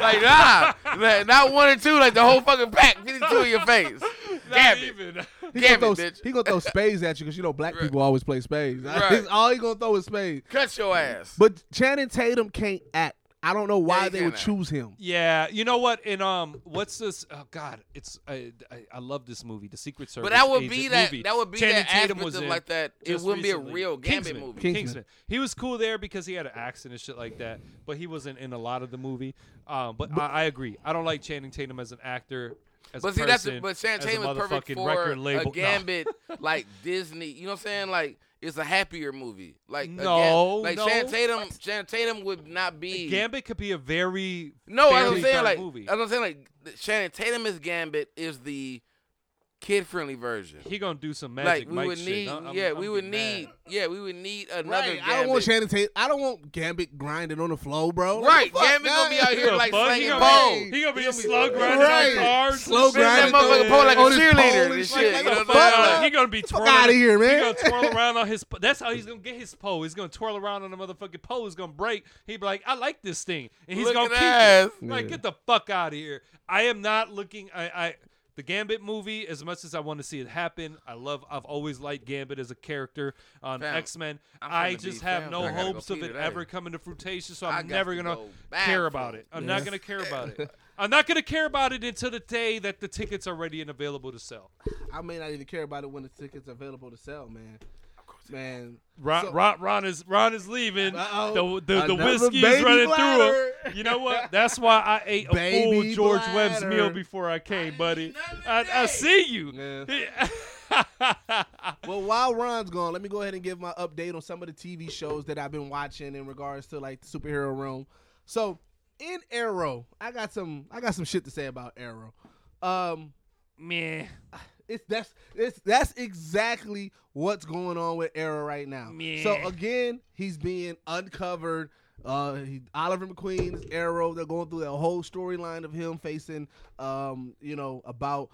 S3: like nah, like, not one or two, like the whole fucking pack, get two in
S1: <laughs>
S3: your face.
S2: Not
S3: Gambit,
S2: even. <laughs>
S1: He
S3: Damn
S1: gonna
S3: it,
S1: throw,
S3: bitch.
S1: he gonna throw spades at you because you know black
S3: Right.
S1: people always play spades. <laughs>
S3: Right.
S1: All he gonna throw is spades.
S3: cut your ass.
S1: But Channing Tatum can't act. I don't know why
S3: he
S1: they
S3: can
S1: would
S3: act.
S1: choose him.
S2: yeah you know what and um what's this oh god it's i i, I love this movie the secret service
S3: But that would
S2: agent
S3: be that.
S2: movie.
S3: That would be
S2: Channing
S3: that
S2: Tatum
S3: aspect
S2: was
S3: of
S2: in.
S3: like that. It
S2: just
S3: wouldn't be a
S2: recently.
S3: real Gambit
S2: Kingsman.
S3: movie.
S1: Kingsman.
S2: Kingsman. He was cool there because he had an accent and shit like that, but he wasn't in a lot of the movie. Um, but, I, I agree. I don't like Channing Tatum as an actor. As
S3: But
S2: a
S3: see,
S2: person,
S3: that's a, but Channing
S2: as a
S3: Tatum is perfect
S2: motherfucking
S3: for
S2: record label.
S3: a
S2: No.
S3: Gambit like Disney. You know what I'm saying? Like it's a happier movie. Like a
S2: No,
S3: Gam- like
S2: no.
S3: Channing Tatum. Channing Tatum would not be
S2: Gambit could be a very
S3: No, that's what
S2: fairly
S3: I'm saying.
S2: done
S3: Like
S2: movie.
S3: that's what I'm saying. Like th- Channing Tatum as Gambit is the kid friendly version.
S2: he gonna do some magic.
S3: Like we
S2: Mike
S3: would
S2: shit.
S3: need,
S2: I'm- I'm-
S3: yeah,
S2: I'm
S3: we would
S2: getting mad.
S3: need, yeah, we would need another.
S1: Right.
S3: Gambit.
S1: I don't want Channing Tatum. I don't want Gambit grinding on the floor, bro.
S3: Right,
S1: What the fuck,
S3: Gambit
S1: man?
S3: gonna be out
S2: He
S3: here
S2: gonna
S3: like
S2: fuck- he
S3: slinging
S2: gonna
S3: pole.
S2: be- He gonna be a
S1: be-
S2: slow grinding
S1: Right.
S2: on cars.
S1: Slow
S3: Spinning that
S1: grinding
S3: motherfucking
S1: through-
S3: pole like oh, a
S1: on his pole
S3: cheerleader and
S1: and
S3: shit.
S1: shit.
S3: You know
S1: Like,
S3: what I'm
S1: fuck.
S2: he
S3: saying?
S2: gonna be
S1: Fuck
S2: twirling.
S1: outta here, man. <laughs>
S2: He gonna twirl around on his. That's how he's gonna get his pole. He's gonna twirl around on the motherfucking pole. He's gonna break. He be like, I like this thing, and he's
S3: Look
S2: gonna
S3: at
S2: keep
S3: ass.
S2: it. Like,
S1: Yeah.
S2: get the fuck out of here. I am not looking. I, I the Gambit movie. As much as I want to see it happen, I love. I've always liked Gambit as a character on
S3: Fam,
S2: X Men.
S3: I'm
S2: I
S3: finna be
S2: just have
S3: fam,
S2: no
S3: I gotta go
S2: hopes of
S3: pee
S2: it
S3: today.
S2: ever coming to fruitation. So
S3: I
S2: I'm
S3: got
S2: never
S3: to
S2: gonna
S3: go
S2: care
S3: bathroom.
S2: about it. I'm
S1: Yes.
S2: not
S3: <laughs>
S2: gonna care about it. I'm not gonna care about it until the day that the tickets are ready and available to sell.
S1: I may not even care about it when the tickets available to sell, man. Man,
S2: Ron,
S1: So-
S2: Ron, Ron is Ron is leaving.
S1: Uh-oh.
S2: The the, the
S1: Another
S2: whiskey is
S1: baby
S2: running
S1: bladder.
S2: through him. You
S1: <laughs>
S2: know what? That's why I ate a
S1: Baby
S2: full George Webb's
S1: bladder.
S2: meal before I came, buddy.
S3: nothing
S2: I, I
S3: today.
S2: see you. <laughs>
S1: Well, while Ron's gone, let me go ahead and give my update on some of the TV shows that I've been watching in regards to like the superhero realm. So, in Arrow, I got some I got some shit to say about Arrow. Um
S2: meh,
S1: it's that's it's that's exactly what's going on with Arrow right now.
S2: Meh.
S1: So again, he's being uncovered. Uh, he, Oliver McQueen's Arrow. They're going through that whole storyline of him facing, um, you know, about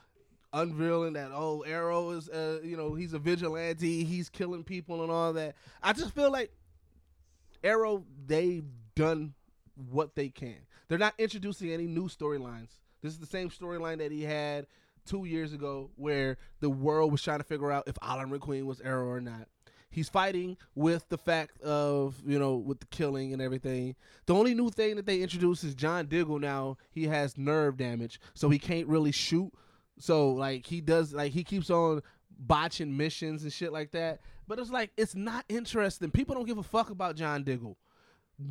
S1: unveiling that oh Arrow is, uh, you know, he's a vigilante. He's killing people and all that. I just feel like Arrow, they've done what they can. They're not introducing any new storylines. This is the same storyline that he had two years ago, where the world was trying to figure out if Alan McQueen was Arrow or not. He's fighting with the fact of you know with the killing and everything. The only new thing that they introduced is John Diggle. Now he has nerve damage, so he can't really shoot. So like he does, like he keeps on botching missions and shit like that. But it's like it's not interesting. People don't give a fuck about John Diggle.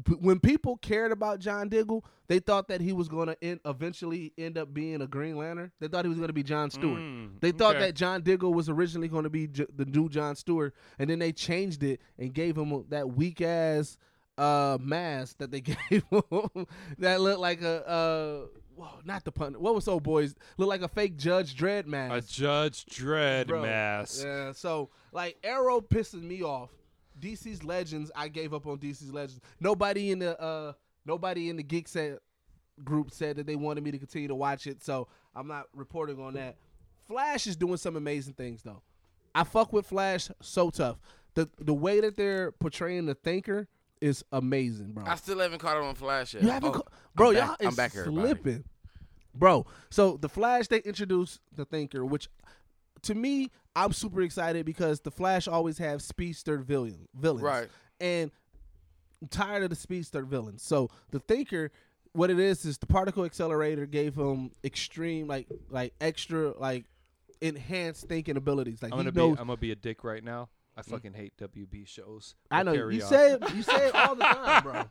S1: P- When people cared about John Diggle, they thought that he was going to end, eventually end up being a Green Lantern. They thought he was going to be John Stewart.
S2: Mm,
S1: they thought
S2: okay.
S1: that John Diggle was originally going to be J- the new John Stewart, and then they changed it and gave him that weak ass uh, mask that they <laughs> gave him that looked like a. Uh, Whoa, not the pun. What was old boys look like a fake Judge Dredd mask?
S2: A Judge Dread
S1: Bro,
S2: mask.
S1: Yeah, so like Arrow pisses me off. DC's Legends, I gave up on DC's Legends. Nobody in the uh nobody in the geek set group said that they wanted me to continue to watch it, so I'm not reporting on that. Flash is doing some amazing things though. I fuck with Flash so tough. The the way that they're portraying the thinker is amazing, bro.
S3: I still haven't caught up on Flash yet.
S1: You haven't,
S3: Oh,
S1: ca- bro.
S3: I'm
S1: y'all
S3: back-
S1: is
S3: I'm back, everybody.
S1: slipping, bro. So the Flash they introduced the Thinker, which to me I'm super excited because the Flash always have speedster villain villains,
S3: Right.
S1: And I'm tired of the speedster villains. So the Thinker, what it is is the particle accelerator gave him extreme like like extra like enhanced thinking abilities. Like
S2: I'm
S1: he
S2: gonna
S1: knows. Mm.
S2: be I'm gonna be a dick right now. I fucking hate WB shows.
S1: I
S2: But
S1: know
S2: carry
S1: you
S2: on.
S1: say it, you say it all the time,
S3: <laughs>
S1: bro.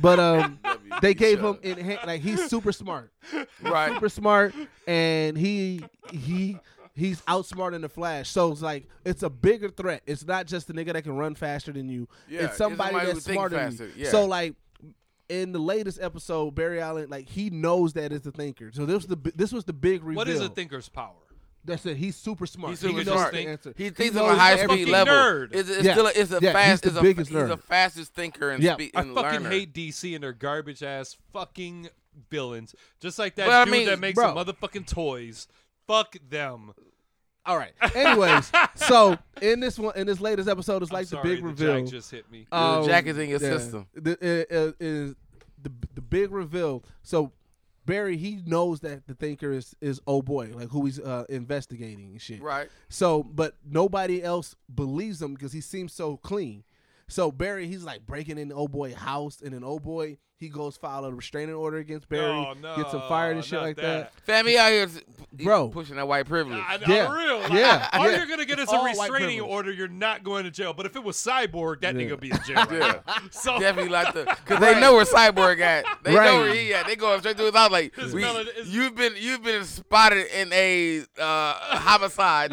S1: But um, they gave him
S3: Shut
S1: enhan- like he's super smart.
S3: up. right.
S1: super smart and he he he's outsmarting the flash so it's like it's a bigger threat it's not just a nigga that can run faster than you
S3: Yeah,
S1: it's somebody,
S3: it's somebody
S1: that's
S3: who think
S1: smarter than you
S3: faster, yeah.
S1: so like in the latest episode barry allen like he knows that is the thinker so this was the bi- this was the big reveal
S2: What is a thinker's power?
S1: that's it he's super smart
S3: He's
S1: He
S3: super
S1: knows
S3: smart.
S1: the answer.
S3: He thinks
S1: knows
S3: on a high speed
S1: everything.
S2: fucking
S3: level.
S2: nerd.
S3: It's, it's
S1: Yeah.
S3: still a, it's a
S1: Yeah,
S3: fast.
S1: he's
S3: He's,
S1: the
S3: a,
S1: biggest
S3: he's the
S1: nerd.
S3: fastest thinker and,
S1: Yeah.
S3: spe-
S2: I
S3: and
S2: fucking
S3: learner.
S2: hate DC and their garbage ass fucking villains. Just like that
S3: But I
S2: dude
S3: mean,
S2: that makes
S1: bro.
S2: the motherfucking toys. Fuck them.
S1: all right anyways so in this one in this latest episode it's like
S2: I'm sorry,
S1: the big reveal
S2: Jag just hit me.
S3: The jack is in your system.
S1: Oh, The, uh, uh, is the the big reveal. So Barry he knows that the thinker is is oh boy, like who he's uh, investigating and shit.
S3: Right.
S1: So, but nobody else believes him because he seems so clean. So Barry, he's like breaking in old boy house, and then old boy he goes file a restraining order against Barry,
S2: Oh, no,
S1: gets him fired and shit
S2: not
S1: like that.
S3: Family out here, is-
S1: Bro.
S3: pushing that white privilege.
S2: I, am
S1: Yeah.
S2: real. Like,
S1: Yeah.
S2: All
S1: Yeah.
S2: you're gonna get
S1: It's
S2: is a
S1: all white
S2: restraining
S1: privilege.
S2: order. You're not going to jail. But if it was Cyborg, that
S1: Yeah.
S2: nigga be in jail. Right
S3: Yeah.
S2: now. <laughs> So
S3: Definitely like the because they know where
S1: <laughs>
S3: Cyborg at. They
S1: Right.
S3: know where he at. They going straight to his house. Like
S2: His
S3: we,
S2: melody is-
S3: you've been you've been spotted in a uh, homicide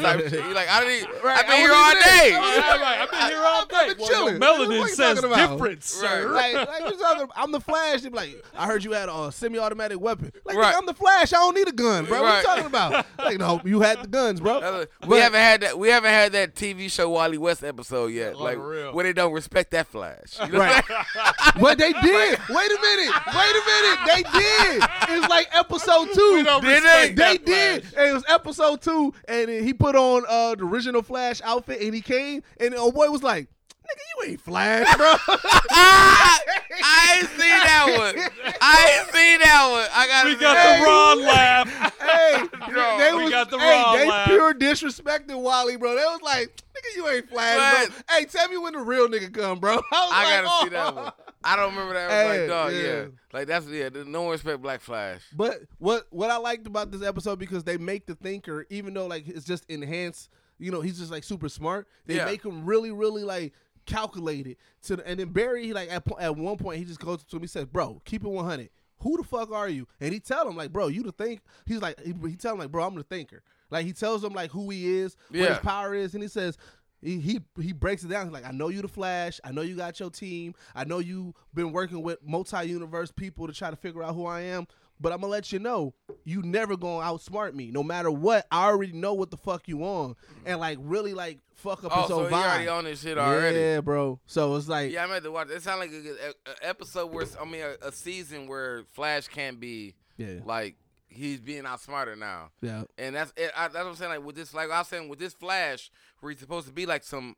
S1: <laughs>
S3: type shit. You're like I didn't. I've been
S1: I
S3: here
S1: wasn't
S3: all
S1: even
S3: day.
S1: there.
S2: All right, all right. I've been here all day.
S1: been
S2: Well,
S1: chilling.
S2: your
S1: What are you
S2: melanin says
S1: talking about?
S2: different, sir.
S3: Right.
S1: Like, like this other, I'm the Flash. They be like, I heard you had a semi-automatic weapon. Like,
S3: Right.
S1: I'm the Flash. I don't need a gun, bro. What
S3: Right.
S1: you talking about? Like, no, you had the guns, bro.
S3: That's a- We
S1: But-
S3: haven't had that. We haven't had that TV show Wally West episode yet. like
S2: Unreal.
S3: where they don't respect that Flash. You know what I'm
S1: Right.
S3: saying?
S1: but they did. Wait a minute. Wait a minute. They did. It was like episode two.
S2: don't
S1: Did
S2: respect
S1: they? They
S2: that
S1: did. And it was episode two. And then he put on uh, the original Flash outfit and he came. And the old boy was like, nigga, you ain't Flash, bro. <laughs>
S3: Ah, I ain't seen that one. I ain't seen that one. I got
S2: We got the
S1: <laughs>
S2: Ron laugh.
S1: hey,
S3: <laughs> Bro,
S1: they
S2: we
S1: was,
S2: got the
S1: hey,
S2: wrong
S1: they
S2: laugh.
S1: pure disrespected Wally, bro. They was like, nigga, you ain't Flash,
S3: Flash.
S1: bro. Hey, tell me when the real nigga come, bro. <laughs> I, was
S3: I
S1: like,
S3: gotta
S1: oh.
S3: see that one. I don't remember that. I was
S1: Hey,
S3: like, dog, yeah.
S1: yeah.
S3: Like that's yeah. there's No one respect Black Flash.
S1: <laughs> But what what I liked about this episode because they make the thinker, even though like it's just enhanced, you know, he's just like super smart. They
S3: Yeah.
S1: make him really, really like calculated. To the, and then Barry, he like at, po- at one point he just goes to him. He says, "Bro, keep it one hundred. Who the fuck are you?" And he tell him like, "Bro, you the think." He's like, he, he tell him like, "Bro, I'm the thinker." Like he tells him like who he is, what his
S3: Yeah.
S1: power is, and he says. He, he he breaks it down. He's like, I know you the Flash. I know you got your team. I know you been working with multi universe people to try to figure out who I am. But I'm gonna let you know, you never gonna outsmart me. No matter what, I already know what the fuck you on, and like really like fuck up
S3: Oh,
S1: his
S3: so
S1: own
S3: he already
S1: vibe.
S3: on this shit already. Yeah,
S1: Yeah, bro. So it's like,
S3: I'm at the watch. It sounds like a, good- a, a episode where I mean a, a season where Flash can be
S1: yeah,
S3: like he's being outsmarted now.
S1: yeah.
S3: And that's it. I, that's what I'm saying. Like with this, like I was saying with this Flash, where he's supposed to
S2: Mm-hmm.
S3: be like some,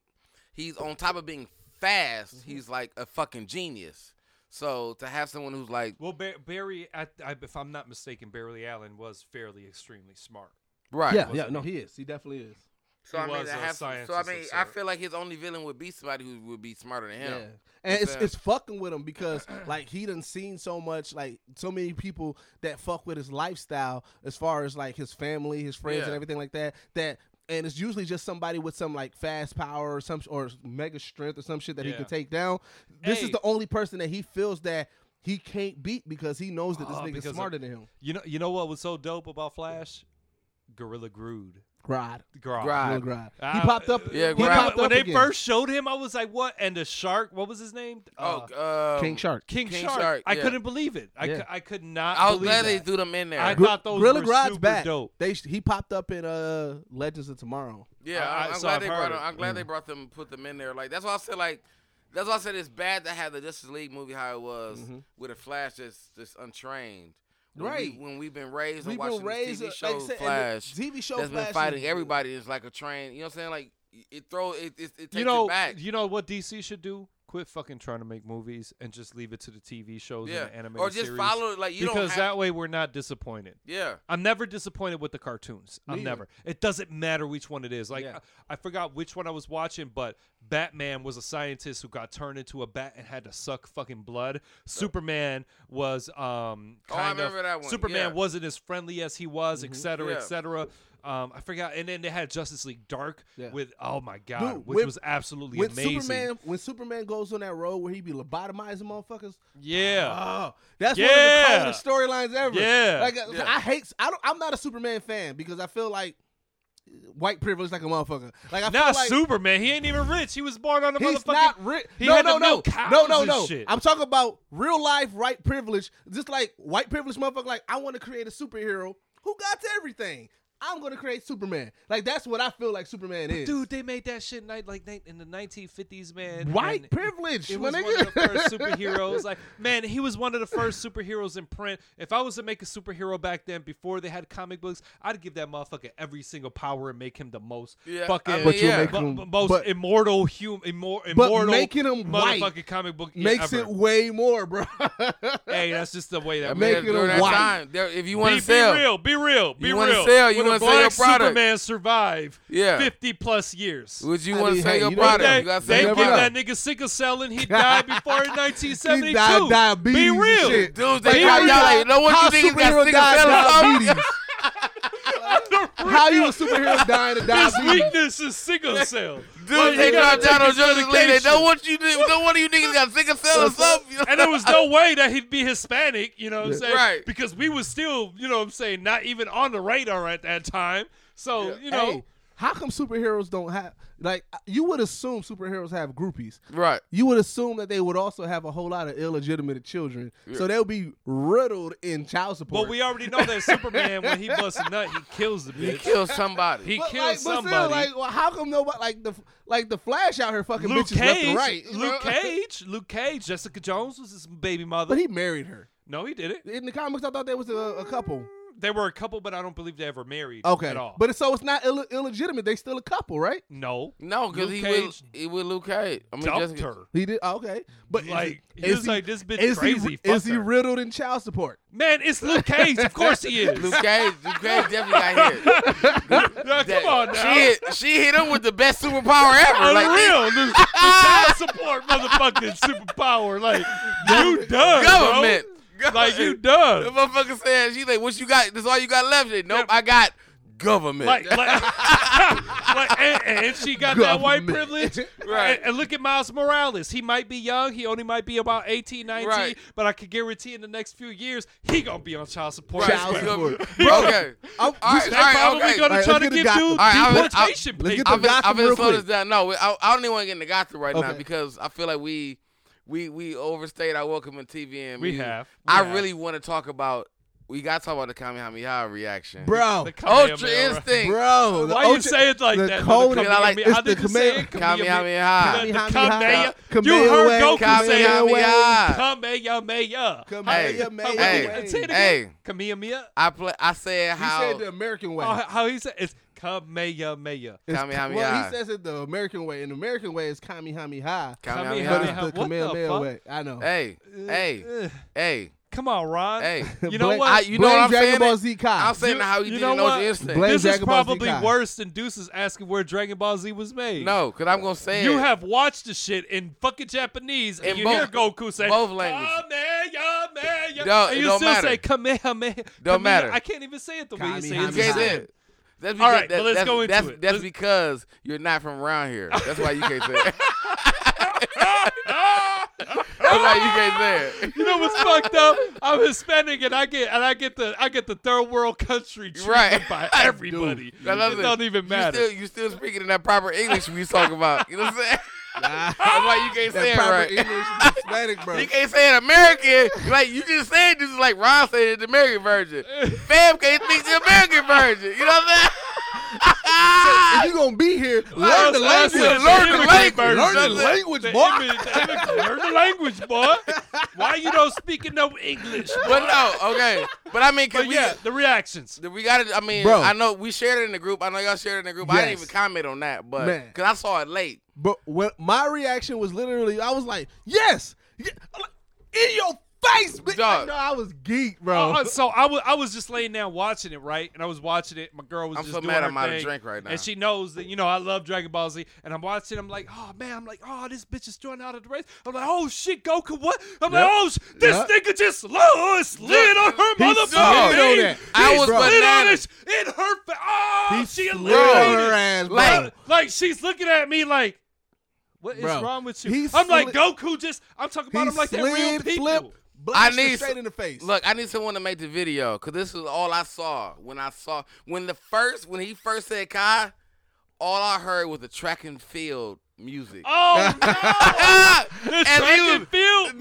S3: he's on top of being fast. He's like a fucking genius. So to have someone who's like
S2: Well, Bar- Barry, I, I, if I'm not mistaken, Barry Allen was fairly extremely smart.
S3: right,
S1: yeah, yeah, no, he is. He definitely is.
S3: So
S2: He
S3: I mean,
S2: was
S3: to
S2: a
S3: have, so I
S2: scientist
S3: mean, I
S2: of sorts.
S3: feel like his only villain would be somebody who would be smarter than him.
S1: Yeah. And it's
S3: But, uh,
S1: it's fucking with him because <clears throat> like he done seen so much like so many people that fuck with his lifestyle as far as like his family, his friends, and
S3: Yeah.
S1: everything like that. That and it's usually just somebody with some like fast power or some or mega strength or some shit that he
S2: Yeah.
S1: can take down. This is
S2: Hey.
S1: the only person that he feels that he can't beat because he knows that this
S2: Oh,
S1: nigga's
S2: because of-
S1: smarter than him.
S2: You know, you know what was so dope about Flash? Gorilla Grood.
S1: Grodd.
S2: Grodd.
S3: Grodd.
S1: Lil Grodd. He
S2: Uh,
S1: popped up.
S3: Yeah,
S1: he
S3: Grodd.
S2: When,
S1: popped
S2: when
S1: up
S2: they
S1: again.
S2: first showed him, I was like, "What?" And the shark. What was his name? Uh,
S3: Oh, um,
S1: King Shark.
S2: King,
S3: King
S2: Shark.
S3: Shark,
S2: I
S3: yeah.
S2: couldn't believe it. I,
S1: Yeah.
S2: cou- I could not.
S3: I was
S2: believe
S3: glad they
S2: that.
S3: threw them in there.
S2: I thought those
S1: Gorilla
S2: were
S1: Grodd's
S2: super
S1: back.
S2: dope.
S1: They he popped up in uh Legends of Tomorrow.
S3: yeah,
S2: I-
S3: I,
S2: I-
S3: am
S2: so
S3: glad
S2: I've
S3: they
S2: heard
S3: brought.
S2: it.
S3: Them, I'm glad they brought them, put them in there. Like that's why I said like. That's why I said it's bad to have the Justice League movie how it was with a Flash that's just untrained. When
S1: Right.
S3: We, when we've been raised
S1: We've
S3: and watching
S1: been raised
S3: this
S1: like
S3: TV show
S1: I said, and
S3: Flash
S1: the TV show
S3: that's
S1: Flash
S3: been fighting
S1: is-
S3: everybody is like a train. You know what I'm saying? Like it throw it it, it takes
S2: You know,
S3: it back.
S2: you know what DC should do? Quit fucking trying to make movies and just leave it to the TV shows
S3: yeah.
S2: and the animated
S3: Or just
S2: series.
S3: follow it. Like you don't
S2: because
S3: have,
S2: that way we're not disappointed.
S3: Yeah.
S2: I'm never disappointed with the cartoons. I'm
S1: Me either.
S2: never. It doesn't matter which one it is. Like
S1: Yeah.
S2: I, I forgot which one I was watching, but Batman was a scientist who got turned into a bat and had to suck fucking blood. Superman was um kind
S3: Oh, I remember
S2: of
S3: that one,
S2: Superman
S3: yeah.
S2: wasn't as friendly as he was,
S1: Mm-hmm.
S2: et cetera, et
S3: Yeah.
S2: cetera. Um, I forgot, and then they had Justice League Dark
S1: Yeah.
S2: with oh my god,
S1: Dude,
S2: which
S1: when-
S2: was absolutely
S1: when
S2: amazing.
S1: Superman when Superman goes on that road where he be lobotomizing motherfuckers.
S2: yeah,
S1: Oh, that's one
S2: Yeah.
S1: of the coolest storylines ever.
S2: Yeah.
S1: like I-
S3: Yeah.
S1: I hate. I don't. I'm not a Superman fan because I feel like white privilege like a motherfucker. Like I feel
S2: not
S1: like
S2: Superman. He ain't even rich. He was born on a
S1: He's
S2: motherfucking.
S1: not rich.
S2: he
S1: no,
S2: had to
S1: no, no,
S2: milk cows
S1: no, no,
S2: and
S1: no.
S2: shit.
S1: I'm talking about real life white privilege. Just like white privilege, motherfucker. Like I want to create a superhero who got to everything. I'm gonna create Superman. Like that's what I feel like Superman is.
S2: Dude, they made that shit night like ni- in the 1950s, man.
S1: white
S2: and
S1: privilege.
S2: It
S1: my
S2: was
S1: nigga.
S2: one of the
S3: <laughs>
S2: first superheroes. Like, man, he was one of the first superheroes in print. If I was to make a superhero back then, before they had comic books, I'd give that motherfucker every single power and make him the most
S3: Yeah,
S2: fucking,
S3: I mean, But you'll yeah.
S1: make
S2: bu-
S1: him-
S2: bu- most
S1: but-
S2: immortal human, immor-
S1: But
S2: immortal
S1: making him
S2: motherfucking
S1: white
S2: comic book yeah,
S1: makes
S2: ever.
S1: it way more, bro. <laughs>
S2: Hey, that's just the way that.
S3: I
S1: Make
S3: mean,
S1: it a
S3: during that
S1: white.
S3: time, there, if you want
S2: be,
S3: to sell,
S2: be real, be real, be
S3: You wanna
S2: real.
S3: sell, you
S2: Would a
S3: wanna sell your
S2: black
S3: product.
S2: Superman survive
S3: Yeah.
S2: 50 plus years?
S3: would you
S1: I
S3: want
S1: mean,
S3: to sell
S1: hey,
S3: your
S1: you never
S3: product?
S1: know.
S2: They,
S3: You gotta
S2: they
S3: sell your
S2: give
S1: never know.
S2: that
S3: product.
S2: nigga sickle
S1: <laughs>
S2: cell and he died before 1972.
S1: He died diabetes
S2: Be
S1: and
S2: real. <laughs>
S1: shit.
S3: Dudes,
S2: Be
S3: they got
S2: real.
S3: y'all like, know what
S1: How
S3: you think? You got
S1: superhero
S3: sick
S1: died
S3: of selling
S1: diabetes? How you a
S2: <laughs>
S1: superhero dying of
S2: His
S1: diabetes?
S2: weakness is sickle cell. Like,
S3: Dude,
S2: he
S3: they dropped
S2: gotta
S3: down
S2: take
S3: on
S2: his
S3: Justice League. They
S2: medication.
S3: know what you do. No one of you niggas got
S2: <laughs>
S3: sick of selling something.
S2: And there was no way that he'd be Hispanic, you know what I'm saying?
S3: Right.
S2: Because we was still, you know what I'm saying, not even on the radar at that time. So, you know,
S1: Hey, how come superheroes don't have like you would assume superheroes have groupies?
S3: Right.
S1: You would assume that they would also have a whole lot of illegitimate children, so they'll be riddled in child support.
S2: but we already know that Superman, when he busts a nut, he
S1: <laughs>
S2: kills the
S3: He
S2: bitch.
S3: killed somebody.
S2: He
S1: but
S2: kills
S1: like, but
S2: somebody.
S1: still, like, well, how come nobody like the like the Flash out here fucking
S2: Luke
S1: bitches left
S2: Cage,
S1: and right? you
S2: Luke
S1: know? <laughs>
S2: Cage, Luke Cage. Jessica Jones was his baby mother.
S1: but he married her.
S2: no, he did it.
S1: In the comics, I thought they was a, a couple.
S2: They were a couple, but I don't believe they ever married.
S1: Okay,
S2: at all.
S1: but it's, so it's not Ill- illegitimate. They still a couple, right?
S2: no,
S3: No, because
S2: Luke
S3: he
S2: Cage
S3: with he with Luke Cage. I mean,
S2: dumped
S3: Jessica-
S2: her.
S1: He did oh, okay, but is
S2: Like,
S1: it-
S2: he
S1: is
S2: was like, this bitch
S1: is he-
S2: crazy, fuck
S1: is he
S2: her.
S1: riddled in child support?
S2: Man, it's Luke Cage. Of course he is. <laughs>
S3: Luke Cage. Luke Cage definitely got hit.
S2: Now, come on now.
S3: She hit, she hit him with the best superpower ever. Like, <laughs>
S2: Unreal. the, the child support motherfucking superpower. Like, you done. bro.
S3: government.
S2: Like, you
S3: The
S2: done.
S3: motherfucker said, she's like, what you got? This all you got left? She Like, nope, I got government.
S2: Like,
S3: <laughs>
S2: like, <laughs> like and, and she got that white
S1: Government.
S2: privilege.
S3: Right.
S2: And, and look at Miles Morales. He might be young. He only might be about 18, 19.
S3: Right.
S2: But I can guarantee in the next few years, he going to be on child support.
S3: Right.
S2: as
S1: Child
S2: well.
S1: support.
S2: <laughs>
S3: okay.
S1: I'm-
S3: all right,
S2: They
S3: all right,
S2: probably
S3: okay.
S2: going to
S1: Alright, let's
S2: try to
S1: get
S2: give
S1: the
S2: dude
S1: goth-
S3: Alright, I was- I-
S2: deportation
S1: let's get
S2: papers.
S1: the
S3: I've been,
S1: Gotham
S3: I've been
S1: real
S3: slow
S1: quick.
S3: this down. No, I, I don't even want to get into Gotham right now
S1: Okay.
S3: because I feel like we we we overstayed our welcome in TV and
S2: We
S3: music.
S2: have. We
S3: I
S2: have.
S3: really want to talk about we got to talk about the Kamehameha reaction.
S1: bro,
S2: The Kamehameha.
S3: Ultra Instinct.
S1: bro. the
S2: Why you
S1: Ultra-
S2: say it like
S1: the
S2: that?
S1: Code
S3: Because I like-
S2: Kamehameha. How
S1: it's the
S2: did you say it?
S1: Kamea-
S3: Kamehameha.
S2: The
S1: Kamehameha.
S2: Kamehameha.
S1: Kamehameha.
S2: You heard Goku say it.
S3: Kamehameha.
S2: Kamehameha.
S3: Hey,
S1: Kamehameha.
S3: hey,
S1: Way.
S2: Say it
S3: Hey,
S2: again. Kamehameha.
S3: I play. I said
S1: He
S3: how
S1: said the American way.
S2: Oh, how- how he said it's Kamehameha.
S1: It's-
S3: Kamehameha.
S1: Well, he says it the American way, and the American way is Kamehameha. But it's
S3: Kamehameha.
S2: Kamehameha.
S1: the
S2: What the
S1: Kamehameha
S2: fuck?
S1: way. I know.
S3: Hey, hey,
S2: Ugh.
S3: hey,
S2: Come on, Ron.
S3: hey.
S2: You know
S1: Blame-
S2: what?
S3: I- you know
S1: uh. Blame
S3: what I'm
S1: Dragon
S3: saying?
S1: Ball Z Kai.
S3: I'm saying
S2: You-
S3: how he
S2: you
S3: didn't
S2: know
S3: know
S2: what?
S3: the instinct.
S1: Blame
S2: this
S1: Dragon
S2: is
S1: Ball Z
S2: probably
S1: Kai.
S2: worse than Deuces asking where Dragon Ball Z was made.
S3: No, because I'm gonna say
S2: You
S3: it.
S2: have watched the shit in fucking Japanese, and
S3: In
S2: you
S3: both-
S2: hear Goku say
S3: both languages.
S2: Kamehameha,
S3: No,
S2: and
S3: it
S2: you
S3: don't
S2: still
S3: matter.
S2: say Kamehameha. Kamehameha.
S3: matter.
S2: I can't even say it the way you say
S1: Kamehameha.
S2: it.
S3: You can't say it. That's because,
S2: All right,
S3: that-
S2: well, let's
S3: that's,
S2: go into
S3: that's,
S2: it.
S3: That's
S2: Let's-
S3: because you're not from around here. That's why you can't say it. <laughs> that's why you can't
S2: <laughs>
S3: say it.
S2: You know what's fucked up? I'm Hispanic, and I get and I get the I get the third world country treatment
S3: Right. <laughs>
S2: by everybody.
S3: Now,
S2: it
S3: listen,
S2: don't even matter.
S3: You still, you still speaking in that proper English we was talking about. You know what I'm
S2: <laughs>
S3: saying? that's why you can't
S1: that
S3: say it
S1: proper
S3: right.
S1: English is Hispanic,
S2: <laughs>
S1: bro.
S3: You can't say it American. Like you just said, this is like Ron said it, the American version. Fam can't speak the American version. You know what I'm <laughs>
S2: <laughs>
S1: if you gonna be here, learn
S2: Us-
S1: the
S2: us
S1: language.
S2: is
S3: Learn the
S2: immigrant
S3: language.
S2: version.
S1: Learn the language, boy.
S2: immi- the immi- learn the language, boy. Why you don't speaking no English?
S3: saying? but no, okay. But I mean, cause
S2: But
S3: we
S2: yeah, the reactions.
S3: We got it. I mean,
S1: Bro.
S3: I know we shared it in the group. I know y'all shared it in the group. I didn't
S1: Yes.
S3: even comment on that, but
S1: Man.
S3: because I saw it late.
S1: But when my reaction was literally, I was like, "Yes, Yeah. I'm like, in your face, bitch!"
S3: Dog.
S1: Like, no, I was geek, bro.
S2: Oh, uh, so I was I was just laying down watching it, right? And I was watching it. My girl was
S3: I'm
S2: just
S3: so
S2: doing
S3: mad
S2: her
S3: I'm out of
S2: thing,
S3: drink right now.
S2: And she knows that you know I love Dragon Ball Z, and I'm watching. I'm like, oh man, I'm like, oh this bitch is doing out of the race. I'm like, oh shit, Goku, what? I'm like,
S1: Yep.
S2: oh sh- this
S1: Yep.
S2: nigga just low slid on her
S1: He
S2: motherfucking
S1: slid on
S2: knee.
S1: that.
S3: I
S2: He
S3: was
S2: slid on
S3: bananas.
S2: it in her fa-
S3: <laughs>
S2: Oh,
S1: He
S2: she
S1: slid
S2: eliminated.
S1: on her ass, bro.
S2: Like, like she's looking at me like. What is
S1: Bro,
S2: wrong with you?
S1: he
S2: I'm like
S1: slid-
S2: Goku. Just I'm talking about him like that real
S1: slid,
S2: people.
S1: flip, blasted
S3: I need
S1: straight
S3: some-
S1: in the face.
S3: Look, I need someone to make the video because this is all I saw when I saw when the first when he first said Kai. All I heard was the track and field
S1: <laughs>
S3: music.
S2: Oh no!
S3: <laughs> Ah!
S2: <laughs> The
S3: And
S2: track
S3: he was-
S2: and field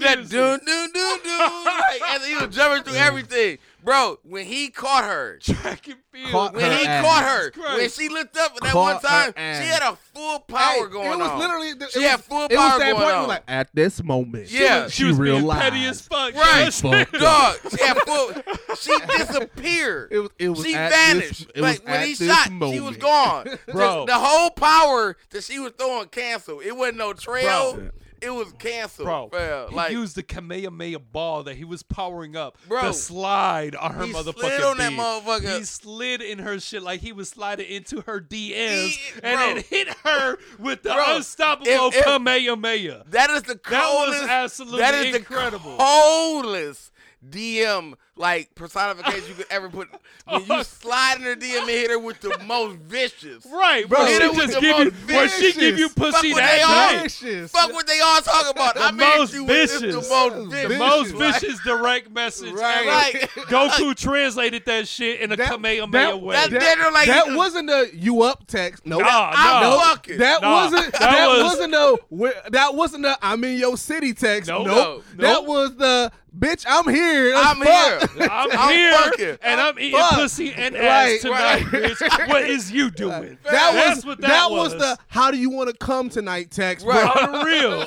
S3: <laughs> that
S2: music.
S3: doo doo doo doo, like, and he was jumping
S1: <laughs>
S3: through everything, bro. When he caught her,
S2: track and field.
S1: Caught
S3: when
S1: Her
S3: he
S1: ass.
S3: caught her,
S2: Jesus Christ.
S3: when she looked up at that
S1: Caught
S3: one time,
S1: her ass.
S3: she had a full
S1: Hey,
S3: power going on.
S1: It was literally. It
S3: She
S1: was,
S3: had full
S1: it was
S3: power
S1: that
S3: going
S1: point,
S3: on.
S1: Where, like at this moment,
S3: She Yeah.
S2: she was being
S1: realized.
S2: petty as
S3: Right.
S2: fuck. Yes. <laughs>
S1: Fuck. <laughs>
S3: Dog, she had full. She disappeared.
S1: It was. It was.
S3: she
S1: at
S3: vanished.
S1: This, it
S3: like
S1: was
S3: when
S1: at
S3: he
S1: this
S3: shot,
S1: moment.
S3: she was
S1: <laughs>
S3: gone.
S2: Bro.
S3: the, the whole power that she was throwing canceled. It wasn't no trail.
S1: Bro.
S3: It was canceled.
S2: Bro,
S3: fam.
S2: he
S3: like
S2: used the Kamehameha ball that he was powering up.
S3: Bro.
S2: the slide on her
S3: He
S2: motherfucking
S3: slid on that
S2: D.
S3: motherfucker.
S2: He slid in her shit like he was sliding into her DMs
S3: He-
S2: and
S3: bro.
S2: then hit her with the
S3: Bro,
S2: unstoppable
S3: if- if-
S2: Kamehameha.
S3: that is the coldest.
S2: That was absolutely
S3: that is
S2: incredible.
S3: The coldest DM like personification you could ever
S2: <laughs>
S3: put. When you slide in her DM and hit her with the most vicious.
S2: Right, bro.
S1: Hit
S2: She
S1: her
S3: with
S2: just
S3: the
S2: give you,
S3: most
S2: where she give you
S1: vicious-
S3: Fuck
S2: pussy
S3: what they
S2: that
S3: are.
S2: night.
S1: Vicious.
S3: Fuck what they all talking about. I mean,
S2: most
S3: you with this
S2: vicious.
S3: the most vicious.
S1: The
S2: Most
S1: Vicious.
S2: vicious direct message
S1: Right.
S2: ever.
S3: Like
S2: Goku translated that shit in a
S1: That-
S2: Kamehameha
S1: that-
S2: way.
S3: that- they're like-
S1: that wasn't a you up text. No,
S2: Nah,
S3: I'm
S2: no.
S3: fucking.
S1: That
S2: Nah,
S1: wasn't
S2: that
S1: that,
S2: was-
S1: was, not a where- that wasn't a I'm in your city text.
S2: Nope.
S1: Nope.
S2: No.
S1: That
S2: Nope.
S1: was the bitch. I'm here.
S3: I'm
S1: Let's fuck.
S2: <laughs>
S3: here.
S2: I'm,
S3: I'm
S2: here
S3: fucking-
S2: and I'm eating
S1: fuck.
S2: pussy and ass
S1: Right,
S2: tonight,
S1: right.
S2: bitch. What is
S3: <laughs>
S2: you doing?
S1: That
S2: That's
S1: was
S2: what that,
S1: that, was. the how do you want to come tonight text, bro.
S3: Right.
S2: unreal.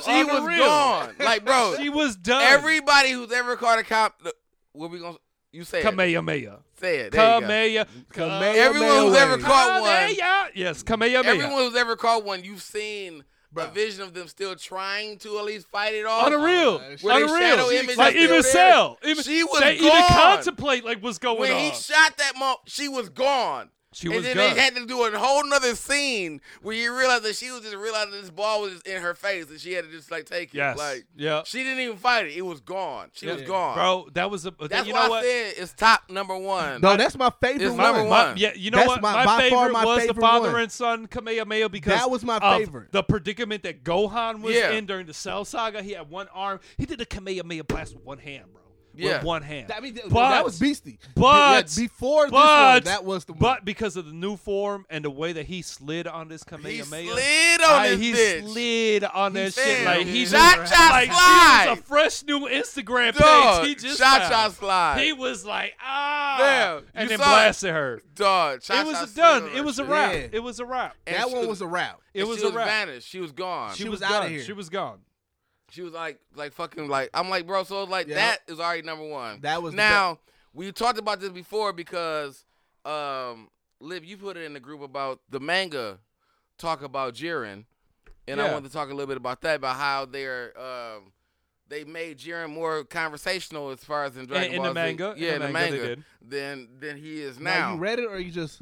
S3: <laughs> She was gone. Like, bro,
S2: She was done.
S3: everybody who's ever caught a cop, the- what we gonna you say? It,
S2: Kamehameha.
S3: say it. There you go.
S2: Kamehameha.
S1: Kamehameha.
S3: Everyone who's ever
S1: Kamehameha.
S3: caught one,
S2: Kamehameha. Yes, Kamehameha.
S3: everyone who's ever caught one, you've seen a
S1: Bro.
S3: vision of them still trying to at least fight it off.
S2: Unreal,
S1: Oh,
S3: Where they shadow
S2: unreal.
S3: image
S2: Like
S3: is
S2: even
S3: still there.
S2: Cell, even
S3: She was
S2: they even
S3: gone.
S2: contemplate like what's going
S3: When
S2: on.
S3: he shot that mom, she was gone.
S2: she
S3: and
S2: was
S3: then
S2: done.
S3: they had to do a whole nother scene where you realize that she was just realizing this ball was just in her face and she had to just like take it.
S2: yes,
S3: Like
S2: yeah,
S3: she didn't even fight it. It was gone. She was
S2: Yeah.
S3: gone.
S2: bro. That was a. but
S3: That's
S2: you
S3: why
S2: know what?
S3: I said it's top number one.
S1: No, that's my favorite
S3: It's
S1: one.
S3: my number
S2: My-
S3: one.
S2: yeah, you know
S1: That's
S2: what? My,
S1: my- by
S2: favorite
S1: far my
S2: was the
S1: favorite
S2: father
S1: one.
S2: and son Kamehameha because
S1: That was my
S2: of
S1: favorite.
S2: The predicament that Gohan was
S3: Yeah.
S2: in during the Cell Saga, he had one arm. He did the Kamehameha blast with one hand, bro.
S3: Yeah.
S2: with one hand.
S1: I mean, th-
S2: But-
S1: that was beastie.
S2: but-
S1: Be- before this
S2: but-
S1: one, that was the one.
S2: But because of the new form and the way that he slid on this
S3: He
S2: Kamehameha,
S3: slid on
S2: I-
S3: this
S2: he
S3: bitch.
S2: slid on that shit
S3: slid.
S2: like he just
S3: Cha-cha
S2: like
S3: slide.
S2: he was a fresh new Instagram
S3: Dog,
S2: page. He just
S3: cha cha
S2: found.
S3: slide.
S2: He was like ah,
S3: Damn, you
S2: and then
S3: saw it.
S2: blasted her.
S3: Dog, cha-cha
S2: it was
S3: slid
S2: done.
S3: on
S2: It
S3: that
S2: was a
S3: shit.
S2: wrap.
S1: Yeah.
S2: It was a wrap.
S3: And
S1: that
S3: she
S1: one was a wrap.
S2: It
S3: and
S2: was
S3: she
S2: a
S3: was
S2: wrap.
S3: vanished. She was gone.
S1: She
S3: She,
S1: was
S2: done.
S1: outta here.
S2: She was gone.
S3: was like like fucking like I'm like bro. So like
S1: Yeah.
S3: that is already number one.
S1: That was the
S3: now we talked about this before because um Liv, you put it in the group about the manga talk about Jiren, and
S2: Yeah.
S3: I wanted to talk a little bit about that about how they're um they made Jiren more conversational as far as in Dragon
S2: in
S3: Ball
S2: the
S3: Z.
S2: manga, in
S3: yeah,
S2: the
S3: in
S2: manga they did.
S3: than than he is
S1: Now,
S3: now.
S1: you read it or you just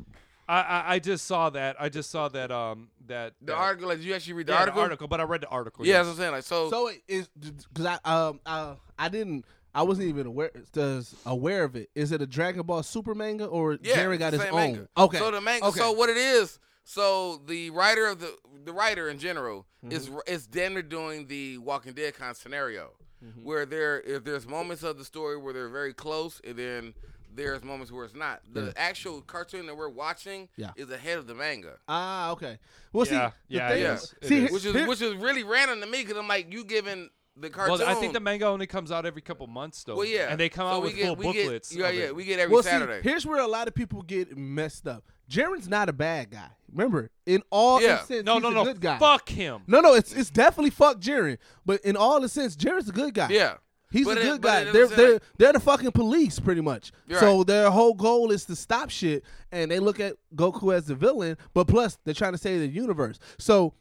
S2: I, I I just saw that. I just saw that um that
S3: the
S2: that-
S3: article? Like, did you actually read the
S2: yeah,
S3: article?
S2: But I read the article.
S3: Yeah,
S2: yes.
S3: that's what I'm saying. Like so,
S1: so it is because I um uh I didn't I wasn't even aware does aware of it. Is it a Dragon Ball Super manga or
S3: Yeah,
S1: Jerry got
S3: the
S1: his
S3: same
S1: own?
S3: manga.
S1: Okay,
S3: So the manga.
S1: Okay.
S3: So what it is? So the writer of the the writer in general
S1: Mm-hmm.
S3: is is then they're doing the Walking Dead kind of scenario,
S1: Mm-hmm.
S3: where there if there's moments of the story where they're very close, and then there's moments where it's not. The actual cartoon that we're watching
S1: Yeah.
S3: is ahead of the manga.
S1: ah okay. Well, see,
S2: Yeah,
S1: the
S2: yeah,
S1: thing
S3: it
S1: is-
S2: is. It
S1: see,
S2: is.
S1: here-
S3: which is
S1: here-
S3: which is really random to me because I'm like you giving the cartoon.
S2: Well, I think the manga only comes out every couple months though.
S3: well, yeah,
S2: and they come
S3: So
S2: out
S3: we
S2: with
S3: get-
S2: full
S3: we get-
S2: booklets.
S3: yeah,
S2: of
S3: yeah,
S2: it.
S3: we get every
S1: well,
S3: Saturday.
S1: see, here's where a lot of people get messed up. Jaren's not a bad guy. Remember, in all
S3: Yeah.
S1: instances,
S2: no,
S1: he's
S2: no,
S1: a
S2: no.
S1: good guy.
S2: Fuck him.
S1: No, no, it's it's definitely fuck Jaren. But in all the sense, Jaren's a good guy.
S3: yeah,
S1: He's
S3: But
S1: a
S3: it-
S1: good
S3: but
S1: guy.
S3: it- it
S1: they're
S3: was in
S1: they're
S3: a-
S1: they're the fucking police, pretty much.
S3: You're
S1: so their whole goal is to stop shit, and they look at Goku as the villain. But plus, they're trying to save the universe. So,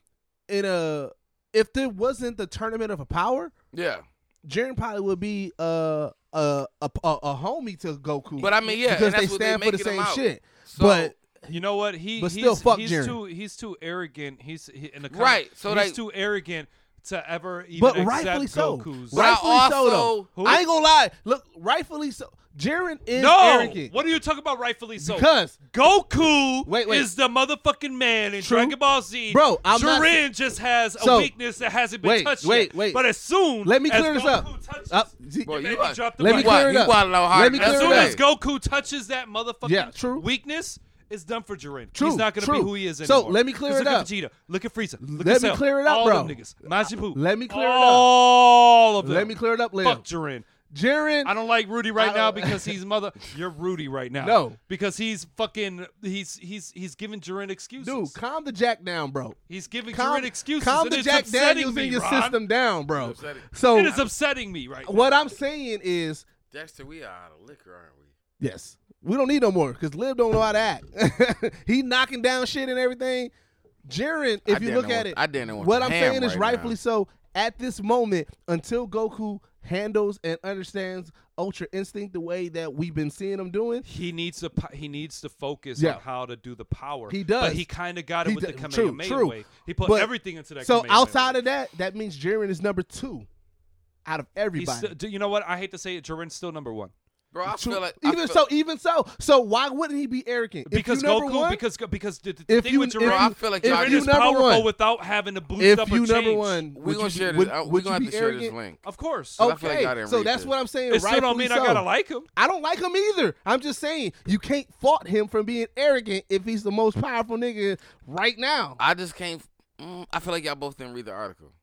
S1: in a if there wasn't the tournament of a power,
S3: yeah.
S1: Jiren probably would be a a a, a, a homie to Goku.
S3: But I mean, yeah,
S1: because
S3: and
S1: they
S3: that's what they
S1: stand for the
S3: making him
S1: same
S3: out.
S1: shit.
S3: So-
S1: but
S2: You know what? He
S1: But
S2: he's,
S1: still, fuck
S2: he's
S1: Jiren.
S2: too he's too arrogant. He's he, in the comic,
S3: Right, so
S2: he's
S3: like-
S2: too arrogant to ever even
S1: but
S2: accept
S1: rightfully so.
S2: Goku's.
S3: Right.
S1: Rightfully so, though.
S3: also-
S1: I ain't gonna lie. Look, rightfully so. Jiren is
S2: No,
S1: arrogant
S2: what are you talking about? Rightfully so.
S1: because
S2: Goku
S1: Wait, wait.
S2: is the motherfucking man in
S1: True.
S2: Dragon Ball Z.
S1: Bro, I'm not-
S2: Jiren just has a
S1: So-
S2: weakness that hasn't been
S1: wait,
S2: touched
S1: wait,
S2: yet.
S1: wait.
S2: But as soon
S1: Let me
S2: as
S1: clear this
S2: Goku
S1: up.
S2: touches-
S1: Up- see-
S3: Bro,
S2: You
S3: you
S2: better
S3: are-
S2: drop the
S1: Let me
S2: mic.
S1: You clear it
S3: you
S1: up.
S3: wilding out hard.
S1: Let me
S3: That's
S2: as
S1: clear it
S2: soon
S1: up.
S3: okay.
S2: as Goku touches that motherfucking
S1: Yeah, true.
S2: weakness, it's done for Jiren.
S1: True,
S2: He's not gonna
S1: true.
S2: be who he is
S1: So,
S2: anymore.
S1: let me clear
S2: 'Cause
S1: it
S2: look
S1: up.
S2: At Vegeta. Look at Frieza. Look
S1: Let
S2: at
S1: me
S2: Cell.
S1: clear it up,
S2: All
S1: bro.
S2: them niggas. Majin Buu.
S1: Let me clear it up.
S2: All of them.
S1: Let me clear it up, Liv.
S2: Fuck Jiren.
S1: Jiren.
S2: I don't like Rudy right
S1: I
S2: now
S1: don't-
S2: because
S1: <laughs>
S2: he's mother. You're Rudy right now.
S1: No.
S2: because he's fucking. He's he's he's giving Jiren excuses.
S1: Dude, calm the jack down, bro.
S2: he's giving
S1: Calm,
S2: Jiren excuses.
S1: calm
S2: and
S1: the
S2: it's
S1: Jack
S2: upsetting
S1: Daniels
S2: me,
S1: in your
S2: Ron.
S1: system down, bro.
S3: upsetting.
S2: It
S1: So
S2: is upsetting me right. now.
S1: what I'm saying is,
S3: Dexter, we are out of liquor, aren't we?
S1: yes, we don't need no more because Lib don't know how to act. <laughs> he knocking down shit and everything. Jaren, if you
S3: I didn't
S1: look
S3: know
S1: at
S3: what-
S1: it,
S3: I didn't know what
S1: what
S3: the
S1: I'm
S3: ham
S1: saying is
S3: right
S1: rightfully
S3: now.
S1: so. At this moment, until Goku handles and understands Ultra Instinct the way that we've been seeing him doing,
S2: He needs to po- he needs to focus
S1: Yeah.
S2: on how to do the power.
S1: He does.
S2: But he kind of got it
S1: He
S2: with
S1: d-
S2: the Kamehameha
S1: true, true.
S2: way. He put
S1: But-
S2: everything into that.
S1: so
S2: Kamehameha
S1: outside
S2: wave.
S1: of that, that means Jiren is number two out of
S2: He's
S1: everybody.
S2: still- do you know what? I hate to say it, Jiren's still number one
S3: Bro, I
S1: True.
S3: feel like I
S1: even
S3: feel-
S1: so, even so, so why wouldn't he be arrogant? If
S2: because
S1: you number
S2: Goku
S1: one,
S2: because because the, the
S1: if
S2: thing
S1: you,
S2: with
S1: if
S2: Jiren,
S3: Bro, I
S1: you-
S3: feel like
S1: if
S3: y'all
S2: Jiren
S1: you
S2: is
S1: number
S2: powerful
S1: one,
S2: without having to boost
S1: if
S2: up
S1: you
S2: or
S1: number
S2: change.
S1: one,
S3: we
S1: would
S3: gonna
S1: you,
S3: share
S1: be-
S3: this.
S1: would,
S3: I- we
S1: would
S3: gonna
S1: you
S3: have
S1: be
S3: to share
S1: arrogant?
S3: this link.
S2: Of course.
S3: Oh, I
S1: Okay,
S3: feel like y'all didn't
S1: so
S3: read
S1: that's
S3: this.
S1: what I'm saying.
S2: it still don't
S1: rightfully
S2: mean
S1: so.
S2: I gotta like him.
S1: I don't like him either. I'm just saying you can't fault him from being arrogant if he's the most powerful nigga right now.
S3: I just can't. Mm, I feel like y'all both didn't read the article.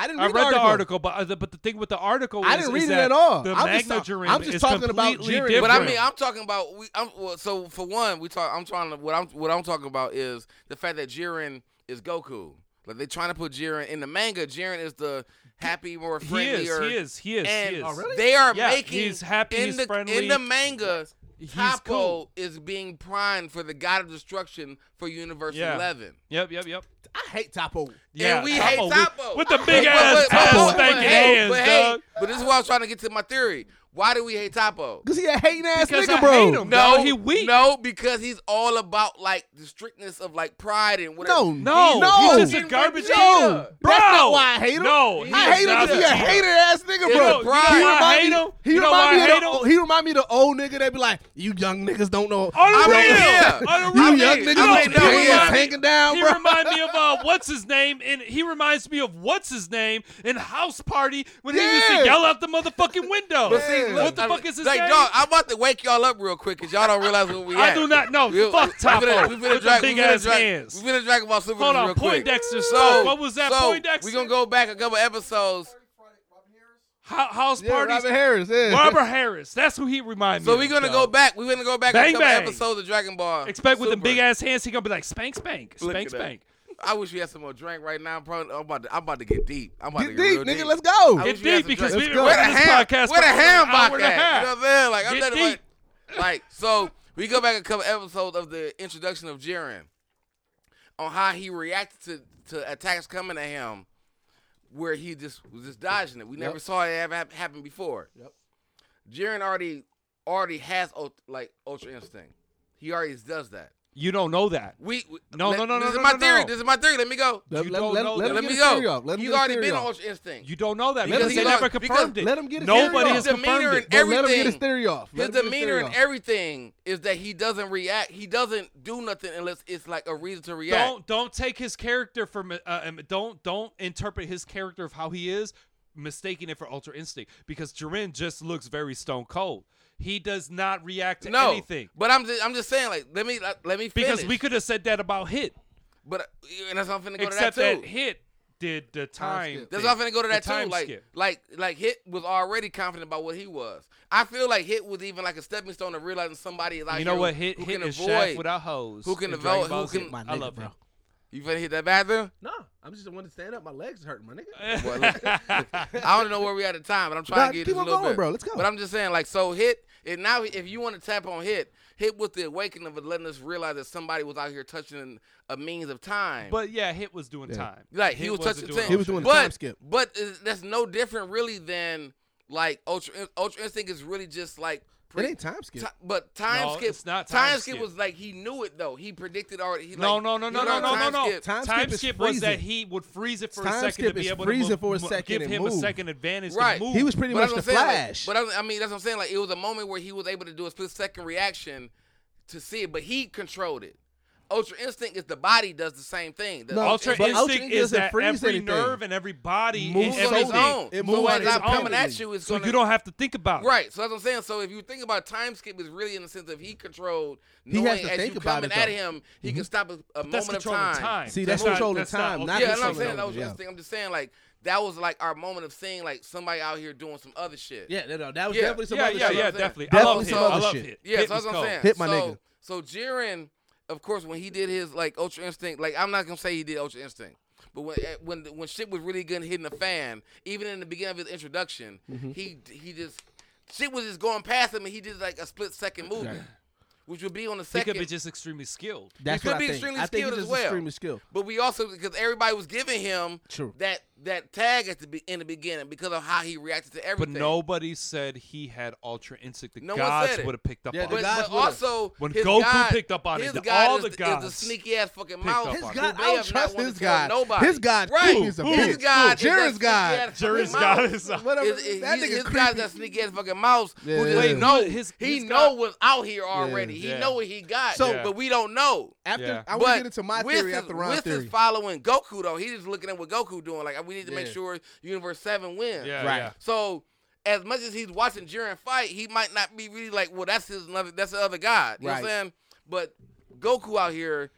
S1: I didn't
S2: I
S1: read,
S2: read the article, but uh, the, but the thing with the article,
S1: I
S2: is-
S1: didn't read
S2: is
S1: it
S2: that
S1: at all.
S2: The
S1: I'm just ta-
S2: Magna Jiren
S1: I'm just
S2: is
S1: talking about
S2: completely
S1: Jiren.
S2: different.
S3: But I mean, I'm talking about we. I'm well, so for one, we talk. I'm trying to. What I'm what I'm talking about is the fact that Jiren is Goku. Like they trying to put Jiren in the manga. Jiren is the happy, more
S2: he
S3: friendlier.
S2: is, he is, he is,
S3: And
S2: he
S1: Oh,
S2: is.
S3: they are
S2: Yeah,
S3: making
S2: he's happy,
S3: in
S2: he's
S3: the
S2: friendly.
S3: in the manga.
S2: He's
S3: Tapo
S2: cool.
S3: is being primed for the God of Destruction for Universe
S2: Yeah.
S3: Eleven.
S2: Yep, yep, yep.
S1: I hate Topo.
S2: Yeah,
S3: and we hate
S2: with-
S3: Topo
S2: with the
S3: But-
S2: big
S3: but-
S2: ass
S3: but-
S1: ass
S3: but-
S1: spanking
S3: but
S2: hands,
S3: But, hey,
S2: dog.
S3: but this is why I was trying to get to my theory. Why do we hate Topo?
S1: Because he a hating ass
S2: Because
S1: nigga,
S2: I
S1: bro.
S2: hate him. No, he weak.
S3: No, because he's all about like the strictness of like pride and whatever.
S1: No,
S2: No,
S1: no,
S2: he's just a garbage
S1: no.
S2: eater.
S1: That's not
S2: Bro.
S1: why I hate him.
S2: No,
S1: I
S2: he's
S1: hate him
S2: not
S1: because he
S2: a
S1: a
S2: cheater.
S1: hater ass nigga, bro.
S3: know- you know
S1: he
S3: why
S2: I
S1: remind
S2: hate
S1: me-
S2: him?
S1: He
S2: You know
S1: remind
S2: why
S1: me
S2: I
S1: of
S2: hate
S1: the-
S2: him?
S1: He remind me of the old nigga that be like, "You young niggas don't know."
S2: Unreal.
S1: Bro,
S3: yeah.
S2: Unreal.
S1: You young
S3: I
S1: niggas
S3: don't
S1: with your
S3: know.
S1: pants
S3: He
S1: hanging down,
S2: He
S1: bro.
S2: remind me of
S1: <laughs>
S2: uh, what's his name, and he reminds me of what's his name in House Party when he used
S1: Yeah.
S2: to yell out the motherfucking window.
S3: But see,
S1: man.
S2: What the fuck is his
S3: like,
S2: name?
S3: dog, I'm about to wake y'all up real quick because y'all don't realize what we
S2: I
S3: at.
S2: do not know.
S3: We-
S2: Fuck Topo
S3: finna- finna
S2: with the
S3: drag-
S2: big
S3: finna
S2: ass
S3: drag-
S2: hands.
S3: We finna drag about Super
S2: Hold on,
S3: real quick.
S2: Poindexter
S3: So,
S2: stuff. What was that,
S3: so
S2: Poindexter?
S3: We're gonna go back a couple episodes.
S2: Ho- house
S1: Yeah,
S2: parties.
S1: Robert Harris. Yeah.
S2: Robert Harris. That's who he reminds me.
S3: So
S2: of,
S3: we're gonna go
S2: dog.
S3: back. We're gonna go back a
S2: Bang,
S3: couple
S2: bang.
S3: episodes of Dragon Ball.
S2: Expect with the
S3: Super.
S2: big ass hands, he gonna be like spank, spank,
S3: Look
S2: spank,
S3: at that.
S2: spank.
S3: I wish we had some more drink right now. Probably, I'm about to, I'm about to get deep. I'm about
S1: Get
S3: to get
S1: deep,
S3: real
S1: nigga.
S3: deep.
S1: Let's go.
S3: I wish
S2: Get
S3: we had
S2: deep
S3: some
S2: because
S3: drugs.
S1: Let's
S2: we've been
S1: go.
S3: Where the
S2: running this
S3: ham?
S2: podcast
S3: Where the
S2: for an
S3: ham
S2: hour
S3: box
S2: and a
S3: at?
S2: half.
S3: You know what I'm saying? Like, I'm
S2: Get
S3: nothing like,
S2: deep.
S3: like, so we go back a couple episodes of the introduction of Jiren on how he reacted to, to attacks coming at him, where he just was just dodging it. We never
S1: Yep.
S3: saw it ever hap- happen before.
S1: Yep.
S3: Jiren already already has ult- like ultra instinct. He already does that.
S2: You don't know that.
S3: We, we-
S2: No,
S3: let-
S2: no, no, no,
S3: This
S2: no,
S3: is my
S2: no,
S3: theory.
S2: no.
S3: This is my theory. Let me go.
S1: Let,
S2: You
S1: let,
S2: don't know
S1: let, let
S2: that.
S1: him
S3: Let
S1: get
S3: me
S1: his
S3: go.
S1: theory off. Let him
S3: He's
S1: get his
S3: already
S1: theory
S3: been on
S1: off.
S3: ultra instinct.
S2: You don't know
S1: Let
S2: that because
S1: him
S2: they
S1: get-
S2: never
S3: because-
S2: confirmed it.
S1: Let him get his
S2: Nobody
S1: theory
S2: has
S1: off.
S2: confirmed
S3: Demeanor
S2: it.
S3: and
S1: Let him get his
S3: everything.
S1: theory off.
S3: His
S1: Let him get
S3: demeanor
S1: theory
S3: and
S1: off.
S3: everything is that he doesn't react. He doesn't do nothing unless it's like a reason to react.
S2: Don't don't take his character from uh, um, don't don't interpret his character of how he is, mistaking it for Ultra Instinct because Jiren just looks very stone cold. He does not react to
S3: no,
S2: anything
S3: but I'm just, I'm just saying like let me let, let me finish.
S2: because we could have said that about Hit,
S3: but uh, and that's how I'm finna go
S2: except
S3: to that
S2: that,
S3: too.
S2: Hit did the time.
S1: skip.
S3: that's
S2: thing,
S3: how I'm finna go to
S2: the
S3: that too.
S2: time
S3: Like
S2: skip.
S3: like like Hit was already confident about what he was. I feel like Hit was even like a stepping stone to realizing somebody is out
S2: you
S3: here
S2: know what? Hit
S3: who
S2: Hit
S3: can
S2: is
S3: avoid.
S2: Shaq without hoes.
S3: who can
S2: in Dragon
S3: avoid-
S2: Ball
S3: who
S2: Z.
S3: can-
S1: My
S2: I
S1: nigga,
S2: love
S1: bro.
S2: him.
S3: you finna hit that bathroom?
S1: No, I'm just wanting to stand up. My legs hurt, my nigga.
S3: Boy, look, I don't know where we at the time, but I'm trying
S1: Nah,
S3: to get
S1: keep
S3: this a
S1: on
S3: little
S1: going,
S3: bit.
S1: bro. Let's go.
S3: But I'm just saying, like, so hit and now if you want to tap on hit, hit with the awakening of it, letting us realize that somebody was out here touching a means of time.
S2: But yeah, Hit was doing
S1: Yeah.
S2: time.
S3: like he
S2: Hit
S3: was
S2: wasn't
S3: touching
S2: doing
S3: time.
S1: He was doing
S2: Ultra
S1: the
S3: but,
S1: time skip.
S3: But is- that's no different really than like ultra ultra instinct is really just like.
S1: It ain't time skip.
S3: ti- but time
S2: No,
S3: skip,
S2: it's not
S3: time,
S2: time
S3: skip.
S2: skip.
S3: was like he knew it though. He predicted already. He,
S2: No,
S3: like,
S2: no, no,
S3: he
S2: no, no,
S3: learned
S2: no, no,
S3: time
S2: no.
S3: skip.
S1: Time skip is
S2: was that
S1: freezing.
S2: he would freeze it for
S1: Time
S2: a second
S1: skip
S2: to
S1: is
S2: be able
S1: freezing
S2: to
S1: for a
S2: mo-
S1: second
S2: give
S1: and
S2: him a
S1: move.
S2: second advantage
S3: Right.
S2: to move.
S1: He was pretty
S3: But
S1: much
S3: that's
S1: the
S3: what I'm saying, like-
S1: Flash.
S3: but I'm- I mean, that's what I'm saying. Like it was a moment where he was able to do a split second reaction to see it, but he controlled it. Ultra instinct is the body does the same thing. The
S1: No,
S2: Ultra
S1: But
S2: instinct
S1: Ultra
S2: is
S1: doesn't
S2: that every
S1: freeze anything.
S2: nerve and every body
S1: Moves
S2: and
S3: moves on its
S2: everything.
S3: own.
S1: It
S3: so
S1: moves
S3: when
S1: on
S3: it's
S1: its
S3: coming
S1: own.
S3: at you, it's
S2: So
S3: gonna
S2: you don't have to think about it.
S3: right. So that's what I'm saying. So if you think about time skip, is really in the sense of he controlled.
S1: has
S3: Knowing
S1: to
S3: as
S1: think
S3: you
S1: about
S3: coming
S1: it,
S3: at
S1: though. Mm-hmm.
S3: him, he can stop a, a
S2: That's
S3: moment of
S2: controlling time.
S1: See, that's
S2: not-
S1: controlling time, not
S2: ultra
S1: I
S3: Yeah,
S1: can
S3: that's what I'm
S1: see
S3: saying.
S1: that.
S3: That was
S1: Yeah.
S3: just thing. I'm just saying, like that was like our moment of seeing like somebody out here doing some other shit.
S1: Yeah, no, no, that was
S3: Yeah.
S1: definitely some
S2: yeah,
S1: other
S2: yeah,
S1: shit.
S2: yeah,
S3: I'm saying.
S2: definitely. I love
S1: Definitely
S2: hit.
S1: some
S2: I
S1: other
S2: love
S1: shit.
S2: hit.
S3: Yeah,
S2: Hit
S3: so that's
S2: was
S3: what I'm
S2: cold.
S3: saying.
S1: Hit my
S3: so,
S1: nigga.
S3: So Jiren, of course, when he did his like Ultra Instinct, like I'm not gonna say he did Ultra Instinct, but when eh, when when shit was really good hitting the fan, even in the beginning of his introduction,
S1: Mm-hmm.
S3: he he just shit was just going past him, and he did like a split second movement, which would be on the
S2: He
S3: second.
S2: could be just extremely skilled.
S1: That's
S3: could
S1: what
S3: be
S1: I think.
S3: extremely
S1: I think
S3: skilled
S1: he's
S3: as
S1: just
S3: well.
S1: extremely skilled.
S3: but we also because everybody was giving him
S1: True.
S3: that that tag at the be- in the beginning because of how he reacted to
S2: But
S3: everything.
S2: nobody said he had ultra instinct. The
S3: No one said
S2: gods
S3: it.
S2: would have picked up
S1: Yeah, the
S2: on
S3: But,
S2: it.
S1: gods
S3: but
S1: would've-
S3: also
S2: When
S3: his
S2: Goku
S3: God-
S2: picked up on it,
S3: his
S2: the-
S3: God
S2: all
S3: is,
S2: the
S3: is a
S2: gods
S3: sneaky ass fucking
S2: picked
S3: mouth.
S2: up
S1: His
S2: on it.
S1: God,
S3: who may
S1: I don't
S3: have not
S1: trust
S3: wanted
S1: his
S3: to tell
S1: God.
S3: Nobody.
S1: His God,
S3: right?
S1: creepy as a
S3: His
S1: bitch.
S3: God, is
S1: Jiren's
S3: that
S1: God.
S3: sneaky ass
S2: Jiren's
S3: fucking
S2: God
S3: mouth.
S2: is <laughs>
S1: <laughs>
S2: a-
S1: Whatever.
S3: Is- is-
S1: that
S3: he-
S1: nigga
S3: his God is
S1: creepy.
S3: that sneaky ass fucking mouth. Who
S1: Yeah.
S3: just
S1: Wait,
S3: know
S2: his-
S3: he
S2: his
S3: know
S2: God-
S3: what's out here already. He
S2: Yeah.
S3: know what he got.
S1: So-
S2: Yeah.
S3: but we don't know.
S1: After
S2: Yeah.
S1: I want
S3: But
S1: to get into my
S3: with
S1: theory
S3: his-
S1: after Ron's
S3: with his
S1: theory.
S3: following Goku though, he's just looking at what Goku doing. Like we need to make
S1: Yeah.
S3: sure Universe Seven wins.
S2: Yeah,
S1: Right.
S2: yeah.
S3: So as much as he's watching Jiren fight, he might not be really like, well, that's his another, that's the other god. You know what
S1: Right.
S3: I'm saying? But Goku out here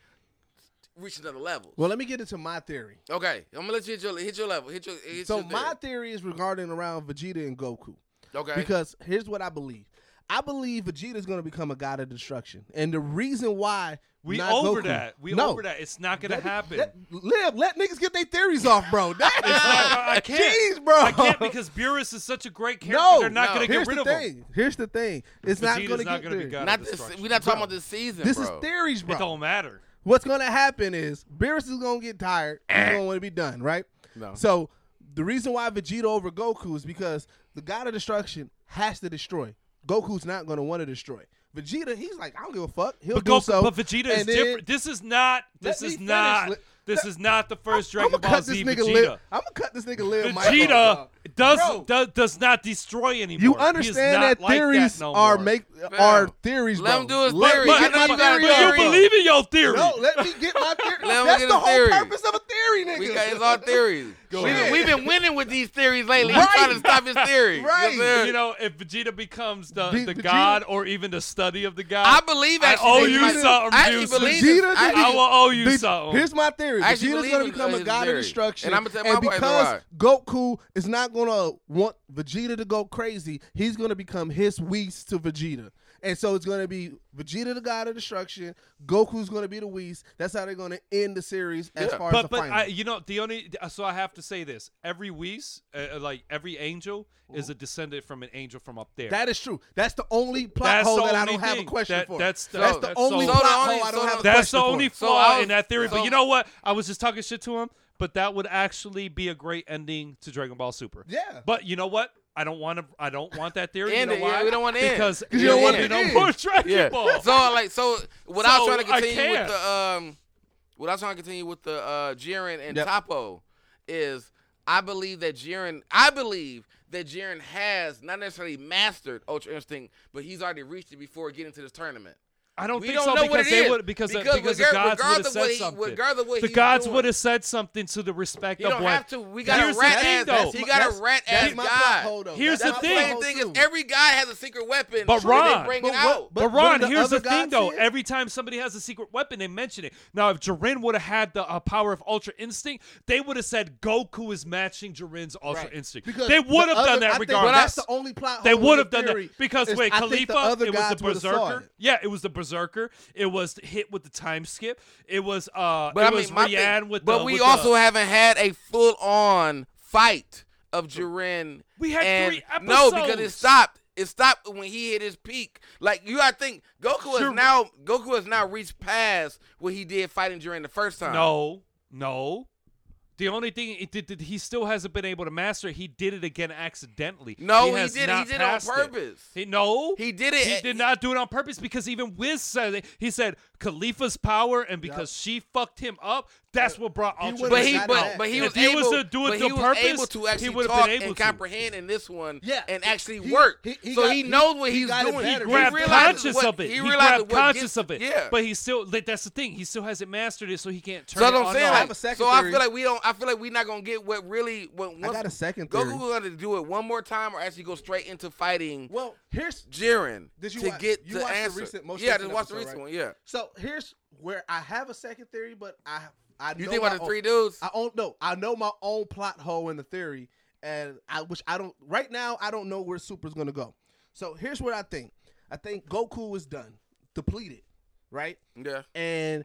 S3: reached another level.
S1: Well, let me get into my theory.
S3: Okay, I'm gonna let you hit your hit your level. Hit your hit
S1: So
S3: your
S1: my theory is regarding around Vegeta and Goku.
S3: okay.
S1: Because here's what I believe. I believe Vegeta's going to become a god of destruction, and the reason why
S2: We
S1: not
S2: over
S1: Goku.
S2: that. We
S1: No.
S2: over that. It's not gonna
S1: Let-
S2: happen.
S1: let- Live, let niggas get their theories off, bro. That-
S2: <laughs> It's not- <laughs> I can't.
S1: Jeez, bro.
S2: I can't because Beerus is such a great character.
S1: no,
S2: They're not
S3: no.
S2: gonna
S1: Here's
S2: get rid
S1: the
S2: of
S1: thing.
S2: him.
S1: Here's the thing. It's not
S2: Vegeta's
S1: going to get
S2: not gonna be
S1: there.
S2: God.
S3: not this.
S2: Destruction.
S3: We're not talking about this season.
S1: This
S3: bro.
S1: is theories, bro.
S2: It don't matter.
S1: What's gonna happen is Beerus is gonna get tired. He's gonna want to be done, right?
S3: Eh. No.
S1: So the reason why Vegeta over Goku is because the God of Destruction has to destroy. Goku's not gonna want to destroy. Vegeta, he's like, I don't give a fuck. He'll
S2: But
S1: do
S2: Goku,
S1: so.
S2: but Vegeta is
S1: And then-
S2: different. This is not.
S1: Let
S2: This
S1: me
S2: is
S1: finish.
S2: not.
S1: Let-
S2: This is not the first Dragon
S1: I'ma
S2: Ball
S1: cut this
S2: Z
S1: nigga
S2: Vegeta.
S1: lip. I'm gonna cut this nigga <laughs> lip. Mike,
S2: Vegeta
S1: off, y'all.
S2: does,
S1: Bro.
S2: does does not destroy anymore.
S1: You
S2: He is
S1: understand
S2: not
S1: that
S2: like
S1: theories
S2: no
S1: are
S2: more.
S1: make
S3: Fam.
S1: are theories,
S3: Let
S1: bro.
S3: him do his
S1: Let
S3: theory.
S1: me
S2: But,
S3: I
S1: get
S3: know
S1: my
S2: but,
S3: you
S2: but
S3: got
S1: theory
S3: a
S1: off.
S2: you
S3: theory.
S2: believe in your theory.
S1: No, let me get my theory.
S3: <laughs> Let
S1: That's
S3: him get
S1: the
S3: his
S1: whole
S3: theory.
S1: purpose of a theory, nigga.
S3: We got, is
S1: <laughs>
S3: our
S2: <laughs>
S3: theories.
S2: Go
S3: we've, been,
S2: ahead.
S3: we've been winning with these theories lately.
S1: Right.
S3: He's trying to stop his theory.
S1: Right.
S3: Yes, sir.
S2: you know, if Vegeta becomes the,
S1: Be-
S2: the
S1: Vegeta-
S2: god or even the study of the god,
S3: I believe
S2: I
S3: actually.
S2: owe
S3: that
S2: you
S3: might-
S2: something,
S3: I actually
S2: Juice.
S3: believe
S1: Vegeta
S3: I
S1: did
S2: I
S3: actually-
S2: will owe Oh, you
S1: Be-
S2: something.
S1: Here's my theory.
S3: I actually
S1: Vegeta's
S3: believe
S1: going to
S3: in-
S1: become
S3: in
S1: a
S3: his
S1: god of
S3: theory.
S1: destruction.
S3: And I'ma tell my wife
S1: because Goku is not going to want Vegeta to go crazy, he's going to become his Whis to Vegeta. And so it's going to be Vegeta the god of destruction, Goku's going to be the Whis. That's how they're going to end the series as
S3: Yeah.
S1: far as
S2: but
S1: the
S2: but
S1: final.
S2: I, you know the only so I have to say this every Whis, uh, uh, like every angel is a descendant from an angel from up there.
S1: that is true. That's the only plot
S2: That's
S1: hole
S2: the
S1: that I
S2: only
S1: don't have a
S2: thing.
S1: question
S2: That-
S1: for.
S2: that's the-
S1: that's the
S2: that's
S1: only
S2: the
S1: plot
S3: only-
S1: hole I don't
S3: so <laughs>
S1: have a
S3: the-
S2: That's
S1: question
S2: the only
S1: for.
S3: So
S2: flaw
S3: I was-
S2: in that theory.
S3: so-
S2: But you know what? I was just talking shit to him, but that would actually be a great ending to Dragon Ball Super.
S1: Yeah.
S2: But you know what? I don't want to. I don't want that theory.
S3: End
S2: you
S3: it,
S2: know
S3: yeah,
S2: why?
S3: we don't want to end.
S2: because
S3: 'Cause
S1: you don't want
S2: we
S1: it to
S2: don't
S1: end.
S2: want Dragon
S3: Yeah.
S2: Ball.
S3: So like so what I was
S2: So,
S3: trying to
S2: I
S3: continue with
S2: can't.
S3: the um what I was trying to continue with the uh Jiren and
S1: Yep.
S3: Topo is I believe that Jiren I believe that Jiren has not necessarily mastered Ultra Instinct, but he's already reached it before getting to this tournament.
S2: I don't
S3: We
S2: think
S3: don't
S2: so
S3: know what
S2: because
S3: it
S2: they
S3: is.
S2: would because the,
S3: Because
S2: because the
S3: regar-
S2: gods would have
S3: regardless
S2: said
S3: what he-
S2: something.
S3: regardless what
S2: the
S3: he's
S2: gods
S3: doing.
S2: would have said something to the respect
S3: He
S2: of
S3: don't
S2: one.
S3: have to. We got
S2: Here's
S3: a
S2: the
S3: rat
S2: thing,
S3: ass.
S2: though.
S3: he got a rat ass
S1: That's my plot hole,
S3: guy.
S1: though.
S2: Here's
S1: That's
S2: the
S1: my
S3: The
S1: plot
S2: thing.
S1: hole,
S3: thing
S1: too.
S3: is, every guy has a secret weapon.
S2: But
S3: so they
S2: Ron-
S3: bring
S1: But
S3: it
S1: what-
S3: out.
S2: But,
S1: But what do
S2: Ron,
S1: the
S2: here's the
S1: other
S2: thing
S1: gods
S2: though.
S1: say?
S2: Every time somebody has a secret weapon, they mention it. Now, if Jiren would have had the uh, power of Ultra Instinct, they would have said Goku is matching Jiren's Ultra
S3: Right.
S2: Instinct.
S1: Because
S2: they would
S1: the
S2: have done
S1: other- I
S2: that
S1: think
S2: regardless.
S1: That's the only plot.
S2: They
S1: hole in
S2: would have
S1: the
S2: done that
S1: theory
S2: because
S1: is
S2: wait,
S1: I think the
S2: Khalifa,
S1: other
S2: it was the
S1: gods would've saw
S2: berserker.
S1: it.
S2: Yeah, it was the berserker. It was hit with the time skip. It was uh,
S3: But
S2: it
S3: I mean,
S2: was
S3: my
S2: Rian
S3: thing,
S2: with
S3: but
S2: the.
S3: we
S2: with
S3: also
S2: the,
S3: haven't had a full on fight of Jiren.
S2: We had
S3: and-
S2: three
S3: No, because it
S2: episodes.
S3: stopped. It stopped when he hit his peak. Like you, I think Goku has
S2: Jir-
S3: now Goku has now reached past what he did fighting Jiren the first time.
S2: no, no. The only thing it did, that he still hasn't been able to master. He did it again accidentally.
S3: No, he
S2: has
S3: did it. He
S2: not
S3: did it on
S2: passed
S3: purpose.
S2: He, no,
S3: he did it.
S2: He did not do it on purpose because even Wiz said it. He said Khalifa's power, and because she fucked him up, that's what brought Ultra.
S1: would've
S3: But he,
S1: Not
S2: Instinct
S3: but,
S1: that.
S2: out.
S3: but he
S2: if
S3: was
S2: he
S3: able
S2: was to do it
S3: but
S2: to
S3: he was
S2: purpose,
S3: able to actually
S2: he would have
S3: talk
S2: been able
S3: and
S2: to.
S3: comprehend in this one,
S1: Yeah.
S3: and actually
S1: He-
S3: work.
S1: he- he
S3: so
S1: got-
S3: he
S1: he-
S3: knows what
S1: he
S3: he's
S1: got it
S3: doing.
S1: better.
S2: He
S1: He
S2: grabbed
S3: realizes
S2: conscious
S3: what-
S2: of it.
S3: He,
S2: He,
S3: realizes
S2: grabbed
S3: what
S2: conscious
S3: gets-
S2: of it.
S3: Yeah,
S2: But he still like, that's the thing. He still hasn't mastered it, so he can't turn
S3: So
S2: it
S3: that's what I'm
S2: on
S3: saying.
S1: I
S2: and
S3: Like,
S2: off.
S1: have a second
S3: so I
S1: theory.
S3: feel like we don't. I feel like we're not gonna get what really. What once,
S1: got a second theory.
S3: Goku gonna have to do it one more time, or actually go straight into fighting
S1: Well, here's
S3: Jiren
S1: Did you
S3: to
S1: watch-
S3: get
S1: you
S3: the
S1: watched the
S3: answer.
S1: recent most
S3: yeah, I just
S1: recent
S3: watched the
S1: episode,
S3: recent
S1: right?
S3: one. Yeah.
S1: so here's where I have a second theory, but I I
S3: You
S1: know
S3: think
S1: my
S3: about the
S1: own-
S3: three dudes?
S1: I own no, I know my own plot hole in the theory, and I which I don't right now. I don't know where Super's gonna go. So here's what I think. I think Goku is done, depleted, right?
S3: yeah.
S1: And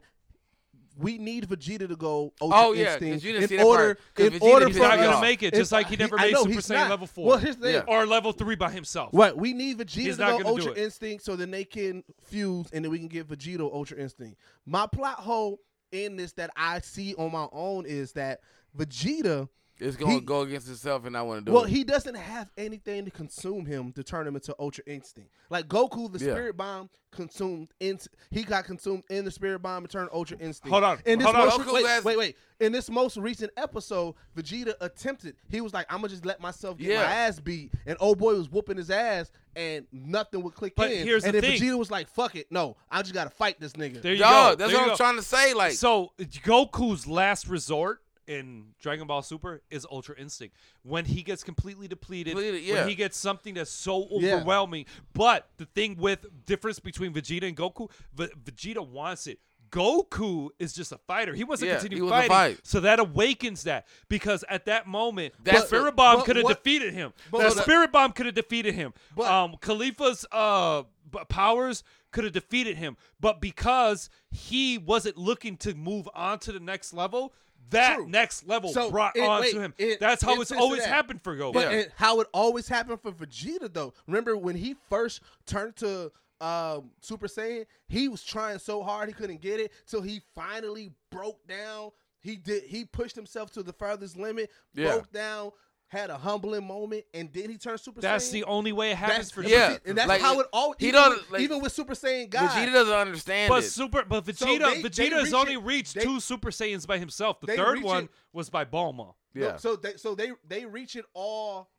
S1: we need Vegeta to go Ultra
S3: Oh, yeah, 'cause
S1: Instinct
S3: you didn't
S1: in
S3: see that
S1: order.
S3: part, 'cause
S1: in
S3: Vegeta
S1: order
S3: pissed
S2: He's
S1: for
S3: me
S2: not gonna
S1: us-
S3: off.
S2: make it,
S1: in-
S2: just like he never
S1: I
S2: made
S1: know
S2: Super
S1: he's
S2: Saiyan
S1: not.
S2: level four
S1: Well, here's the thing.
S3: Yeah.
S2: or level three by himself.
S1: Right, we need Vegeta
S2: He's
S1: to
S2: not
S1: go
S2: gonna do
S1: Ultra
S2: it.
S1: Instinct so then they can fuse and then we can get Vegeta Ultra Instinct. My plot hole in this that I see on my own is that Vegeta,
S3: It's gonna
S1: He-
S3: go against itself, and I want to do
S1: well,
S3: it.
S1: he doesn't have anything to consume him to turn him into Ultra Instinct. Like Goku, the
S3: Yeah.
S1: Spirit Bomb consumed in he got consumed in the Spirit Bomb and turned Ultra Instinct.
S2: Hold on,
S1: in this
S2: hold on.
S1: most-
S3: Goku
S1: wait,
S3: has-
S1: wait, wait. In this most recent episode, Vegeta attempted. He was like, "I'm gonna just let myself get
S3: Yeah.
S1: my ass beat," and old boy was whooping his ass. And nothing would click
S2: But
S1: in.
S2: here's
S1: and
S2: the
S1: then
S2: thing.
S1: Vegeta was like, "Fuck it, no, I just gotta fight this nigga."
S2: There you
S3: Dog,
S2: go.
S3: that's
S2: There
S3: what
S2: you
S3: I'm
S2: go.
S3: trying to say. Like,
S2: So Goku's last resort in Dragon Ball Super is Ultra Instinct. When he gets completely depleted,
S3: Depleted, yeah.
S2: when he gets something that's so
S1: Yeah.
S2: overwhelming. But the thing with difference between Vegeta and Goku, v- Vegeta wants it. Goku is just a fighter. He wants to
S3: Yeah, he
S2: continue
S3: wants to
S2: fighting.
S3: fight.
S2: So that awakens that because at that moment,
S3: That's
S2: that
S3: what-
S2: Spirit Bomb
S1: but
S2: could have
S1: what-
S2: defeated him.
S1: but
S2: that
S1: what-
S2: Spirit Bomb could have defeated him.
S1: But-
S2: um, Khalifa's uh, b- powers could have defeated him, but because he wasn't looking to move on to the next level, that
S1: True.
S2: next level
S1: So,
S2: brought
S1: it-
S2: on
S1: wait,
S2: to him.
S1: it-
S2: That's how
S1: it
S2: it's
S1: fits to
S2: always
S1: that.
S2: happened for Goku.
S1: But
S3: Oh, Yeah.
S1: it- how it always happened for Vegeta though. Remember when he first turned to um, Super Saiyan, he was trying so hard he couldn't get it till he finally broke down. He did. He pushed himself to the furthest limit.
S3: Yeah.
S1: Broke down. Had a humbling moment, and then he turned Super
S2: That's
S1: Saiyan.
S2: the only way it
S1: That's-
S2: happens for
S3: Yeah.
S2: Vegeta.
S1: and that's
S3: Like,
S1: how it all.
S3: he
S1: even,
S3: don't-
S1: with-
S3: like-
S1: even with Super Saiyan God,
S3: Vegeta doesn't understand
S2: But
S3: it.
S2: super, but Vegeta,
S1: So they- they
S2: Vegeta has
S1: reach
S2: only
S1: it-
S2: reached
S1: they-
S2: two Super Saiyans by himself. The
S1: they
S2: third
S1: reach
S2: one
S1: it-
S2: was by Bulma.
S1: No,
S3: yeah.
S1: so they so they they reach it all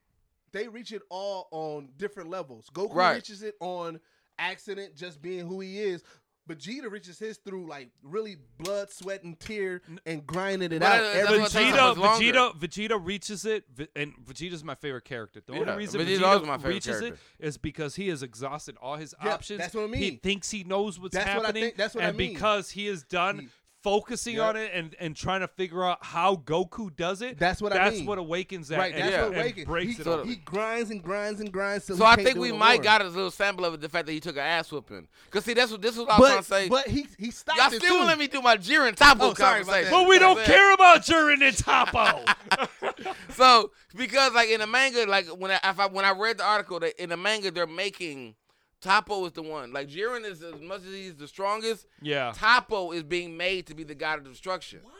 S1: they reach it all on different levels. Goku
S3: Right.
S1: reaches it on accident just being who he is. Vegeta reaches his through like really blood, sweat, and tear, and grinding it
S3: But
S1: out.
S3: that- that's
S1: every
S3: what I'm
S1: time.
S3: saying.
S2: Vegeta,
S3: was longer.
S2: Vegeta, Vegeta reaches it, v- and Vegeta's my favorite character. The only
S3: Yeah,
S2: reason
S3: Vegeta's
S2: Vegeta
S3: always my favorite
S2: reaches
S3: character.
S2: it is because he has exhausted all his
S1: Yeah,
S2: options.
S1: that's what I
S2: He
S1: mean.
S2: thinks he knows what's
S1: That's what I
S2: happening,
S1: think- that's what I
S2: and
S1: mean.
S2: because he is done
S1: He-
S2: focusing
S1: Yep.
S2: on it and, and trying to figure out how Goku does it,
S1: That's what I
S2: that's
S1: mean.
S2: what awakens that.
S1: Right,
S2: and,
S1: that's
S3: Yeah.
S1: what
S2: and
S1: Reagan.
S2: breaks
S1: he,
S2: it up.
S1: He grinds and grinds and grinds. till
S3: So
S1: he
S3: I
S1: can't
S3: think
S1: do
S3: we
S1: no
S3: might
S1: more.
S3: got a little sample of it, the fact that he took an ass whooping. Cause see, that's what this is what I was
S1: But,
S3: trying to say.
S1: but he he stopped
S3: Y'all
S1: it
S3: still
S1: too.
S3: won't let me do my Jiren Topo
S1: Oh, sorry about that.
S3: conversation.
S2: But we don't
S3: Yeah.
S2: care about Jiren and
S3: <laughs>
S2: Toppo.
S3: So because like in the manga, like when I, if I when I read the article that in the manga they're making Topo is the one. Like Jiren is as much as he's the strongest.
S2: yeah.
S3: Topo is being made to be the god of destruction.
S1: Why?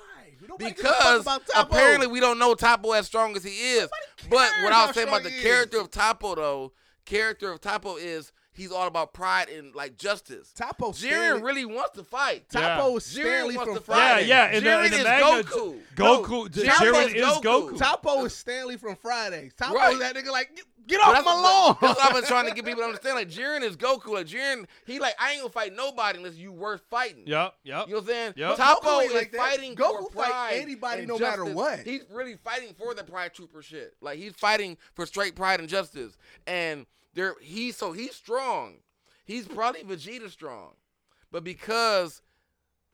S1: Nobody gives a fuck
S3: Because
S1: about Topo.
S3: apparently we don't know Topo as strong as he is.
S1: cares
S3: But what I
S1: how
S3: was saying about the
S1: strong he
S3: character of Topo though, character of Topo is he's all about pride and like justice.
S1: Topo
S3: Jiren
S1: Stanley-
S3: really wants to fight.
S1: Topo is
S3: Jiren
S1: Stanley
S3: wants
S1: from
S3: to
S2: Yeah,
S3: fight.
S1: Friday.
S2: yeah. In the,
S3: Jiren
S2: in the
S3: is
S2: manga,
S3: Goku.
S2: Goku.
S1: No,
S2: Jiren
S3: Jiren
S2: is
S3: is
S2: Goku.
S3: Goku.
S1: Topo is Stanley from Fridays. Topo
S3: Right.
S1: is that nigga like get, get
S3: But
S1: off
S3: that's
S1: my
S3: what-
S1: lawn. <laughs>
S3: That's what I've been trying to get people to understand. Like Jiren is Goku. Like Jiren, he like I ain't gonna fight nobody unless you worth fighting.
S2: Yep, yep.
S3: You know what I'm saying?
S2: Yep.
S1: Goku
S3: Topo
S1: ain't
S3: is
S1: like that.
S3: fighting
S1: Goku
S3: for
S1: fight
S3: pride
S1: anybody
S3: and
S1: no matter
S3: justice.
S1: what.
S3: He's really fighting for the pride trooper shit. Like he's fighting for straight pride and justice. And there he so he's strong. He's probably Vegeta strong. But because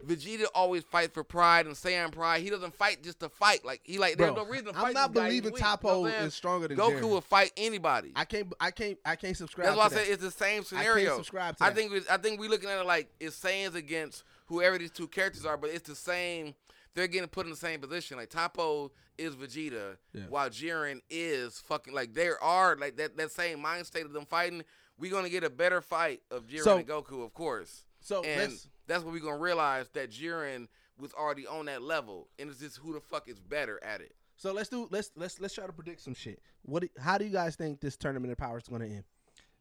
S3: Vegeta always fights for pride and Saiyan pride. He doesn't fight just to fight. Like he like there's
S1: Bro,
S3: no reason to
S1: I'm
S3: fight.
S1: not
S3: this guy. He's
S1: believing
S3: weak. You know what I'm
S1: Topo
S3: saying?
S1: is stronger than
S3: Goku
S1: Jiren.
S3: will fight anybody.
S1: I can't I can't I can't subscribe.
S3: That's why I
S1: to that.
S3: say it's the same scenario.
S1: subscribe to
S3: I
S1: that.
S3: think we- I think we looking at it like it's Saiyans against whoever these two characters are, but it's the same. They're getting put in the same position. Like Topo is Vegeta,
S1: Yeah.
S3: while Jiren is fucking like they are like that that same mind state of them fighting. We're gonna get a better fight of Jiren
S1: So-
S3: and Goku, of course.
S1: so
S3: and
S1: let's-
S3: that's what we're gonna realize that Jiren was already on that level, and it's just who the fuck is better at it.
S1: So let's do let's let's let's try to predict some shit. What? do- How do you guys think this tournament of power is going to end?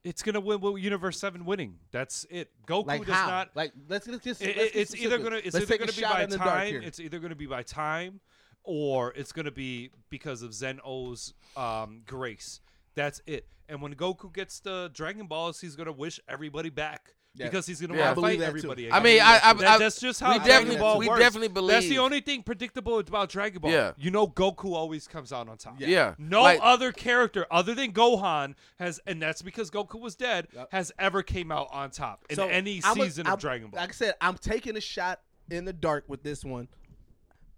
S2: It's gonna win with Universe Seven winning. That's it. Goku
S1: Like
S2: does
S1: how?
S2: not.
S1: like let's let's just.
S2: It-
S1: let's
S2: it-
S1: get
S2: it's either
S1: specific.
S2: gonna. It's
S1: Let's
S2: either
S1: take a
S2: gonna be
S1: shot
S2: by
S1: in the dark
S2: time.
S1: here.
S2: It's either gonna be by time, or it's gonna be because of Zen O's um, grace. That's it. And when Goku gets the Dragon Balls, he's gonna wish everybody back.
S1: Yeah.
S2: Because he's gonna
S3: Yeah, I
S2: want to
S1: believe
S2: fight
S1: that too.
S2: everybody.
S3: I
S2: Again.
S3: mean, I, I, I
S2: That- that's just how
S3: we
S2: Dragon
S3: definitely
S2: Ball
S3: we
S2: works.
S3: definitely believe
S2: That's the only thing predictable about Dragon Ball.
S3: Yeah.
S2: You know Goku always comes out on top.
S3: Yeah. Yeah.
S2: No
S3: Like-
S2: other character other than Gohan has and that's because Goku was dead has ever came out on top in
S1: So,
S2: any
S1: I'm a-
S2: season
S1: I'm-
S2: of Dragon Ball.
S1: Like I said, I'm taking a shot in the dark with this one.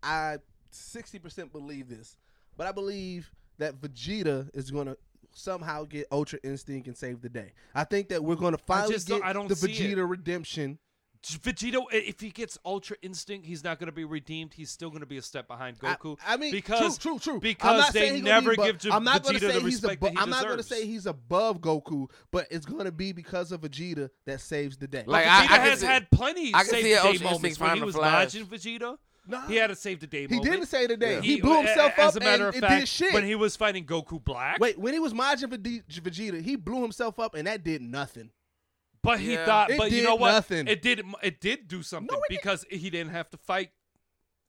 S1: I 60% believe this, but I believe that Vegeta is going to somehow get Ultra Instinct and save the day. I think that we're going to finally
S2: just
S1: get
S2: don't- I don't
S1: the
S2: see it.
S1: Vegeta redemption.
S2: J- Vegito, i- if he gets Ultra Instinct, he's not going to be redeemed. He's still going to be a step behind
S1: I-
S2: Goku.
S1: I, mean,
S2: because
S1: true, true, true. I'm
S2: Because
S1: not
S2: they
S1: saying he gonna
S2: never
S1: be, abo-
S2: give J-
S1: I'm not gonna
S2: Vegeta the
S1: say he's
S2: respect
S1: abo-
S2: that he
S1: I'm not gonna
S2: deserves.
S1: say he's above Goku, but it's going to be because of Vegeta that saves the day.
S3: Like,
S2: Vegeta
S3: I- I can
S2: has
S3: see-
S2: had plenty
S3: I can
S2: save
S3: see
S2: the
S3: an
S2: day
S3: Ultra
S2: moments
S3: Instinct
S2: when he
S3: final
S2: was
S3: flash.
S2: dodging Vegeta.
S1: Nah.
S2: He had a save the day
S1: he
S2: moment.
S1: didn't say today.
S3: Yeah.
S1: He, blew himself
S2: a- a-
S1: up
S2: As a
S1: and
S2: matter of
S1: it
S2: fact,
S1: did shit.
S2: when he was fighting Goku Black,
S1: Wait, when he was Majin Vede- Vegeta, he blew himself up and that did nothing.
S2: but he
S3: Yeah.
S2: thought,
S1: It
S2: but you
S1: did
S2: know what?
S1: nothing.
S2: It did. It did do something
S1: No, it didn't.
S2: because he didn't have to fight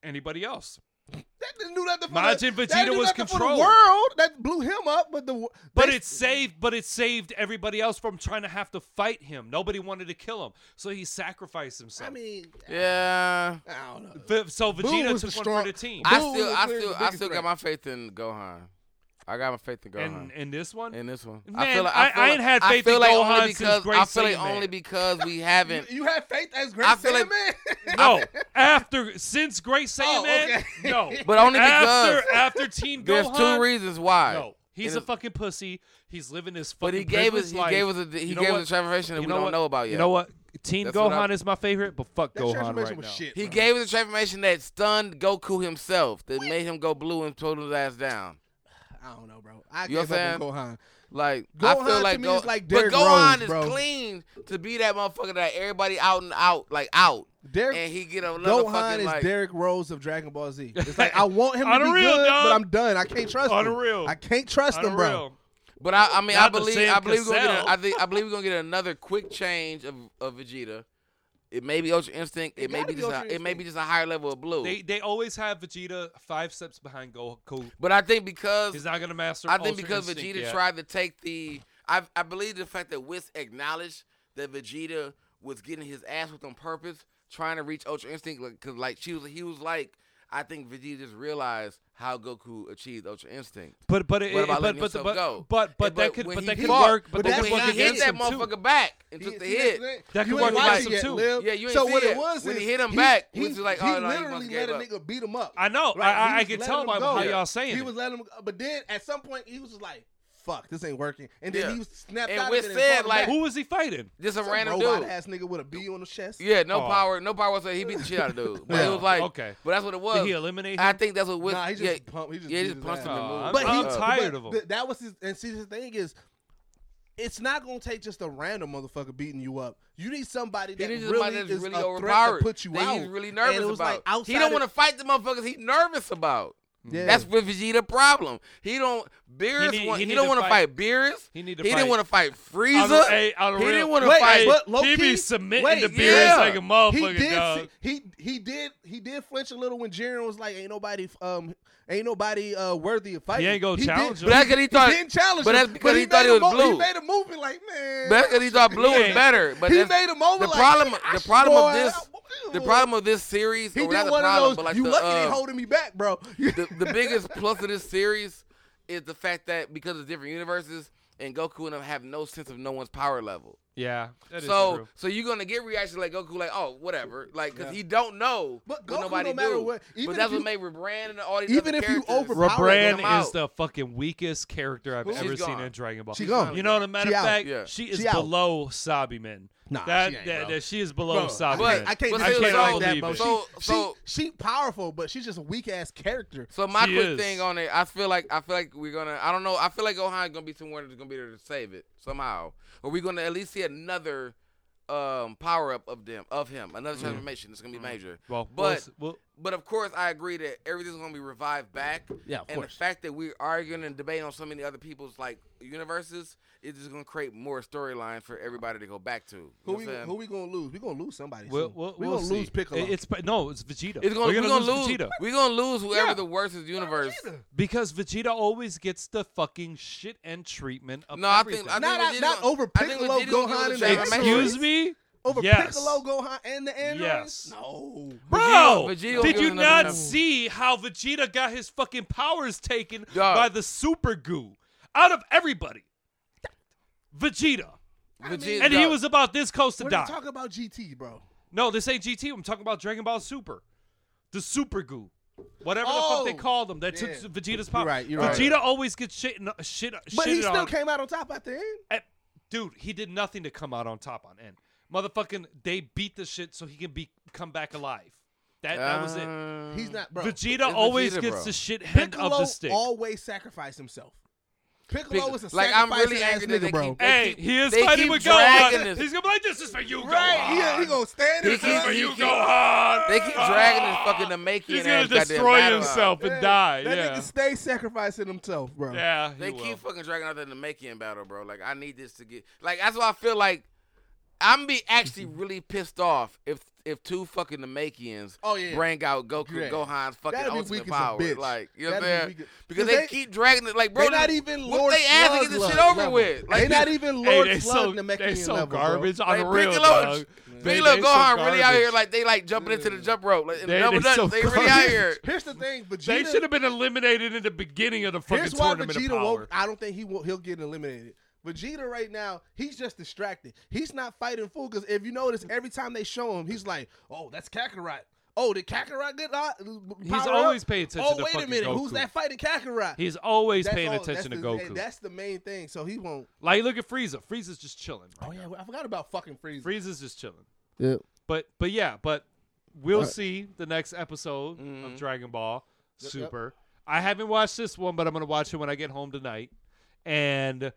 S2: anybody else.
S1: That didn't do nothing for
S2: Majin
S1: the,
S2: Vegeta
S1: that didn't do
S2: was
S1: nothing for
S2: controlled.
S1: the world. That blew him up, but the wo-
S2: But
S1: they-
S2: it saved, but it saved everybody else from trying to have to fight him. Nobody wanted to kill him, so he sacrificed himself.
S1: I mean,
S3: Yeah.
S1: I don't know.
S2: V- so Vegeta
S1: was
S2: took
S1: the
S2: one for
S1: strong-
S2: the team.
S1: I-
S3: I
S1: Boo
S3: still,
S1: was
S3: I
S1: clearly
S3: still,
S1: the
S3: I
S1: biggest
S3: still
S1: threat.
S3: got my faith in Gohan. I got my faith in Gohan.
S2: and in this one,
S3: in this one,
S2: Man,
S3: I feel like,
S2: I-
S3: I, feel
S2: I
S3: like-
S2: ain't had faith
S3: I feel
S2: in
S3: like
S2: Gohan
S3: only
S2: since
S3: because
S2: Great
S3: I feel like
S2: Saiyan Man.
S3: only because we haven't.
S1: You have faith as great
S3: I feel
S1: Saiyan
S3: like-
S1: man.
S2: no, after since Great Saiyan
S1: Oh,
S2: Man,
S1: okay.
S2: no,
S3: But only
S2: after
S3: because
S2: after
S3: <laughs>
S2: Teen
S3: There's
S2: Gohan,
S3: two reasons why.
S2: No, he's
S3: And
S2: a
S3: it's-
S2: fucking pussy. He's living his fucking.
S3: But he gave us,
S2: privileged
S3: he
S2: life.
S3: gave us, a, he
S2: You know
S3: gave
S2: what?
S3: us a transformation that
S2: You
S3: we don't
S2: what?
S3: know about yet.
S2: You know what? Team
S3: That's what
S2: Gohan
S3: I-
S2: is my favorite, but fuck
S1: <laughs> That
S2: Gohan
S1: transformation
S2: right
S1: was
S2: now.
S1: shit.
S3: He
S1: bro.
S3: gave us a transformation that stunned Goku himself, that made him go blue and total his ass down.
S1: I don't know, bro. I
S3: You know
S1: gave
S3: what
S1: up
S3: I'm
S1: on Gohan.
S3: Like I
S1: Gohan
S3: feel
S1: to
S3: like,
S1: me
S3: Go-
S1: is like
S3: but
S1: Derrick
S3: Gohan
S1: Rose,
S3: is
S1: bro.
S3: clean to be that motherfucker that everybody out and out, like out,
S1: Derek,
S3: and he get another
S1: Gohan
S3: fucking
S1: is
S3: like.
S1: Derrick Rose of Dragon Ball Z. It's like I
S2: <laughs>
S1: want him to be
S2: Unreal,
S1: good,
S2: dog.
S1: but I'm done. I can't trust him.
S2: Unreal.
S1: I can't trust him, bro.
S2: Unreal.
S3: But I, I mean,
S2: Not
S3: I
S2: the
S3: believe,
S2: Sam
S3: I believe, we're gonna get
S2: Cassell.
S3: a, I think, I believe we're gonna get another quick change of, of Vegeta. It may be Ultra Instinct. It,
S1: It
S3: may
S1: gotta
S3: be
S1: be
S3: just,
S1: Ultra
S3: a, it may
S1: Instinct.
S3: be just a higher level of blue.
S2: They they always have Vegeta five steps behind Goku.
S3: but I think
S2: He's
S3: because
S2: not gonna master.
S3: I think
S2: Ultra
S3: because
S2: Instinct
S3: Vegeta
S2: yet.
S3: tried to take the, I, I believe the fact that Whis acknowledged that Vegeta was getting his ass with on purpose, trying to reach Ultra Instinct, like, cause like she was, he was like, I think Vegeta just realized how Goku achieved Ultra Instinct.
S2: But but it,
S3: What about
S2: but,
S3: letting
S2: but,
S3: himself
S2: but,
S3: go?
S2: but but
S3: And-
S2: that could
S3: when
S2: but
S3: he
S2: that could
S3: fought-
S2: work.
S1: but
S2: But that
S1: that's
S2: could
S3: when
S2: work
S1: not
S3: he hit
S2: against
S3: that
S2: him too.
S3: motherfucker back and
S1: See-
S3: took the
S1: see,
S3: hit.
S1: that's it.
S2: That
S1: You
S2: could
S1: ain't
S2: work
S1: watched it
S2: against him,
S1: yet,
S2: too.
S1: Liv.
S3: Yeah, you ain't
S1: So
S3: see
S1: what it
S3: it.
S1: was
S3: When
S1: is
S3: he hit him back,
S1: he,
S3: we was like,
S1: he
S3: oh, no, he
S1: literally
S3: must
S1: let
S3: gave
S1: a
S3: up.
S1: nigga beat him up.
S2: I know.
S1: Right,
S2: I,
S1: he
S2: I, I
S1: was
S2: can
S1: letting
S2: tell
S1: him
S2: by
S1: go.
S2: how y'all saying
S1: He
S2: it.
S1: was letting him, but then at some point he was just like, "Fuck, this ain't working," and then
S3: Yeah.
S1: he snapped
S3: And
S1: out
S3: Wiz
S1: of it
S3: said,
S1: and fought him
S3: like,
S1: back.
S2: Who was he fighting?
S3: Just a
S1: Some
S3: random
S1: robot
S3: dude.
S1: ass nigga with a B on his chest.
S3: Yeah, no
S2: Aw.
S3: power, no power. So he beat the shit out of dude. But
S1: Yeah.
S3: it was like,
S2: Okay.
S3: but that's what it was.
S2: Did he eliminate
S3: I
S2: him?
S3: think that's what Wiz.
S1: nah, he just
S3: yeah,
S1: pumped. He just,
S3: yeah, he
S1: beat his
S3: just punched him
S1: ass.
S3: and moved.
S2: ass. Oh,
S1: But
S2: I'm
S1: he,
S2: tired
S1: but
S2: of him.
S1: th- that was his. And see, the thing is, it's not gonna take just a random motherfucker beating you up. You need somebody
S3: He
S1: that
S3: needs
S1: really
S3: somebody that's
S1: is
S3: really
S1: a threat
S3: overpowered.
S1: to put you
S3: that
S1: out.
S3: He's really nervous
S1: and it was
S3: about.
S1: Like outside
S3: he don't want
S1: of-
S3: to fight the motherfuckers he's nervous about.
S1: Yeah.
S3: That's with Vegeta problem. He don't Beerus.
S2: need-
S3: want,
S2: he
S3: he,
S2: need
S3: don't
S2: to
S3: want to
S2: fight-
S3: fight Beerus.
S2: he need to
S3: didn't
S2: fight-
S3: want to fight
S2: On
S3: Frieza.
S2: a- hey, on a
S3: he
S2: real-
S3: didn't want to
S1: Wait,
S3: fight.
S1: but low
S2: he
S1: key-
S2: be submitting
S1: wait,
S2: to beers
S3: yeah.
S2: like a motherfucker,
S1: he did,
S2: dog.
S1: see- he he did he did flinch a little when Jiren was like, "Ain't nobody um, ain't nobody uh worthy of fighting."
S2: He ain't gonna
S1: did-
S2: challenge him.
S3: but that's because he
S1: He
S3: thought.
S1: didn't challenge
S3: but
S1: him,
S3: that's because
S1: but
S3: he thought
S1: made
S3: he
S1: a
S3: was
S1: mo-
S3: blue.
S1: He made a movie like, man.
S3: That's because he thought blue
S2: Yeah.
S3: was better. But
S1: he
S3: that's-
S1: made a moment.
S3: the
S1: like,
S3: problem-
S1: "Man, I
S3: the
S1: sh-
S3: problem of
S1: boy,
S3: this-
S1: I-
S3: the problem of this series.
S1: He
S3: or
S1: did
S3: not the
S1: one
S3: problem,
S1: of
S3: but
S1: those.
S3: like
S1: you
S3: the,
S1: lucky they
S3: uh,
S1: holding me back, bro. <laughs>
S3: the, the biggest plus of this series is the fact that because of different universes and Goku and them have no sense of no one's power level.
S2: Yeah, that is
S3: so
S2: true.
S3: so you're gonna get reactions like Goku, like oh whatever, like because he don't know
S1: But Goku,
S3: what nobody
S1: no matter
S3: do.
S1: what- even
S3: but that's
S1: if you-
S3: what made Rebran and all these
S1: even
S3: other
S1: if you
S3: characters-
S1: overpower-
S3: Power them
S2: Rebran
S3: out.
S2: is the fucking weakest character I've
S1: She's
S2: ever seen
S3: gone.
S2: in Dragon Ball.
S1: She gone.
S2: You know, the matter
S1: She
S2: of
S1: out.
S2: fact,
S3: Yeah.
S2: she is
S1: She out.
S2: below Sabiman.
S1: Nah,
S2: that,
S1: she ain't,
S2: that,
S1: bro.
S2: that she is below Sabiman.
S3: But-
S1: I can't
S3: but
S1: I
S2: still,
S1: can't
S2: so-
S1: like that, bro.
S3: so-
S1: she,
S3: so-
S1: she she powerful, but she's just a weak ass character.
S3: So my
S2: She
S3: quick
S2: is.
S3: thing on it, I feel like I feel like we're gonna. I don't know. I feel like Gohan's gonna be somewhere that's gonna be there to save it somehow. Or we're gonna at least see another um, power up of them of him, another transformation. It's gonna be major.
S2: well,
S3: but
S2: well,
S3: But of course, I agree that everything's gonna be revived back.
S1: Yeah, of
S3: and
S1: course.
S3: the fact that we're arguing and debating on so many other people's like universes is just gonna create more storyline for everybody to go back to. You know
S1: Who
S3: what
S1: we
S3: I'm saying?
S1: who we gonna lose? We gonna lose somebody.
S2: we'll,
S1: soon.
S2: we'll,
S1: we
S2: we'll
S1: gonna
S2: see.
S1: lose Piccolo.
S2: It- It's no, it's Vegeta.
S3: it's gonna,
S2: We're
S3: we're
S2: gonna
S3: gonna
S2: lose
S3: lose.
S2: Vegeta.
S3: We're gonna lose whoever
S2: Yeah.
S3: the worst is universe.
S2: Because Vegeta always gets the fucking shit and treatment of
S3: No, I think-
S2: everything.
S3: I
S1: Not-
S3: Vegeta
S1: not
S3: gonna-
S1: over
S3: I think
S1: Piccolo,
S3: Vegeta gonna
S1: Gohan,
S3: lose
S1: and the
S3: Dragon Ball.
S2: Excuse me?
S1: over
S2: Yes.
S1: Piccolo, Gohan, and the androids.
S2: Yes.
S1: No,
S2: Bro,
S3: Vegeta
S2: did
S3: was
S2: you
S3: another
S2: not
S3: number.
S2: see how Vegeta got his fucking powers taken
S3: Dog.
S2: by the super goo out of everybody? Vegeta.
S3: Vegeta,
S2: And he was about this close to
S1: we're
S2: die.
S1: not talking about GT, bro.
S2: no, this ain't GT. I'm talking about Dragon Ball Super. The super goo. Whatever the
S1: Oh,
S2: fuck they called him that
S1: yeah.
S2: took Vegeta's power.
S1: right, you're right.
S2: Vegeta always gets shit, uh, shit,
S1: But he
S2: shitted
S1: still
S2: on.
S1: came out on top at the end.
S2: Eh, dude, he did nothing to come out on top on end. Motherfucking, they beat the shit so he can be come back alive. That that was it.
S3: Um,
S1: He's not, bro.
S2: Vegeta
S3: It's
S2: always
S3: Vegeta,
S2: gets
S3: bro.
S2: the shit hand
S1: Uh, Piccolo
S2: of the stick.
S1: always sacrificed himself. Piccolo
S3: Pic-
S1: was a
S3: like, I'm
S1: sacrificing
S3: really
S1: ass
S3: angry that
S1: nigga,
S3: they
S1: bro.
S3: keep-
S2: hey,
S3: keep-
S2: he is
S3: they
S2: fighting
S3: keep
S2: with
S3: dragging
S2: Gohan.
S3: this-
S2: He's gonna be like, "This is for you,
S1: Right,
S2: Gohan.
S1: he, he gonna stand
S3: He
S1: his
S3: keep-
S2: this is
S1: ground.
S2: for
S3: he
S2: you,
S3: keep-
S2: Gohan."
S3: They keep dragging this fucking Namekian
S2: He's
S3: ass
S2: gonna
S3: goddamn
S2: destroy
S3: battle out.
S2: himself and
S1: Yeah,
S2: die.
S1: That
S2: yeah,
S1: nigga stay sacrificing himself, bro.
S2: yeah. he
S3: They
S2: will.
S3: keep fucking dragging out that Namekian battle, bro. Like I need this to get like that's why I feel like I'm be actually really pissed off if if two fucking Namekians
S1: Oh, yeah.
S3: bring out Goku
S1: Yeah.
S3: Gohan's fucking
S1: That'd be weak as a
S3: ultimate power.
S1: bitch.
S3: Like you know what I'm
S1: That'd be
S3: saying?
S1: weak as-
S3: Because
S1: 'Cause
S3: they,
S1: they-
S3: keep dragging it like bro.
S1: They not
S3: this-
S1: even
S3: whoop
S1: Lord
S3: they ass to
S1: Slug
S3: get this shit
S1: level.
S3: over with. Like
S1: they
S3: this-
S1: not even
S2: Hey,
S1: Lord
S2: they so
S1: Slug
S2: they
S1: Namekian
S2: so
S1: level, bro.
S2: garbage on
S3: Like,
S2: the real
S3: Piccolo-
S2: dog. They-
S3: Piccolo
S2: they so
S3: Gohan really out here
S2: garbage.
S3: like they like jumping into the jump rope. Like,
S2: They-
S3: double
S2: they so
S3: dutch. They really out
S2: garbage.
S3: here.
S1: Here's the thing, Vegeta.
S2: They should have been eliminated in the beginning of the fucking
S1: Here's why
S2: tournament of
S1: Vegeta
S2: power.
S1: won't. I don't think he will. He'll get eliminated. Vegeta right now, he's just distracted. He's not fighting full because if you notice, every time they show him, he's like, "Oh, that's Kakarot. Oh, did Kakarot get out?"
S2: He's always paying attention
S1: Oh,
S2: to
S1: wait a
S2: fucking
S1: minute, who's
S2: Goku.
S1: that fighting Kakarot?
S2: He's always
S1: That's
S2: paying
S1: all-
S2: attention to
S1: that's the-
S2: Goku.
S1: That's the main thing. So he won't.
S2: like, look at Frieza. Frieza's just chilling.
S1: Oh yeah, I forgot about fucking Frieza.
S2: Frieza's just chilling.
S1: Yeah.
S2: But but yeah, but we'll
S1: Right.
S2: see the next episode of Dragon Ball
S1: yep.
S2: Super. I haven't watched this one, but I'm gonna watch it when I get home tonight. And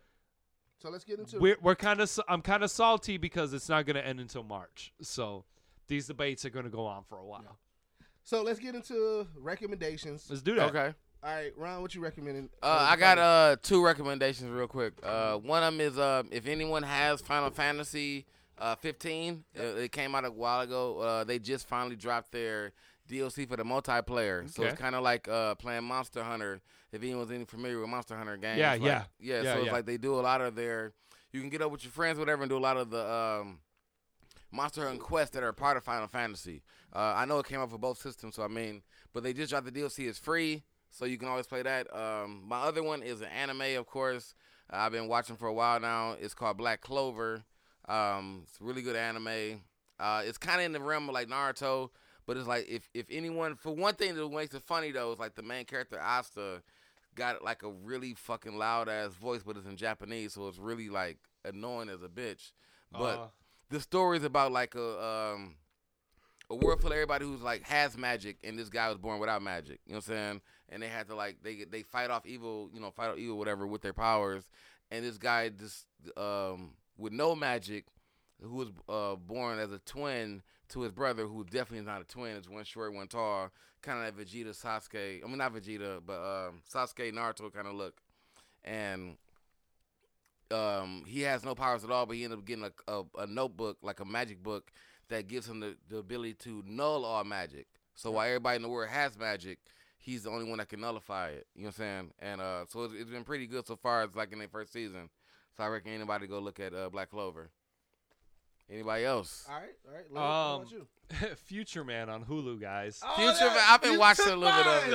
S1: So let's get into it.
S2: we're we're kind of I'm kind of salty because it's not gonna end until March. So these debates are gonna go on for a while.
S1: So let's get into recommendations.
S2: Let's do that.
S3: Okay.
S1: All right, Ron, what you recommending?
S3: Uh, I got uh two recommendations real quick. Uh, one of them is uh, if anyone has Final Fantasy uh, 15, uh, it, came out a while ago. Uh, they just finally dropped their DLC for the multiplayer, so it's
S2: Okay.
S3: kind of like uh, playing Monster Hunter. If anyone's any familiar with Monster Hunter games,
S2: Yeah,
S3: like-
S2: yeah.
S3: yeah,
S2: Yeah,
S3: So it's
S2: yeah.
S3: like they do a lot of their. You can get up with your friends, whatever, and do a lot of the um, Monster Hunter Quest that are part of Final Fantasy. Uh, I know it came out for both systems, so I mean, but they just dropped the DLC. It's free, so you can always play that. Um, my other one is an anime, of course. Uh, I've been watching for a while now. It's called Black Clover. Um, it's a really good anime. Uh, it's kind of in the realm of like Naruto, but it's like if if anyone for one thing that makes it funny though is like the main character Asta got like a really fucking loud ass voice, but it's in Japanese, so it's really like annoying as a bitch. But
S2: Uh,
S3: the story's about like a um a world full of everybody who's like has magic and this guy was born without magic. You know what I'm saying? And they had to like they they fight off evil, you know, fight off evil whatever with their powers. And this guy just um with no magic who was uh, born as a twin to his brother, who definitely is not a twin. It's one short, one tall, kind of like Vegeta, Sasuke. I mean, not Vegeta, but um, Sasuke, Naruto kind of look. And um, he has no powers at all, but he ended up getting a, a, a notebook, like a magic book, that gives him the, the ability to null all magic. So while everybody in the world has magic, he's the only one that can nullify it. You know what I'm saying? And uh, so it's, it's been pretty good so far. It's like in their first season. So I reckon anybody go look at uh, Black Clover. Anybody else?
S1: All right, all right. Lil, how
S2: Um,
S1: about you?
S2: <laughs> Future Man on Hulu, guys.
S1: Oh,
S2: <laughs>
S3: Future, Man- I've been watching a little bit of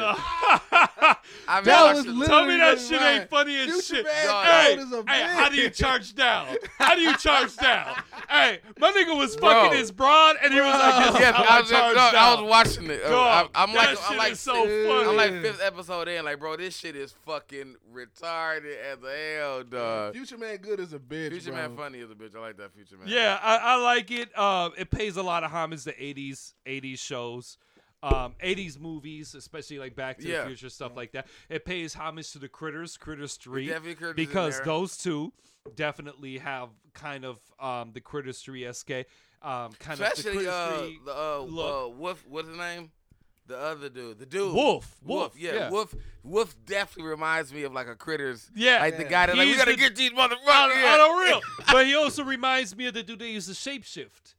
S3: it. I've been
S1: That was
S3: watching.
S2: Tell me
S1: Literally
S2: that shit
S1: mine.
S2: ain't funny as
S1: Future
S2: shit.
S1: Man
S3: Dog.
S2: Hey,
S1: cold as a
S2: hey, how do you
S1: bitch.
S3: <laughs>
S2: charge down? How do you charge down? Hey, my nigga was fucking
S3: Bro.
S2: his broad and he was like, this
S3: <laughs>
S2: is
S3: yeah,
S2: how
S3: I was,
S2: I charge
S3: no,
S2: down.
S3: I was watching it. Uh,
S2: Dog,
S3: I'm, I'm
S2: that
S3: like,
S2: shit
S3: I'm like,
S2: is so
S3: six-
S2: funny.
S3: I'm like fifth episode in. Like, bro, this shit is fucking retarded as hell, dog.
S1: Future man good as a bitch.
S3: Future
S1: bro.
S3: man funny as a bitch. I like that Future man.
S2: Yeah, I, I like it. Uh, it pays a lot of homage to '80s '80s shows, um, '80s movies, especially like Back to
S3: Yeah.
S2: the Future stuff like that. It pays homage to the Critters, Critter Street,
S3: definitely Critters in
S2: because
S3: there.
S2: those two definitely have kind of um, the Critter Street SK, um, kind
S3: especially
S2: of the
S3: uh,
S2: Critter Street
S3: the uh,
S2: look.
S3: uh, Wolf. What's his name? The other dude, the dude.
S2: Wolf,
S3: Wolf,
S2: Wolf,
S3: yeah,
S2: yeah.
S3: Wolf. Wolf definitely reminds me of like a critters.
S2: Yeah.
S3: like the
S1: Yeah.
S3: guy that like we
S2: He's
S3: gotta
S2: the-
S3: get these motherfuckers.
S2: on,
S3: yeah.
S2: on a real. but he also reminds me of the dude they used to shapeshift.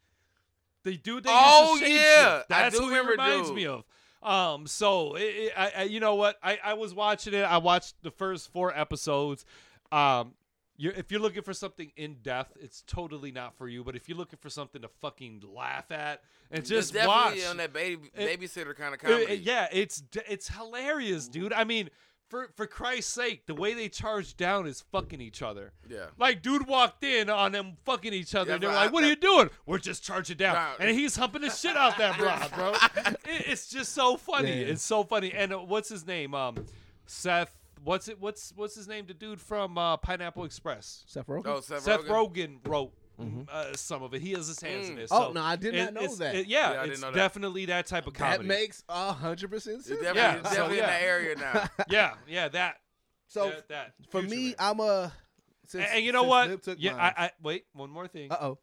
S2: The dude they
S3: Oh,
S2: used to shapeshift.
S3: yeah. I
S2: That's
S3: do
S2: who
S3: remember
S2: he reminds
S3: dude.
S2: me of. Um, so it, it, I, I, you know what? I, I was watching it. I watched the first four episodes. Um, you're, if you're looking for something in depth, it's totally not for you. But if you're looking for something to fucking laugh at and
S3: It's
S2: just
S3: definitely
S2: watch,
S3: on that baby
S2: It-
S3: babysitter kind of
S2: uh,
S3: comedy.
S2: yeah, it's d- it's hilarious, dude. I mean, for for Christ's sake, the way they charge down is fucking each other.
S3: yeah.
S2: Like, dude walked in on them fucking each other.
S3: Yeah,
S2: and they're
S3: bro,
S2: like,
S3: I-
S2: what are you doing? We're just charging down.
S3: Nah.
S2: And he's humping the shit out
S3: <laughs>
S2: that broad, bro. It- it's just so funny.
S1: Yeah.
S2: It's so funny. And uh, what's his name? Um, Seth. What's it? What's what's his name? The dude from uh, Pineapple Express.
S1: Seth Rogen?
S3: Oh, Seth,
S2: Seth
S3: Rogen.
S2: Rogen wrote uh, some of it. He has his hands in
S3: Mm.
S2: this.
S1: Mm-hmm. Oh, no, I did not know
S2: it's-
S1: that.
S2: it- yeah,
S3: Yeah, I didn't
S2: it's
S3: know that.
S2: definitely that type of
S1: that
S2: comedy.
S1: makes a hundred percent
S3: It's
S1: sense.
S3: definitely,
S2: Yeah,
S3: it's
S2: so,
S3: definitely
S2: yeah.
S3: in that area now.
S2: <laughs> Yeah, yeah, that.
S1: So
S2: that, that.
S1: for
S2: Future
S1: me,
S2: Man.
S1: I'm a.
S2: A-
S1: Since,
S2: and, you know
S1: since
S2: what?
S1: Lip took
S2: Yeah,
S1: mine,
S2: I, I wait. One more thing.
S1: Uh oh.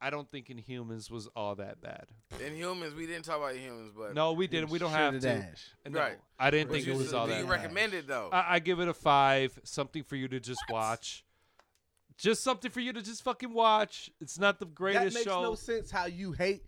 S2: I don't think Inhumans was all that bad.
S3: In humans, we didn't talk about humans, but
S2: No, we didn't. We don't have to. No,
S3: Right.
S2: I didn't
S3: But
S2: think
S3: you
S2: it was
S3: said-
S2: all
S3: do you
S2: that.
S1: rec-
S3: recommend it though?
S2: I, I give it a five. Something for you to just watch. Just something for you to just fucking watch. It's not the
S1: That
S2: greatest
S1: makes
S2: show.
S1: no sense. How you hate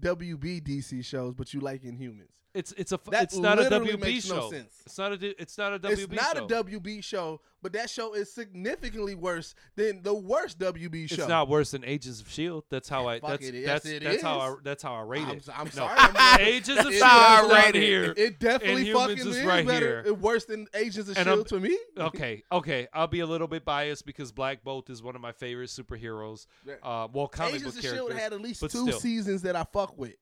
S1: WB DC shows, but you like Inhumans.
S2: It's it's a f-
S1: That
S2: it's not a
S1: literally
S2: WB
S1: makes
S2: show.
S1: no sense.
S2: It's not a d- it's not a WB
S1: it's not
S2: show.
S1: a WB show, but that show is significantly worse than the worst WB show.
S2: It's not worse than Agents of Shield. That's how I
S1: Fuck
S2: that's
S1: it, yes,
S2: that's
S1: it
S2: that's how I
S1: is.
S2: that's how I rate
S1: I'm,
S2: it.
S1: I'm
S2: No.
S1: sorry. I'm not-
S2: <laughs> Agents of
S1: That's
S2: Shield
S3: how I
S2: down
S3: rate it.
S2: here.
S1: it definitely
S2: Inhumans
S1: fucking
S2: is
S1: is
S2: right
S1: better.
S2: here.
S1: Worse than Agents of
S2: And I'm- Oh,
S1: Shield to me.
S2: okay, okay. I'll be a little bit biased because Black Bolt is one of my favorite superheroes.
S1: Yeah.
S2: Uh, well, comic
S1: Agents of
S2: book
S1: Shield
S2: characters.
S1: E had at least two
S2: but still.
S1: seasons that I fuck with.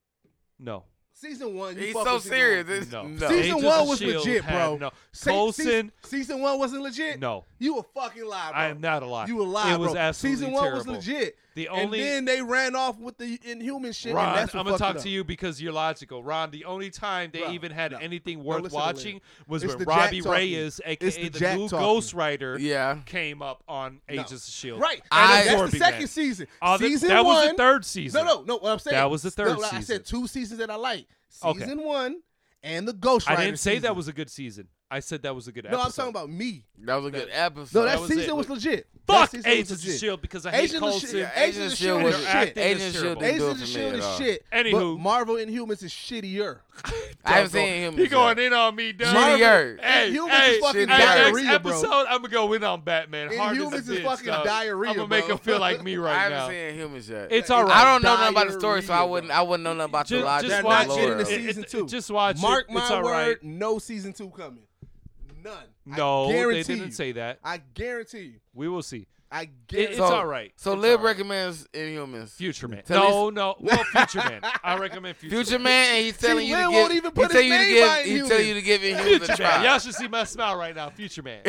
S2: no,
S1: Season one, you
S3: He's
S1: fuck
S3: so
S1: with season
S3: serious.
S1: one.
S3: It's-
S2: no.
S3: no.
S1: Season
S2: Agents
S1: one
S2: of
S1: was
S2: S.H.I.E.L.D.
S1: legit,
S2: had
S1: bro.
S2: No,
S1: Se-
S2: Coulson.
S1: se- season one wasn't legit. <laughs>
S2: No,
S1: you a fucking lie, bro.
S2: I am not a lie.
S1: You a lie,
S2: It was
S1: bro.
S2: absolutely
S1: season one
S2: terrible.
S1: was legit.
S2: The only
S1: and then they ran off with the Inhuman shit.
S2: Ron,
S1: and that's what
S2: I'm gonna
S1: fucked it
S2: talk
S1: up.
S2: to you because you're logical, Ron. The only time they
S1: Bro,
S2: even had
S1: no.
S2: anything
S1: listen
S2: worth
S1: to
S2: watching was
S1: It's the
S2: when
S1: Jack
S2: Robbie
S1: talking.
S2: Reyes, aka
S1: the
S2: the,
S1: Jack
S2: new
S1: talking.
S2: Ghost Rider,
S3: yeah,
S2: came up on Agents of Shield.
S1: Right. And
S3: I-
S1: that's the
S2: Absorbing
S1: second
S2: that.
S1: season.
S2: Oh, th-
S1: season
S2: that
S1: one.
S2: was the third season.
S1: No, no, no. What I'm saying.
S2: That was the third
S1: no, I
S2: season.
S1: said two seasons that I like.
S2: Okay.
S1: Season one and the Ghost Rider.
S2: I didn't say
S1: season.
S2: that was a good season. I said that was a good
S1: No,
S2: episode.
S1: I'm talking about me.
S3: that was a good episode.
S1: No,
S2: that
S1: that,
S2: was
S1: season
S2: it.
S1: was legit. That
S2: Fuck
S1: season was
S2: Agents of
S1: legit.
S2: Shield because I E hate
S1: Agents of
S2: Colson.
S1: Shield.
S3: Agents
S1: Agents of
S3: of Shield
S1: Shield is
S3: was
S2: shit.
S1: shit.
S2: Agents
S3: Agents
S2: of
S3: Shield didn't
S2: Shield
S3: do it
S1: Agents
S3: for
S1: of
S3: me
S1: Shield
S3: at
S1: is
S3: all.
S1: shit.
S2: Anywho.
S1: But Marvel Inhumans is shittier.
S3: I haven't seen him.
S2: He
S3: yet.
S2: going in on me, dog.
S3: Shitty Earth.
S2: Hey,
S1: Inhumans
S2: hey,
S1: is fucking
S2: hey,
S3: diarrhea,
S2: next
S1: bro.
S2: episode, I'm gonna go in on Batman. Hard as a
S1: Inhumans is
S2: bitch,
S1: fucking
S2: dog.
S1: diarrhea,
S2: I'm gonna make
S1: bro.
S2: him feel
S1: <laughs>
S2: like me
S3: I
S2: right
S3: haven't
S2: now.
S3: seen him as yet.
S2: It's all right.
S3: I don't know nothing about the story, so I
S1: Diarrhea,
S3: wouldn't. I wouldn't know nothing about the
S2: Ju-
S3: logic.
S2: just
S3: or
S2: watch
S1: not getting
S3: lore.
S1: to
S2: it. It-
S1: season
S2: it-
S1: two.
S2: Just watch
S1: Mark
S2: it.
S1: my
S2: it's all
S1: word,
S2: right.
S1: no season two coming. None.
S2: No,
S1: I
S2: they
S1: guarantee
S2: didn't
S1: you.
S2: say that.
S1: I guarantee you.
S2: We will see.
S1: I
S2: It-
S1: guarantee.
S2: it's
S3: So-
S2: all right.
S3: So
S2: It's
S3: Lib
S2: all right.
S3: recommends Inhumans.
S2: Future Man.
S3: Tell
S2: No, no. Well, Future Man. I
S1: <laughs>
S2: recommend Future,
S3: Future Man, and he's telling you to
S1: Lil
S3: give.
S1: won't even put
S3: he tell
S1: his
S3: you to
S1: name
S3: give.
S1: by
S3: He tell you to give
S2: Man.
S3: Inhumans a
S2: Future Man. Y'all
S3: try.
S2: should see my smile right now. Future Man.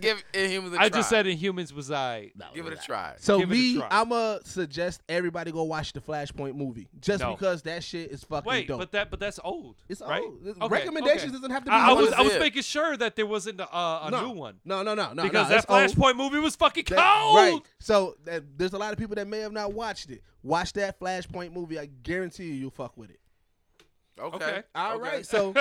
S3: give Inhumans a try.
S2: I just said Inhumans was I.
S3: <laughs> give it a try.
S1: so
S2: give it a
S1: me,
S2: try.
S1: I'ma suggest everybody go watch the Flashpoint movie just
S2: No.
S1: because that shit is fucking
S2: Wait,
S1: dope.
S2: but that but that's old.
S1: it's
S2: right?
S1: old. It's-
S2: Okay,
S1: Recommendations
S2: okay.
S1: doesn't have to be.
S2: I, I
S1: one
S2: was
S1: of
S2: I was
S3: it.
S2: making sure that there wasn't a, uh, a
S1: no.
S2: new one
S1: No, no, no, no.
S2: because
S1: no,
S2: that
S1: it's old.
S2: Flashpoint movie was fucking
S1: That-
S2: cold.
S1: Right. So that, there's a lot of people that may have not watched it. Watch that Flashpoint movie. I guarantee you, you'll fuck with it.
S2: Okay.
S1: All right.
S2: <laughs>
S1: So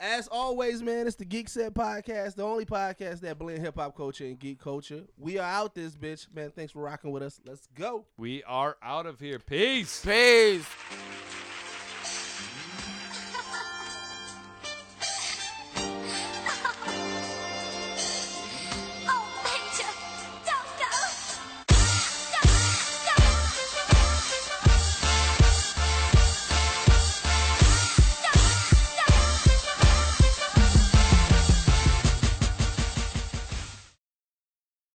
S1: as always, man, it's the Geek Set podcast, the only podcast that blend hip hop culture and geek culture. We are out this bitch, man. Thanks for rocking with us. Let's go.
S2: we are out of here. Peace.
S3: Peace.